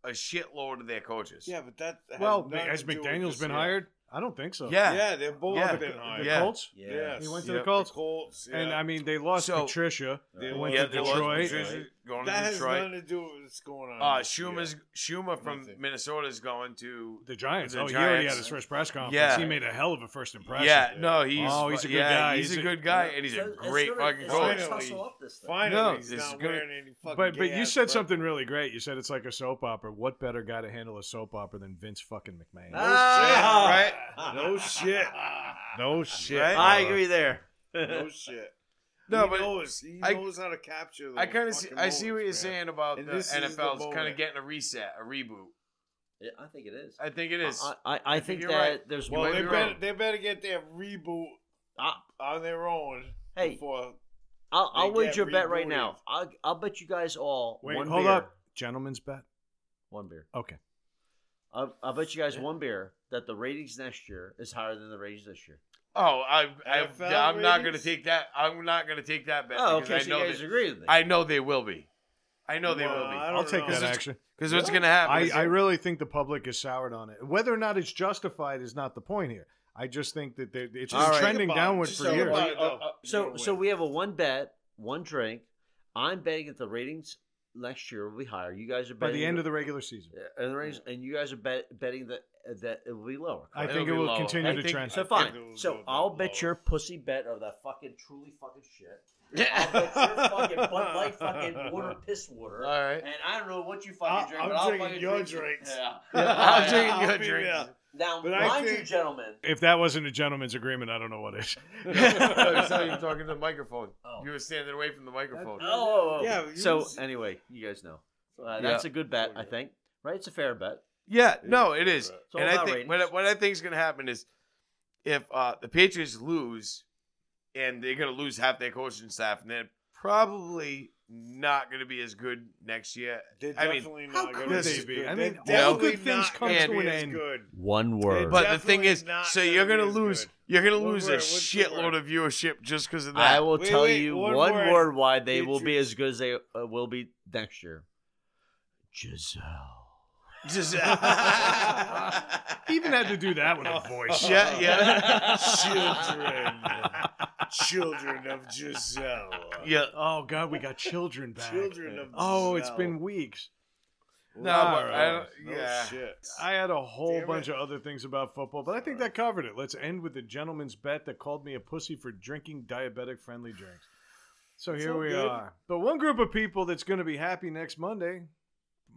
S2: a shitload of their coaches.
S3: Yeah, but that has
S1: Well,
S3: nothing
S1: has
S3: to do with
S1: McDaniel's
S3: this
S1: been
S3: year.
S1: hired? I don't think so.
S2: Yeah.
S3: Yeah, they've both
S2: Yeah.
S3: been
S1: The
S3: hired.
S2: Yeah.
S1: Colts?
S4: yeah.
S3: Yes.
S1: He went to
S2: Yep.
S1: the Colts.
S3: Colts.
S1: And
S3: yeah.
S1: I mean, they lost
S2: So-
S1: Patricia.
S3: They
S1: They
S3: went
S1: went
S2: yeah
S1: to
S2: they lost
S1: Detroit.
S2: Patricia, going
S3: that
S2: to
S3: has
S2: Detroit.
S3: nothing to do with what's going on.
S2: Uh,
S3: this year.
S2: Schuma's Schuma from
S3: Nothing.
S2: Minnesota's going to.
S1: The Giants.
S2: The
S1: oh, he already
S2: Giants.
S1: had his first press conference.
S2: Yeah.
S1: He made a hell of a first impression.
S2: Yeah, no, he's
S1: Oh, he's a good
S2: yeah,
S1: guy.
S2: He's,
S1: He's
S2: a
S1: a-
S2: good guy, and he's a
S4: It's- it's
S2: great
S4: gonna-
S2: fucking
S4: it's gonna
S2: coach.
S3: Finally.
S4: tussle up this thing.
S3: Finally,
S2: No,
S3: he's
S2: this is
S3: not
S2: gonna-
S3: wearing any fucking.
S1: But but you
S3: gay-ass
S1: said
S3: rubber.
S1: something really great. You said it's like a soap opera. What better guy to handle a soap opera than Vince fucking McMahon?
S4: Ah!
S2: Right?
S3: No shit. No shit.
S2: Right?
S4: I
S1: Uh,
S4: agree there.
S3: No shit.
S2: No,
S3: he
S2: but
S3: knows. He
S2: I-
S3: knows how to capture.
S2: I kind of see. I see what you're saying about
S3: And
S2: the
S3: this is the
S2: NFL's kind
S3: moment.
S2: of getting a reset, a reboot.
S4: Yeah, I think it is.
S2: I think it is.
S4: I, I, I think,
S2: you're
S4: that
S2: right.
S4: there's
S2: You
S3: Well,
S2: might
S3: they
S2: be
S3: better,
S2: wrong.
S3: they better get their reboot
S4: Ah.
S3: on their own
S4: hey,
S3: before
S4: I'll,
S3: they
S4: I'll wager
S3: get
S4: a bet right
S3: rebooted.
S4: now. I'll, I'll bet you guys all
S1: Wait,
S4: one
S1: hold
S4: beer,
S1: up. Gentleman's bet.
S4: one beer.
S1: Okay.
S4: I'll, I'll bet you guys one beer that the ratings next year is higher than the ratings this year.
S2: Oh, I, I
S3: NFL
S2: I'm not going to
S3: ratings?
S2: take that. I'm not going to take that bet.
S4: Oh,
S2: because
S4: okay.
S2: I
S4: so
S2: know
S4: you guys
S2: that,
S4: agree with me.
S2: I know they will be. I know they
S3: Well,
S2: will
S3: I
S2: be.
S3: don't
S1: I'll take
S3: know.
S1: that
S2: This is-
S1: action.
S2: Because what's going to happen?
S1: I,
S2: is-
S1: I really think the public is soured on it. Whether or not it's justified is not the point here. I just think that they're- it's
S4: All
S1: been
S4: right.
S1: trending
S3: Think about it.
S1: downward
S3: Just
S1: for
S3: think
S1: years.
S3: about it, though.
S4: uh, so
S3: You're
S4: so
S3: aware.
S4: we have a one bet, one drink. I'm betting that the ratings next year will be higher. You guys are
S1: By
S4: betting
S1: the end of the regular season,
S4: the, uh, and the ratings, and you guys are bet, betting that that it will be lower.
S1: I
S2: It'll
S1: think it
S2: be
S1: will
S2: low.
S1: continue
S2: I
S1: to
S2: think-
S1: trend.
S4: So
S3: think it
S4: fine.
S3: will
S4: So
S3: go down
S4: I'll bet
S3: lower.
S4: your pussy bet of that fucking truly fucking shit. I'll bet your fucking Bud Light fucking water piss water.
S2: All right.
S4: And I don't know what you fucking
S3: I'll-
S4: drink.
S3: I'm
S4: but I'll
S3: drinking
S4: fucking
S3: your
S4: drink it.
S3: drinks.
S4: Yeah.
S2: I'm drinking
S3: I'll
S2: your
S3: be
S2: drink.
S3: there.
S4: Now,
S3: But I
S4: mind you,
S3: think-
S4: gentlemen.
S1: If that wasn't a gentleman's agreement, I don't know what is.
S2: I saw you talking to the microphone.
S4: Oh.
S2: You were standing away from the microphone.
S4: Oh,
S3: Yeah, but you
S4: so
S3: was- Oh,
S4: anyway, you guys know uh, that's a good bet, I think. Right? It's a fair bet.
S2: Yeah, no, it is.
S3: It's
S4: all
S2: And I
S4: about
S2: think what, I-
S4: ratings.
S2: what I think is going to happen is if uh, the Patriots lose, and they're going to lose half their coaching staff, and they're probably not going to be as good next year.
S3: They're
S2: I mean,
S3: definitely
S1: how
S3: not
S1: could
S3: gonna
S1: they
S3: as
S1: be?
S3: good.
S1: I
S3: They're
S1: mean, all
S3: definitely
S1: good things
S3: not
S1: come
S3: gonna
S2: to
S3: be
S1: an
S3: as
S1: end.
S3: Good.
S4: One
S3: word.
S2: But the thing
S3: Definitely
S2: is,
S3: not
S2: so
S3: gonna
S2: you're
S3: be
S2: gonna
S3: as
S2: lose.
S3: good.
S2: You're gonna
S3: One
S2: lose a
S3: word, what's the word?
S2: shitload of viewership just because of that.
S4: I will
S3: Wait,
S4: tell
S3: wait,
S4: you
S3: one
S4: one,
S3: word.
S4: word why they
S3: Did
S4: will be
S3: you-
S4: as good as they uh, will be next year. Giselle.
S2: Just-
S1: He even had to do that with a voice.
S2: yeah, yeah,
S3: children, children of Giselle.
S2: yeah.
S1: Oh God, we got children back.
S3: Children of
S1: Oh, it's
S3: Giselle.
S1: been weeks.
S2: No,
S1: All
S2: but I
S1: right.
S2: don't,
S3: No
S2: yeah.
S3: Oh, shit.
S1: I had a whole
S3: Damn
S1: bunch
S3: it.
S1: of other things about football, but I think that covered it. Let's end with the gentleman's bet that called me a pussy for drinking diabetic friendly drinks. So here
S3: all
S1: we
S3: good.
S1: are. But one group of people that's going to be happy next Monday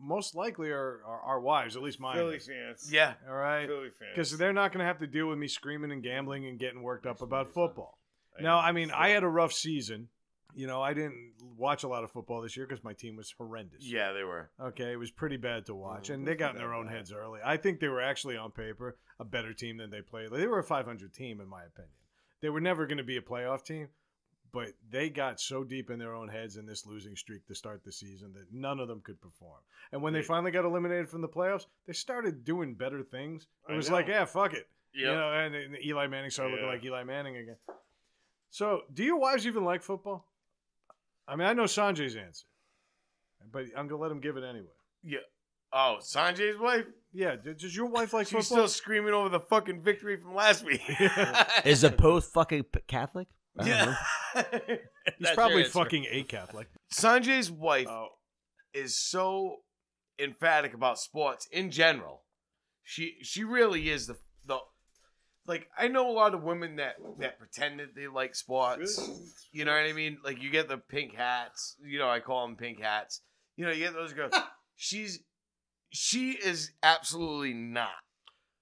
S1: most likely are, are our wives, at least mine.
S3: Philly fans.
S2: Yeah.
S1: All right.
S3: Philly
S1: Because
S3: fans.
S1: they're not going to have to deal with me screaming and gambling and getting worked up about football.
S3: I
S1: Now,
S3: know.
S1: I mean, I had a rough season. You know, I didn't watch a lot of football this year because my team was horrendous.
S2: Yeah, they were.
S1: Okay, it was pretty bad to watch,
S3: Yeah,
S1: and they
S3: Oh, that's
S1: got
S3: not
S1: in their
S3: that
S1: own
S3: bad.
S1: heads early. I think they were actually on paper a better team than they played. They were a 500 team, in my opinion. They were never going to be a playoff team, but they got so deep in their own heads in this losing streak to start the season that none of them could perform. And when they finally got eliminated from the playoffs, they started doing better things. It
S3: I
S1: was
S3: know.
S1: like, yeah, fuck it. You
S2: Yep.
S1: know, and, and Eli Manning started looking
S3: Yeah.
S1: like Eli Manning again. So, do your wives even like football? I mean, I know Sanjay's answer, but I'm gonna let him give it anyway.
S2: Oh, Sanjay's wife?
S1: Yeah, d- does your wife like
S2: She's
S1: football?
S2: still screaming over the fucking victory from last week.
S4: Is Uh-huh. the Post fucking p- Catholic? I don't know.
S1: He's probably fucking a Catholic.
S2: Sanjay's wife
S1: Oh.
S2: is so emphatic about sports in general. She she really is the the like I know a lot of women that that pretend that they like sports. You know what I mean? Like you get the pink hats. You know I call them pink hats. You know you get those girls. She's she is absolutely not.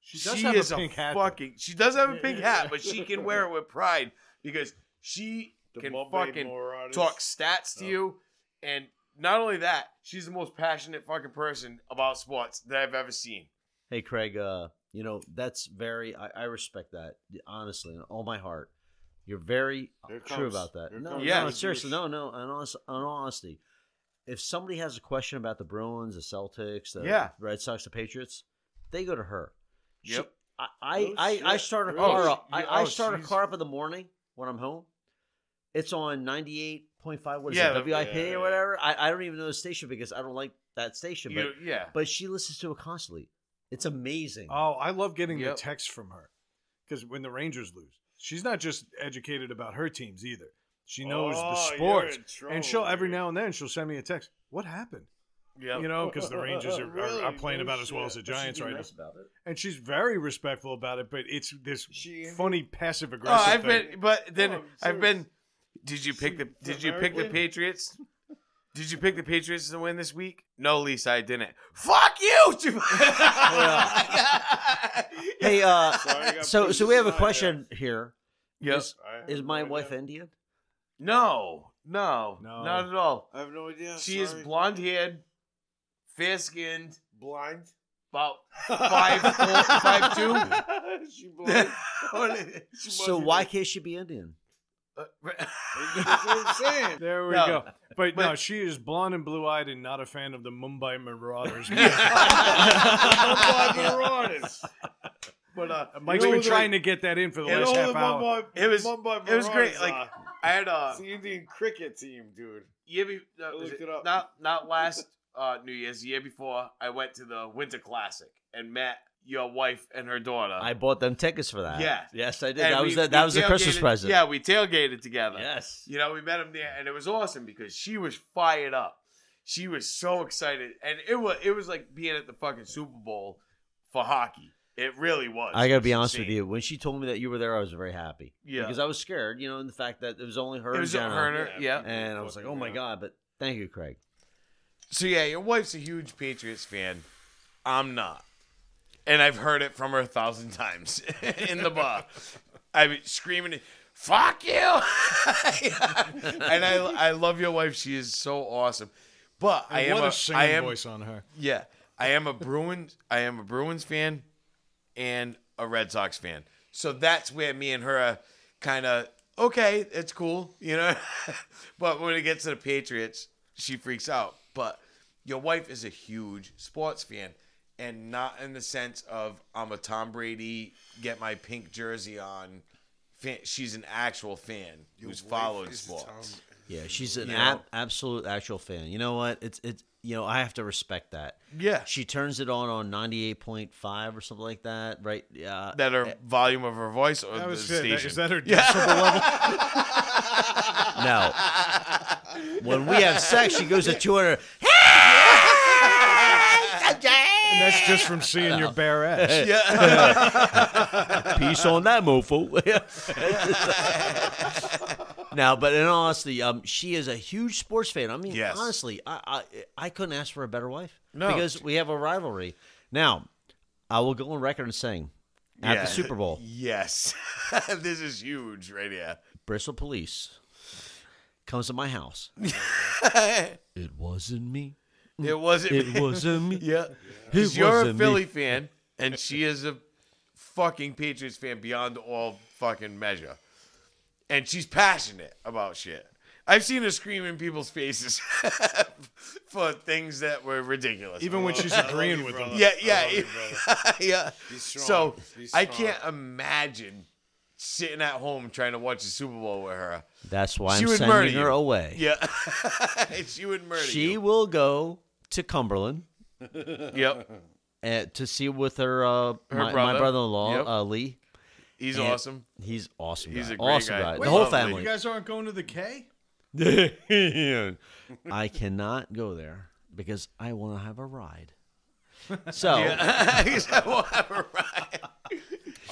S1: She does have
S2: is
S1: a pink hat.
S2: Fucking, she does have a pink hat, but she can wear it with pride because she
S3: The
S2: can
S3: Mumbai
S2: fucking
S3: Marauders.
S2: talk stats to
S3: Oh.
S2: you. And not only that, she's the most passionate fucking person about sports that I've ever seen.
S4: Hey, Craig, uh, you know, that's very, I, I respect that, honestly, in all my heart. You're very
S3: Here
S4: true
S3: comes-
S4: about that.
S3: here
S4: No,
S3: comes
S2: Yeah.
S4: no,
S3: the
S4: seriously,
S3: douche.
S4: no, no, in, honest, in all honesty, if somebody has a question about the Bruins, the Celtics, the
S2: Yeah.
S4: Red Sox, the Patriots, they go to her. She-
S2: Yep.
S4: I, I,
S3: Oh,
S4: I, I
S3: shit.
S4: start a
S3: Really?
S4: car up. I,
S2: Yeah,
S4: I
S2: oh,
S4: start a
S2: she's-
S4: car up in the morning when I'm home. It's on 98.5, what is
S2: Yeah,
S4: it,
S2: the-
S4: WIP
S3: yeah, yeah.
S4: or whatever. I, I don't even know the station because I don't like that station.
S2: You,
S4: but
S2: yeah.
S4: but she listens to it constantly. It's amazing.
S1: Oh, I love getting
S2: Yep.
S1: the texts from her because when the Rangers lose, she's not just educated about her teams either. She knows the
S3: Oh, you're
S1: sports,
S3: in
S1: and she'll
S3: trouble,
S1: every
S3: dude.
S1: now and then she'll send me a text. What happened?
S2: Yep.
S1: You know, because the Rangers are,
S3: Really?
S1: are, are playing
S3: No
S1: about as well
S3: shit.
S1: as the
S3: But
S1: Giants right now.
S4: about it.
S1: and she's very respectful about it. But it's this
S3: She-
S1: funny passive
S2: Oh,
S1: aggressive.
S2: I've
S1: thing.
S2: been, but then
S3: No, Oh, I'm
S2: I've
S3: serious.
S2: been. Did you pick the? Did you pick the
S3: American?
S2: Patriots? Did you pick the Patriots to win this week? No, Lisa, I didn't. Fuck you!
S4: Hey, uh,
S3: Sorry, I got
S4: so
S3: pushed
S4: so we have a
S3: aside
S4: question here.
S2: Yes.
S4: Is,
S3: I have
S4: is my
S3: no
S4: wife
S3: idea.
S4: Indian?
S2: No, no,
S1: No.
S2: not at all.
S3: I have no idea.
S2: She is
S3: sorry.
S2: blonde haired, fair skinned,
S3: blind.
S2: about five four, five two.
S3: she blind. She
S4: So
S3: must be
S4: why can't she be Indian?
S2: Uh,
S3: blind. That's what I'm saying.
S1: There we
S2: No.
S1: go. But, no,
S2: But-
S1: she is blonde and blue eyed and not a fan of the Mumbai Marauders.
S3: Mumbai Marauders.
S2: but uh,
S1: Mike's
S3: You know
S1: been
S3: the-
S1: trying to get that in for the
S2: you
S3: You
S1: last
S3: know
S1: half
S3: the
S1: hour.
S3: Mumbai,
S2: It was-
S3: Mumbai
S2: it was great,
S3: Marauders
S2: like,
S3: are?
S2: I had uh,
S3: it's the Indian cricket team, dude.
S2: year be- uh,
S3: looked
S2: was it-
S3: it up.
S2: not not last uh, New Year's, the year before, I went to the Winter Classic and met your wife and her daughter.
S4: I bought them tickets for that.
S2: Yeah.
S4: Yes, I did.
S2: And
S4: that
S2: we-
S4: was the,
S2: we
S4: that was a Christmas
S2: tailgated-
S4: present.
S2: Yeah, we tailgated together.
S4: Yes.
S2: You know, we met him there, and it was awesome because she was fired up. She was so excited, and it was it was like being at the fucking Super Bowl for hockey. It really was.
S4: I gotta be
S2: It was
S4: honest with
S2: insane.
S4: you. When she told me that you were there, I was very happy.
S2: Yeah.
S4: Because I was scared, you know, in the fact that it was only her.
S2: It
S4: and
S2: was a
S4: Jenna.
S2: Herner, yeah.
S4: And I was like, oh my god! But thank you, Craig.
S2: So yeah, your wife's a huge Patriots fan. I'm not, and I've heard it from her a thousand times in the bar. I mean, screaming, "Fuck you!" and I, I love your wife. She is so awesome. But I am
S1: what
S2: a,
S1: a singing
S2: I am,
S1: voice on her.
S2: Yeah, I am a Bruins. I am a Bruins fan, and a Red Sox fan. So that's where me and her are kind of okay. It's cool, you know. but when it gets to the Patriots, she freaks out. But your wife is a huge sports fan, and not in the sense of I'm a Tom Brady, get my pink jersey on. Fan. She's an actual fan who's followed sports.
S4: Yeah, she's an
S2: You
S4: ab-
S2: know?
S4: absolute actual fan. You know what? It's it's you know I have to respect that.
S2: Yeah,
S4: She turns it on on ninety eight point five or something like that, right? Yeah.
S2: that her volume of her voice or
S1: That
S2: the
S1: was
S2: station.
S1: it. Is that her decibel level?
S4: No. when we have sex, she goes to two hundred.
S1: And that's just from seeing your bare ass.
S4: Peace on that mofo. Now, but in all honesty, um, she is a huge sports fan. I mean,
S3: Yes.
S4: honestly, I, I I couldn't ask for a better wife.
S3: No.
S4: because we have a rivalry. Now, I will go on record and saying, at
S3: Yeah.
S4: the Super Bowl,
S3: Yes. this is huge right here.
S4: Bristol Police comes to my house. it wasn't me.
S2: It wasn't.
S4: It wasn't me.
S2: Yeah.
S4: It
S2: Because you're a
S4: wasn't me.
S2: Philly fan, and she is a fucking Patriots fan beyond all fucking measure. And she's passionate about shit. I've seen her scream in people's faces for things that were ridiculous.
S1: Even when she's agreeing with them.
S2: yeah, yeah, yeah. So
S3: Be
S2: I
S3: strong.
S2: can't imagine sitting at home trying to watch the Super Bowl with her.
S4: That's why
S2: She
S4: I'm
S2: would murder
S4: sending her
S2: you.
S4: away.
S2: Yeah, she would murder
S4: she
S2: you.
S4: will go to Cumberland
S2: Yep,
S4: uh, to see with her, uh, my,
S2: brother.
S4: my brother-in-law
S2: Yep.
S4: uh, Lee.
S2: he's
S4: And
S2: awesome.
S4: He's awesome.
S2: He's
S4: guy.
S2: a great
S4: awesome
S2: guy.
S4: guy.
S2: Wait,
S4: the whole
S2: lovely.
S4: family.
S1: You guys aren't going to the K?
S4: I cannot go there because I want to have a ride. So
S2: He's- we'll have a ride.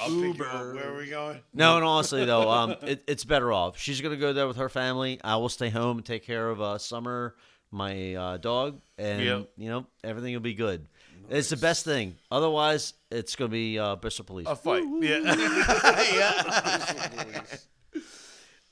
S3: I'll pick you up. Where are we going?
S4: no, and honestly though, um, it, it's better off. She's gonna go there with her family. I will stay home and take care of uh, Summer, my uh, dog, and
S2: Yep.
S4: you know everything will be good. It's the best thing. Otherwise, it's gonna be uh, Bristol Police.
S2: a fight. Yeah. yeah.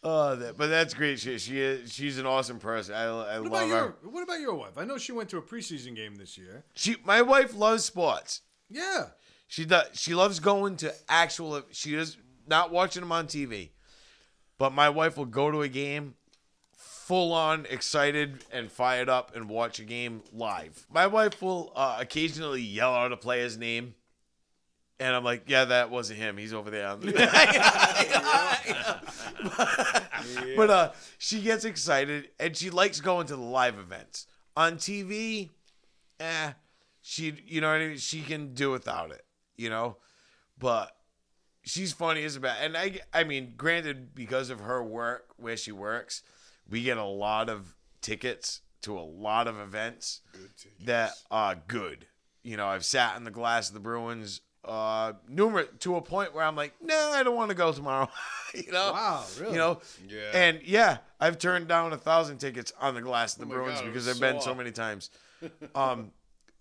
S2: oh, that, but that's great shit. She is, she's an awesome person. I, I
S1: What about
S2: love her.
S1: your What about your wife? I know she went to a preseason game this year.
S2: She, my wife loves sports.
S1: Yeah.
S2: She does. She loves going to actual. She is not watching them on TV, but my wife will go to a game, full on excited and fired up, and watch a game live. My wife will uh, occasionally yell out a player's name, and I'm like, "Yeah, that wasn't him. He's over there." on the-" but uh, she gets excited, and she likes going to the live events on TV. Eh, she you know what I mean she can do without it, you know? But she's funny as a bat. And I I mean, granted because of her work where she works, we get a lot of tickets to a lot of events that are good. You know, I've sat in the glass of the Bruins uh numerous to a point where I'm like, nah, I don't want to go tomorrow. you know?
S1: Wow, really?
S2: You know?
S3: Yeah.
S2: And yeah, I've turned down a thousand tickets on the glass of the
S3: Oh my
S2: Bruins
S3: God, it
S2: because
S3: was
S2: I've been
S3: so
S2: so
S3: up.
S2: many times. Um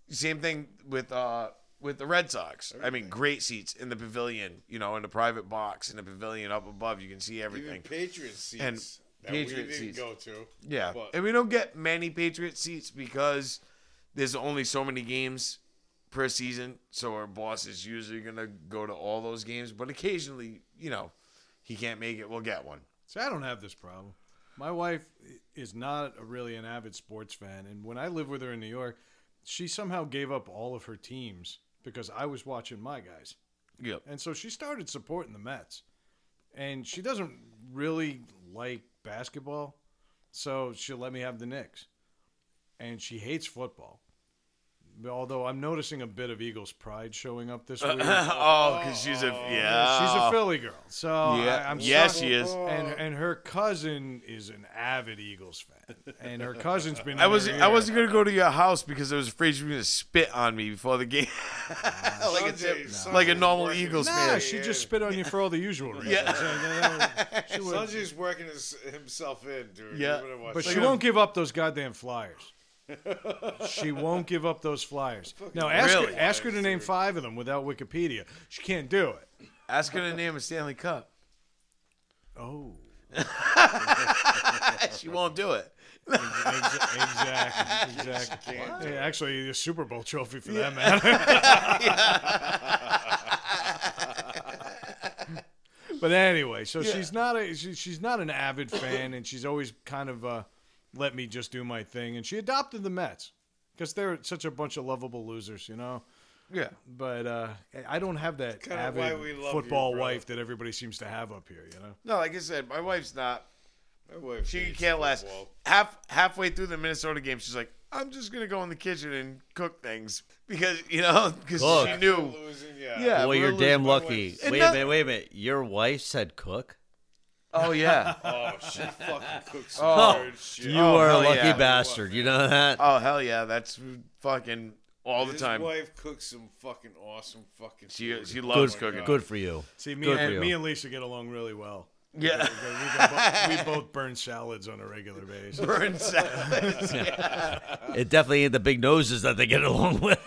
S2: same thing with uh with the Red Sox. I mean, great seats in the pavilion, you know, in the private box in the pavilion up above, you can see
S3: Even
S2: everything.
S3: Patriots seats
S2: And
S3: that we
S2: Patriot
S3: didn't
S2: seats.
S3: go to.
S2: yeah.
S3: but-
S2: and we don't get many Patriot seats because there's only so many games per season, so our boss is usually going to go to all those games, but occasionally, you know, he can't make it, we'll get one.
S1: See, I don't have this problem. My wife i- is not a- really an avid sports fan, and when I lived with her in New York, she somehow gave up all of her teams because I was watching my guys,
S2: Yep.
S1: and so she started supporting the Mets. And she doesn't really like basketball, so she'll let me have the Knicks. And she hates football. Although I'm noticing a bit of Eagles pride showing up this week.
S2: oh, cuz she's a yeah.
S1: She's a Philly girl, so
S2: Yeah.
S1: I, I'm Oh,
S2: yes,
S1: stuck-
S2: she is.
S1: and and her cousin is an avid Eagles fan, and her cousin's been.
S2: I was
S1: in her
S2: I
S1: ear.
S2: wasn't gonna go to your house because I was afraid you were gonna spit on me before the game, like a
S3: Sanjay-
S2: tip,
S3: Sanjay
S2: like a
S3: was
S2: normal
S3: working-
S2: Eagles
S1: Nah,
S2: fan.
S1: she just spit on you for all the usual reasons. She would-
S3: Sanjay's working his, himself in, dude.
S2: Yeah.
S3: You would've
S1: but
S3: watched
S1: she
S3: it.
S1: won't give up those goddamn flyers. she won't give up those flyers. Now ask
S2: Really?
S1: her, ask her to name five of them without Wikipedia. She can't do it.
S2: Ask her to name a Stanley Cup.
S1: Oh,
S2: She won't do it.
S1: ex- exactly, exactly. Hey, actually, the Super Bowl trophy for that matter. but anyway, so she's not a she, she's not an avid fan, and she's always kind of uh, let me just do my thing. And she adopted the Mets because they're such a bunch of lovable losers, you know.
S2: Yeah.
S1: But uh, I don't have that
S3: Kinda
S1: avid
S3: why we love you,
S1: football
S3: brother.
S1: wife that everybody seems to have up here, you know.
S2: No, like I said, my wife's not.
S3: My wife
S2: She
S3: hates
S2: can't last.
S3: football.
S2: Half halfway through the Minnesota game, she's like, "I'm just gonna go in the kitchen and cook things because you know because she
S4: Cook.
S2: knew."
S3: Losing, yeah.
S2: Yeah.
S4: well,
S2: we're
S4: you're
S2: losing
S4: damn
S2: my
S4: lucky.
S2: wife.
S4: Wait
S2: And
S4: a minute, wait a minute. Your wife said cook.
S2: Oh yeah.
S3: Oh, she fucking cooks some
S2: Oh,
S3: weird shit.
S4: You
S2: Oh,
S4: are a
S2: hell
S4: lucky
S2: yeah.
S4: bastard. You know that.
S2: oh hell yeah. That's fucking all the
S3: His
S2: time.
S3: wife cooks some fucking awesome fucking.
S2: She
S3: food.
S2: she
S3: Oh
S2: loves
S3: my
S2: cooking.
S3: God.
S4: Good for you.
S1: See, me
S4: Good for
S1: and
S4: you.
S1: me and Lisa get along really well.
S2: Yeah.
S1: We both burn salads on a regular basis.
S2: Burn salads.
S5: It definitely ain't the big noses that they get along with.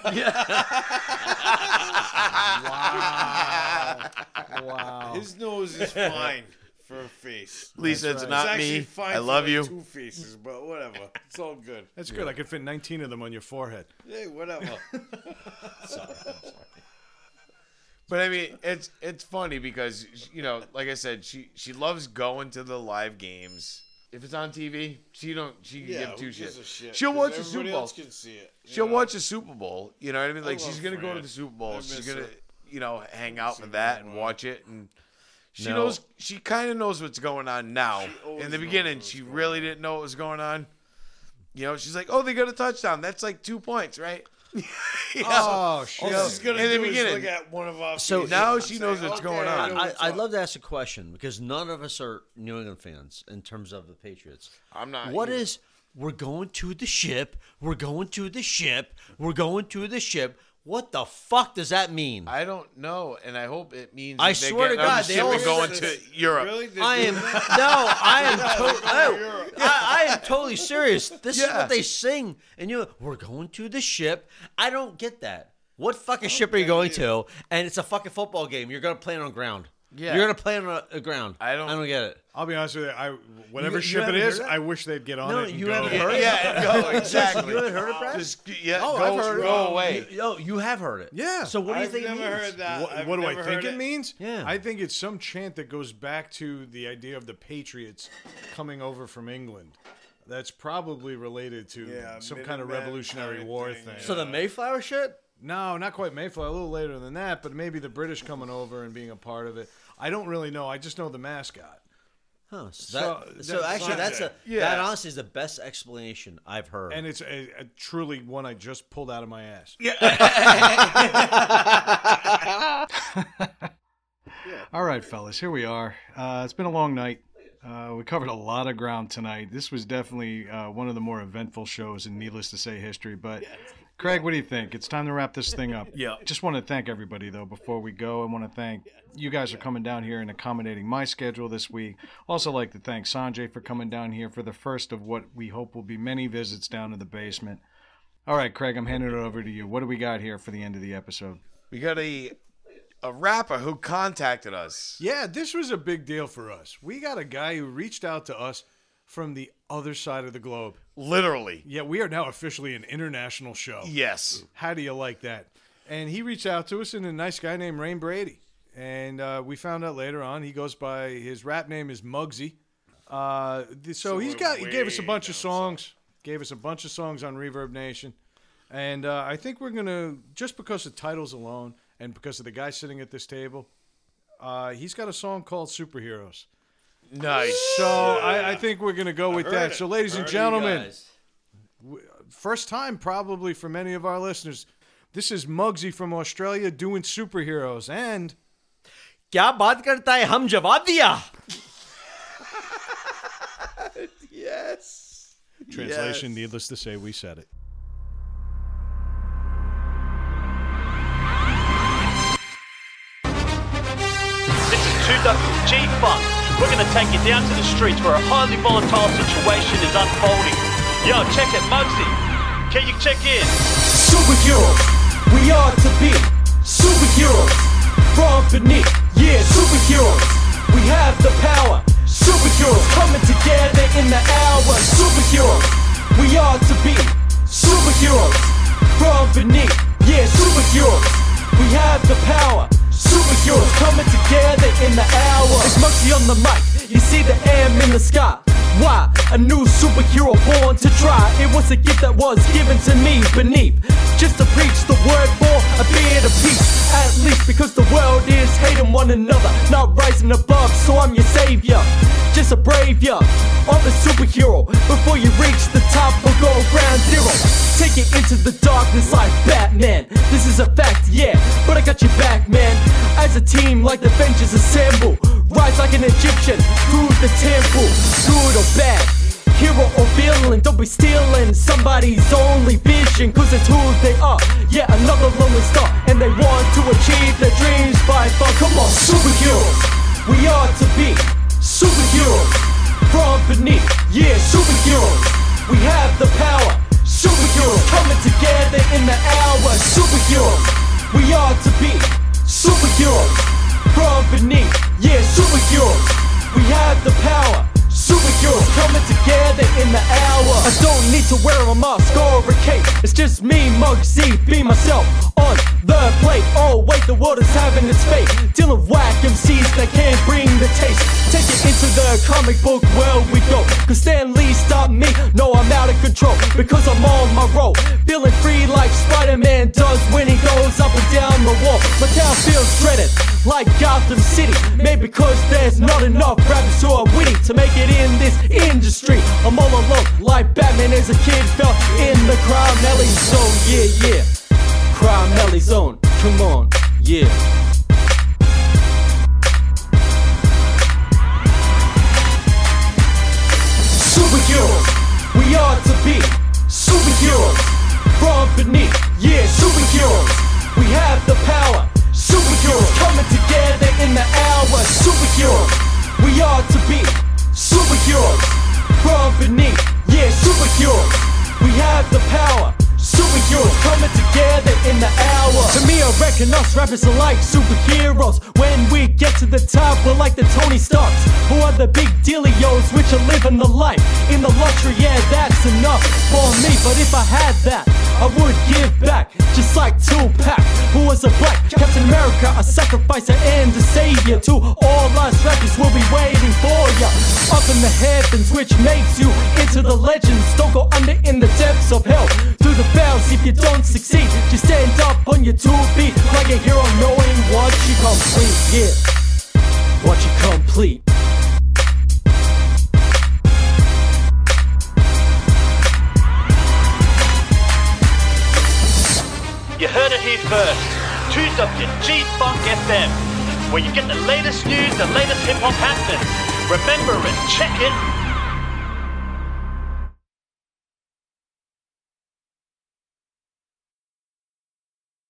S1: Wow.
S3: His nose is fine for a face.
S2: Lisa, it's
S3: It's
S2: not
S3: actually
S2: me.
S3: fine
S2: I
S3: for,
S2: love
S3: like,
S2: you.
S3: Two faces, but whatever. It's all good.
S1: That's good. I could fit 19 of them on your forehead.
S3: Hey, whatever.
S2: But I mean, it's it's funny because you know, like I said, she she loves going to the live games. If it's on TV, she don't she can
S3: Yeah,
S2: give two
S3: who gives
S2: shits.
S3: a shit?
S2: She'll
S3: 'Cause
S2: watch the
S3: everybody
S2: Super Bowl.
S3: Else can see it. you
S2: She'll
S3: know?
S2: watch the Super Bowl. You know what I mean? Like
S3: love
S2: she's gonna go to
S3: Fran.
S2: the Super Bowl.
S3: I
S2: She's
S3: miss
S2: gonna
S3: her.
S2: you know hang out for that and watch it and. She
S5: No.
S2: knows. She kind of knows what's going on now.
S3: always
S2: In the
S3: knows
S2: beginning,
S3: what's
S2: she
S3: going
S2: really didn't know what was going on. You know, she's like, "Oh, they got a touchdown. That's like two points, right?" You know?
S1: Oh,
S3: All
S1: shit.
S3: she's gonna
S2: in the
S3: do
S2: beginning.
S3: is look at one of us.
S4: So
S2: now she knows what's going on.
S4: I, I'd love to ask a question because none of us are New England fans in terms of the Patriots.
S2: I'm not
S4: What
S2: either.
S4: is- we're going to the ship? We're going to the ship. We're going to the ship. What the fuck does that mean? I,
S2: I don't know, and I hope it means.
S4: I
S2: that they're
S4: swear to
S2: getting on
S4: God,
S2: the
S4: they
S2: ship and
S4: always-
S2: going to Europe.
S3: Really? Did
S4: am
S3: you-
S4: no, I am. To- oh,
S3: Europe.
S4: I, I am totally serious. This is
S2: Yeah.
S4: what they sing, and you. We're going to the ship. I don't get that. What fucking ship are you going to? And it's a fucking football game. You're gonna play it on ground.
S2: Yeah.
S4: You're gonna play it on a, a ground.
S2: I don't-
S4: I don't get it.
S1: I'll be honest with you. I, whatever
S4: You- you
S1: ship it
S4: haven't
S1: is,
S4: heard that?
S1: I wish they'd get on
S4: No,
S1: it. and
S4: you
S1: go.
S4: haven't
S2: Yeah,
S4: heard it?
S2: yeah, go exactly.
S4: You haven't heard it, Brad?
S2: Just g- yeah,
S4: Oh,
S2: go,
S4: I've heard it.
S2: go away.
S4: You- oh, you have heard it.
S1: Yeah.
S4: So what do you
S3: I've
S4: think? it
S3: never
S4: means?
S3: heard that.
S1: What,
S3: I've
S1: what do I
S3: never
S1: think
S3: heard
S1: it, means?
S4: Yeah.
S1: I think it's some chant that goes back to the idea of the Patriots coming over from England. That's probably related to
S3: Yeah,
S1: some kind of
S3: Minutemen
S1: Revolutionary
S3: kinda
S1: War
S3: thing,
S1: thing.
S3: yeah.
S4: So the Mayflower shit?
S1: no, not quite Mayflower. A little later than that, but maybe the British coming over and being a part of it. I don't really know. I just know the mascot.
S4: Huh. So, that, so,
S1: that's
S4: actually, that's a
S3: Yeah.
S4: that honestly is the best explanation I've heard.
S1: And it's a, a truly one I just pulled out of my ass. All right, fellas, here we are. Uh, it's been a long night. Uh, we covered a lot of ground tonight. This was definitely uh, one of the more eventful shows, and needless to say, history. But Craig, what do you think? It's time to wrap this thing up.
S2: Yeah.
S1: Just want to thank everybody though. Before we go, I want to thank you guys for coming down here and accommodating my schedule this week. Also, like to thank Sanjay for coming down here for the first of what we hope will be many visits down to the basement. All right, Craig, I'm handing it over to you. What do we got here for the end of the episode?
S2: We got a a rapper who contacted us.
S1: Yeah, this was a big deal for us. We got a guy who reached out to us from the other side of the globe.
S2: Literally,
S1: Yeah, we are now officially an international show.
S2: yes.
S1: How do you like that? And he reached out to us, and a nice guy named Rain Brady. And uh, we found out later on he goes by his rap name is Muggsy. Uh, th- so, he's
S3: we're
S1: got he gave us a
S3: way
S1: bunch
S3: down
S1: of songs, gave us a bunch of songs on Reverb Nation, and uh, I think we're gonna just because of titles alone and because of the guy sitting at this table, uh, he's got a song called Superheroes.
S2: Nice.
S1: So I, I think we're gonna go with
S3: heard
S1: that.
S3: it.
S1: So, ladies and
S3: Heard it, you
S1: gentlemen, first time probably for many of our listeners. This is Muggsy from Australia doing superheroes, and
S4: क्या बात करता है हम जवाब दिया
S2: Yes.
S1: translation. Needless to say, we said it.
S5: This is 2WG Funk. We're going to take you down to the streets where a highly volatile situation is unfolding. Yo, check it, Muggsy. Can you check in?
S8: Superhero, we are to be superheroes from beneath. Yeah, superheroes, we have the power. Superheroes coming together in the hour. Superheroes, we are to be superheroes from beneath. Yeah, superheroes, we have the power. Superheroes coming together in the hour. It's Muggsy on the mic. You see the M in the sky. Why? A new superhero born to try. It was a gift that was given to me beneath. Just to preach the word for a bit of peace. At least because the world is hating one another, not rising above. So I'm your savior. Just a brave ya. I'm the superhero. Before you reach the top, we'll go ground zero. Take it into the darkness like Batman. This is a fact, yeah. But I got your back, man. As a team, like the Avengers assemble. Rise like an Egyptian through the temple, good or bad. Hero or villain, don't be stealing somebody's only vision, cause it's who they are. Yeah, another lonely star, and they want to achieve their dreams by far. Come on, superheroes, we are to be superheroes beneath. Yeah, superheroes, we have the power. Superheroes coming together in the hour. Superheroes, we are to be. Superheroes from beneath. Yeah, superheroes, we have the power. Superheroes coming together in the hour. I don't need to wear a mask or a cape. It's just me, Muggsy, be myself on the plate. Oh wait, the world is having its fate. Dealing whack MCs that can't bring the taste. Take it into the comic book world we go. Cause Stan Lee stopped me. No, I'm out of control because I'm on my roll. Feeling free like Spider-Man does when he goes up and down the wall. My town feels dreaded like Gotham City. Maybe because there's not enough rappers who are witty to make it in this industry. I'm all alone like Batman as a kid felt in the crime alley zone. Yeah, yeah. Crime alley zone. Come on. Yeah. Superheroes, we are to be superheroes from beneath. Yeah, superheroes, we have the power. Superheroes coming together in the hour. Superheroes, we are to be superheroes from beneath. Yeah, superheroes, we have the power. Superheroes coming together in the hour. To me, I reckon us rappers are like superheroes. When we get to the top, we're like the Tony Starks, who are the big dealios, which are living the life in the luxury. Yeah, that's enough for me. But if I had that, I would give back, just like Tupac, who was a black Captain America, a sacrificer and a savior. To all us rappers, we'll be waiting for ya up in the heavens, which makes you into the legends. Don't go under in the depths of hell. Through the bells, if you don't succeed, just stand up on your two feet like a hero, knowing what you complete. Yeah, what you complete.
S5: You heard it here first. 2WG Funk FM, where you get the latest news, the latest hip hop happenings. Remember it, check it,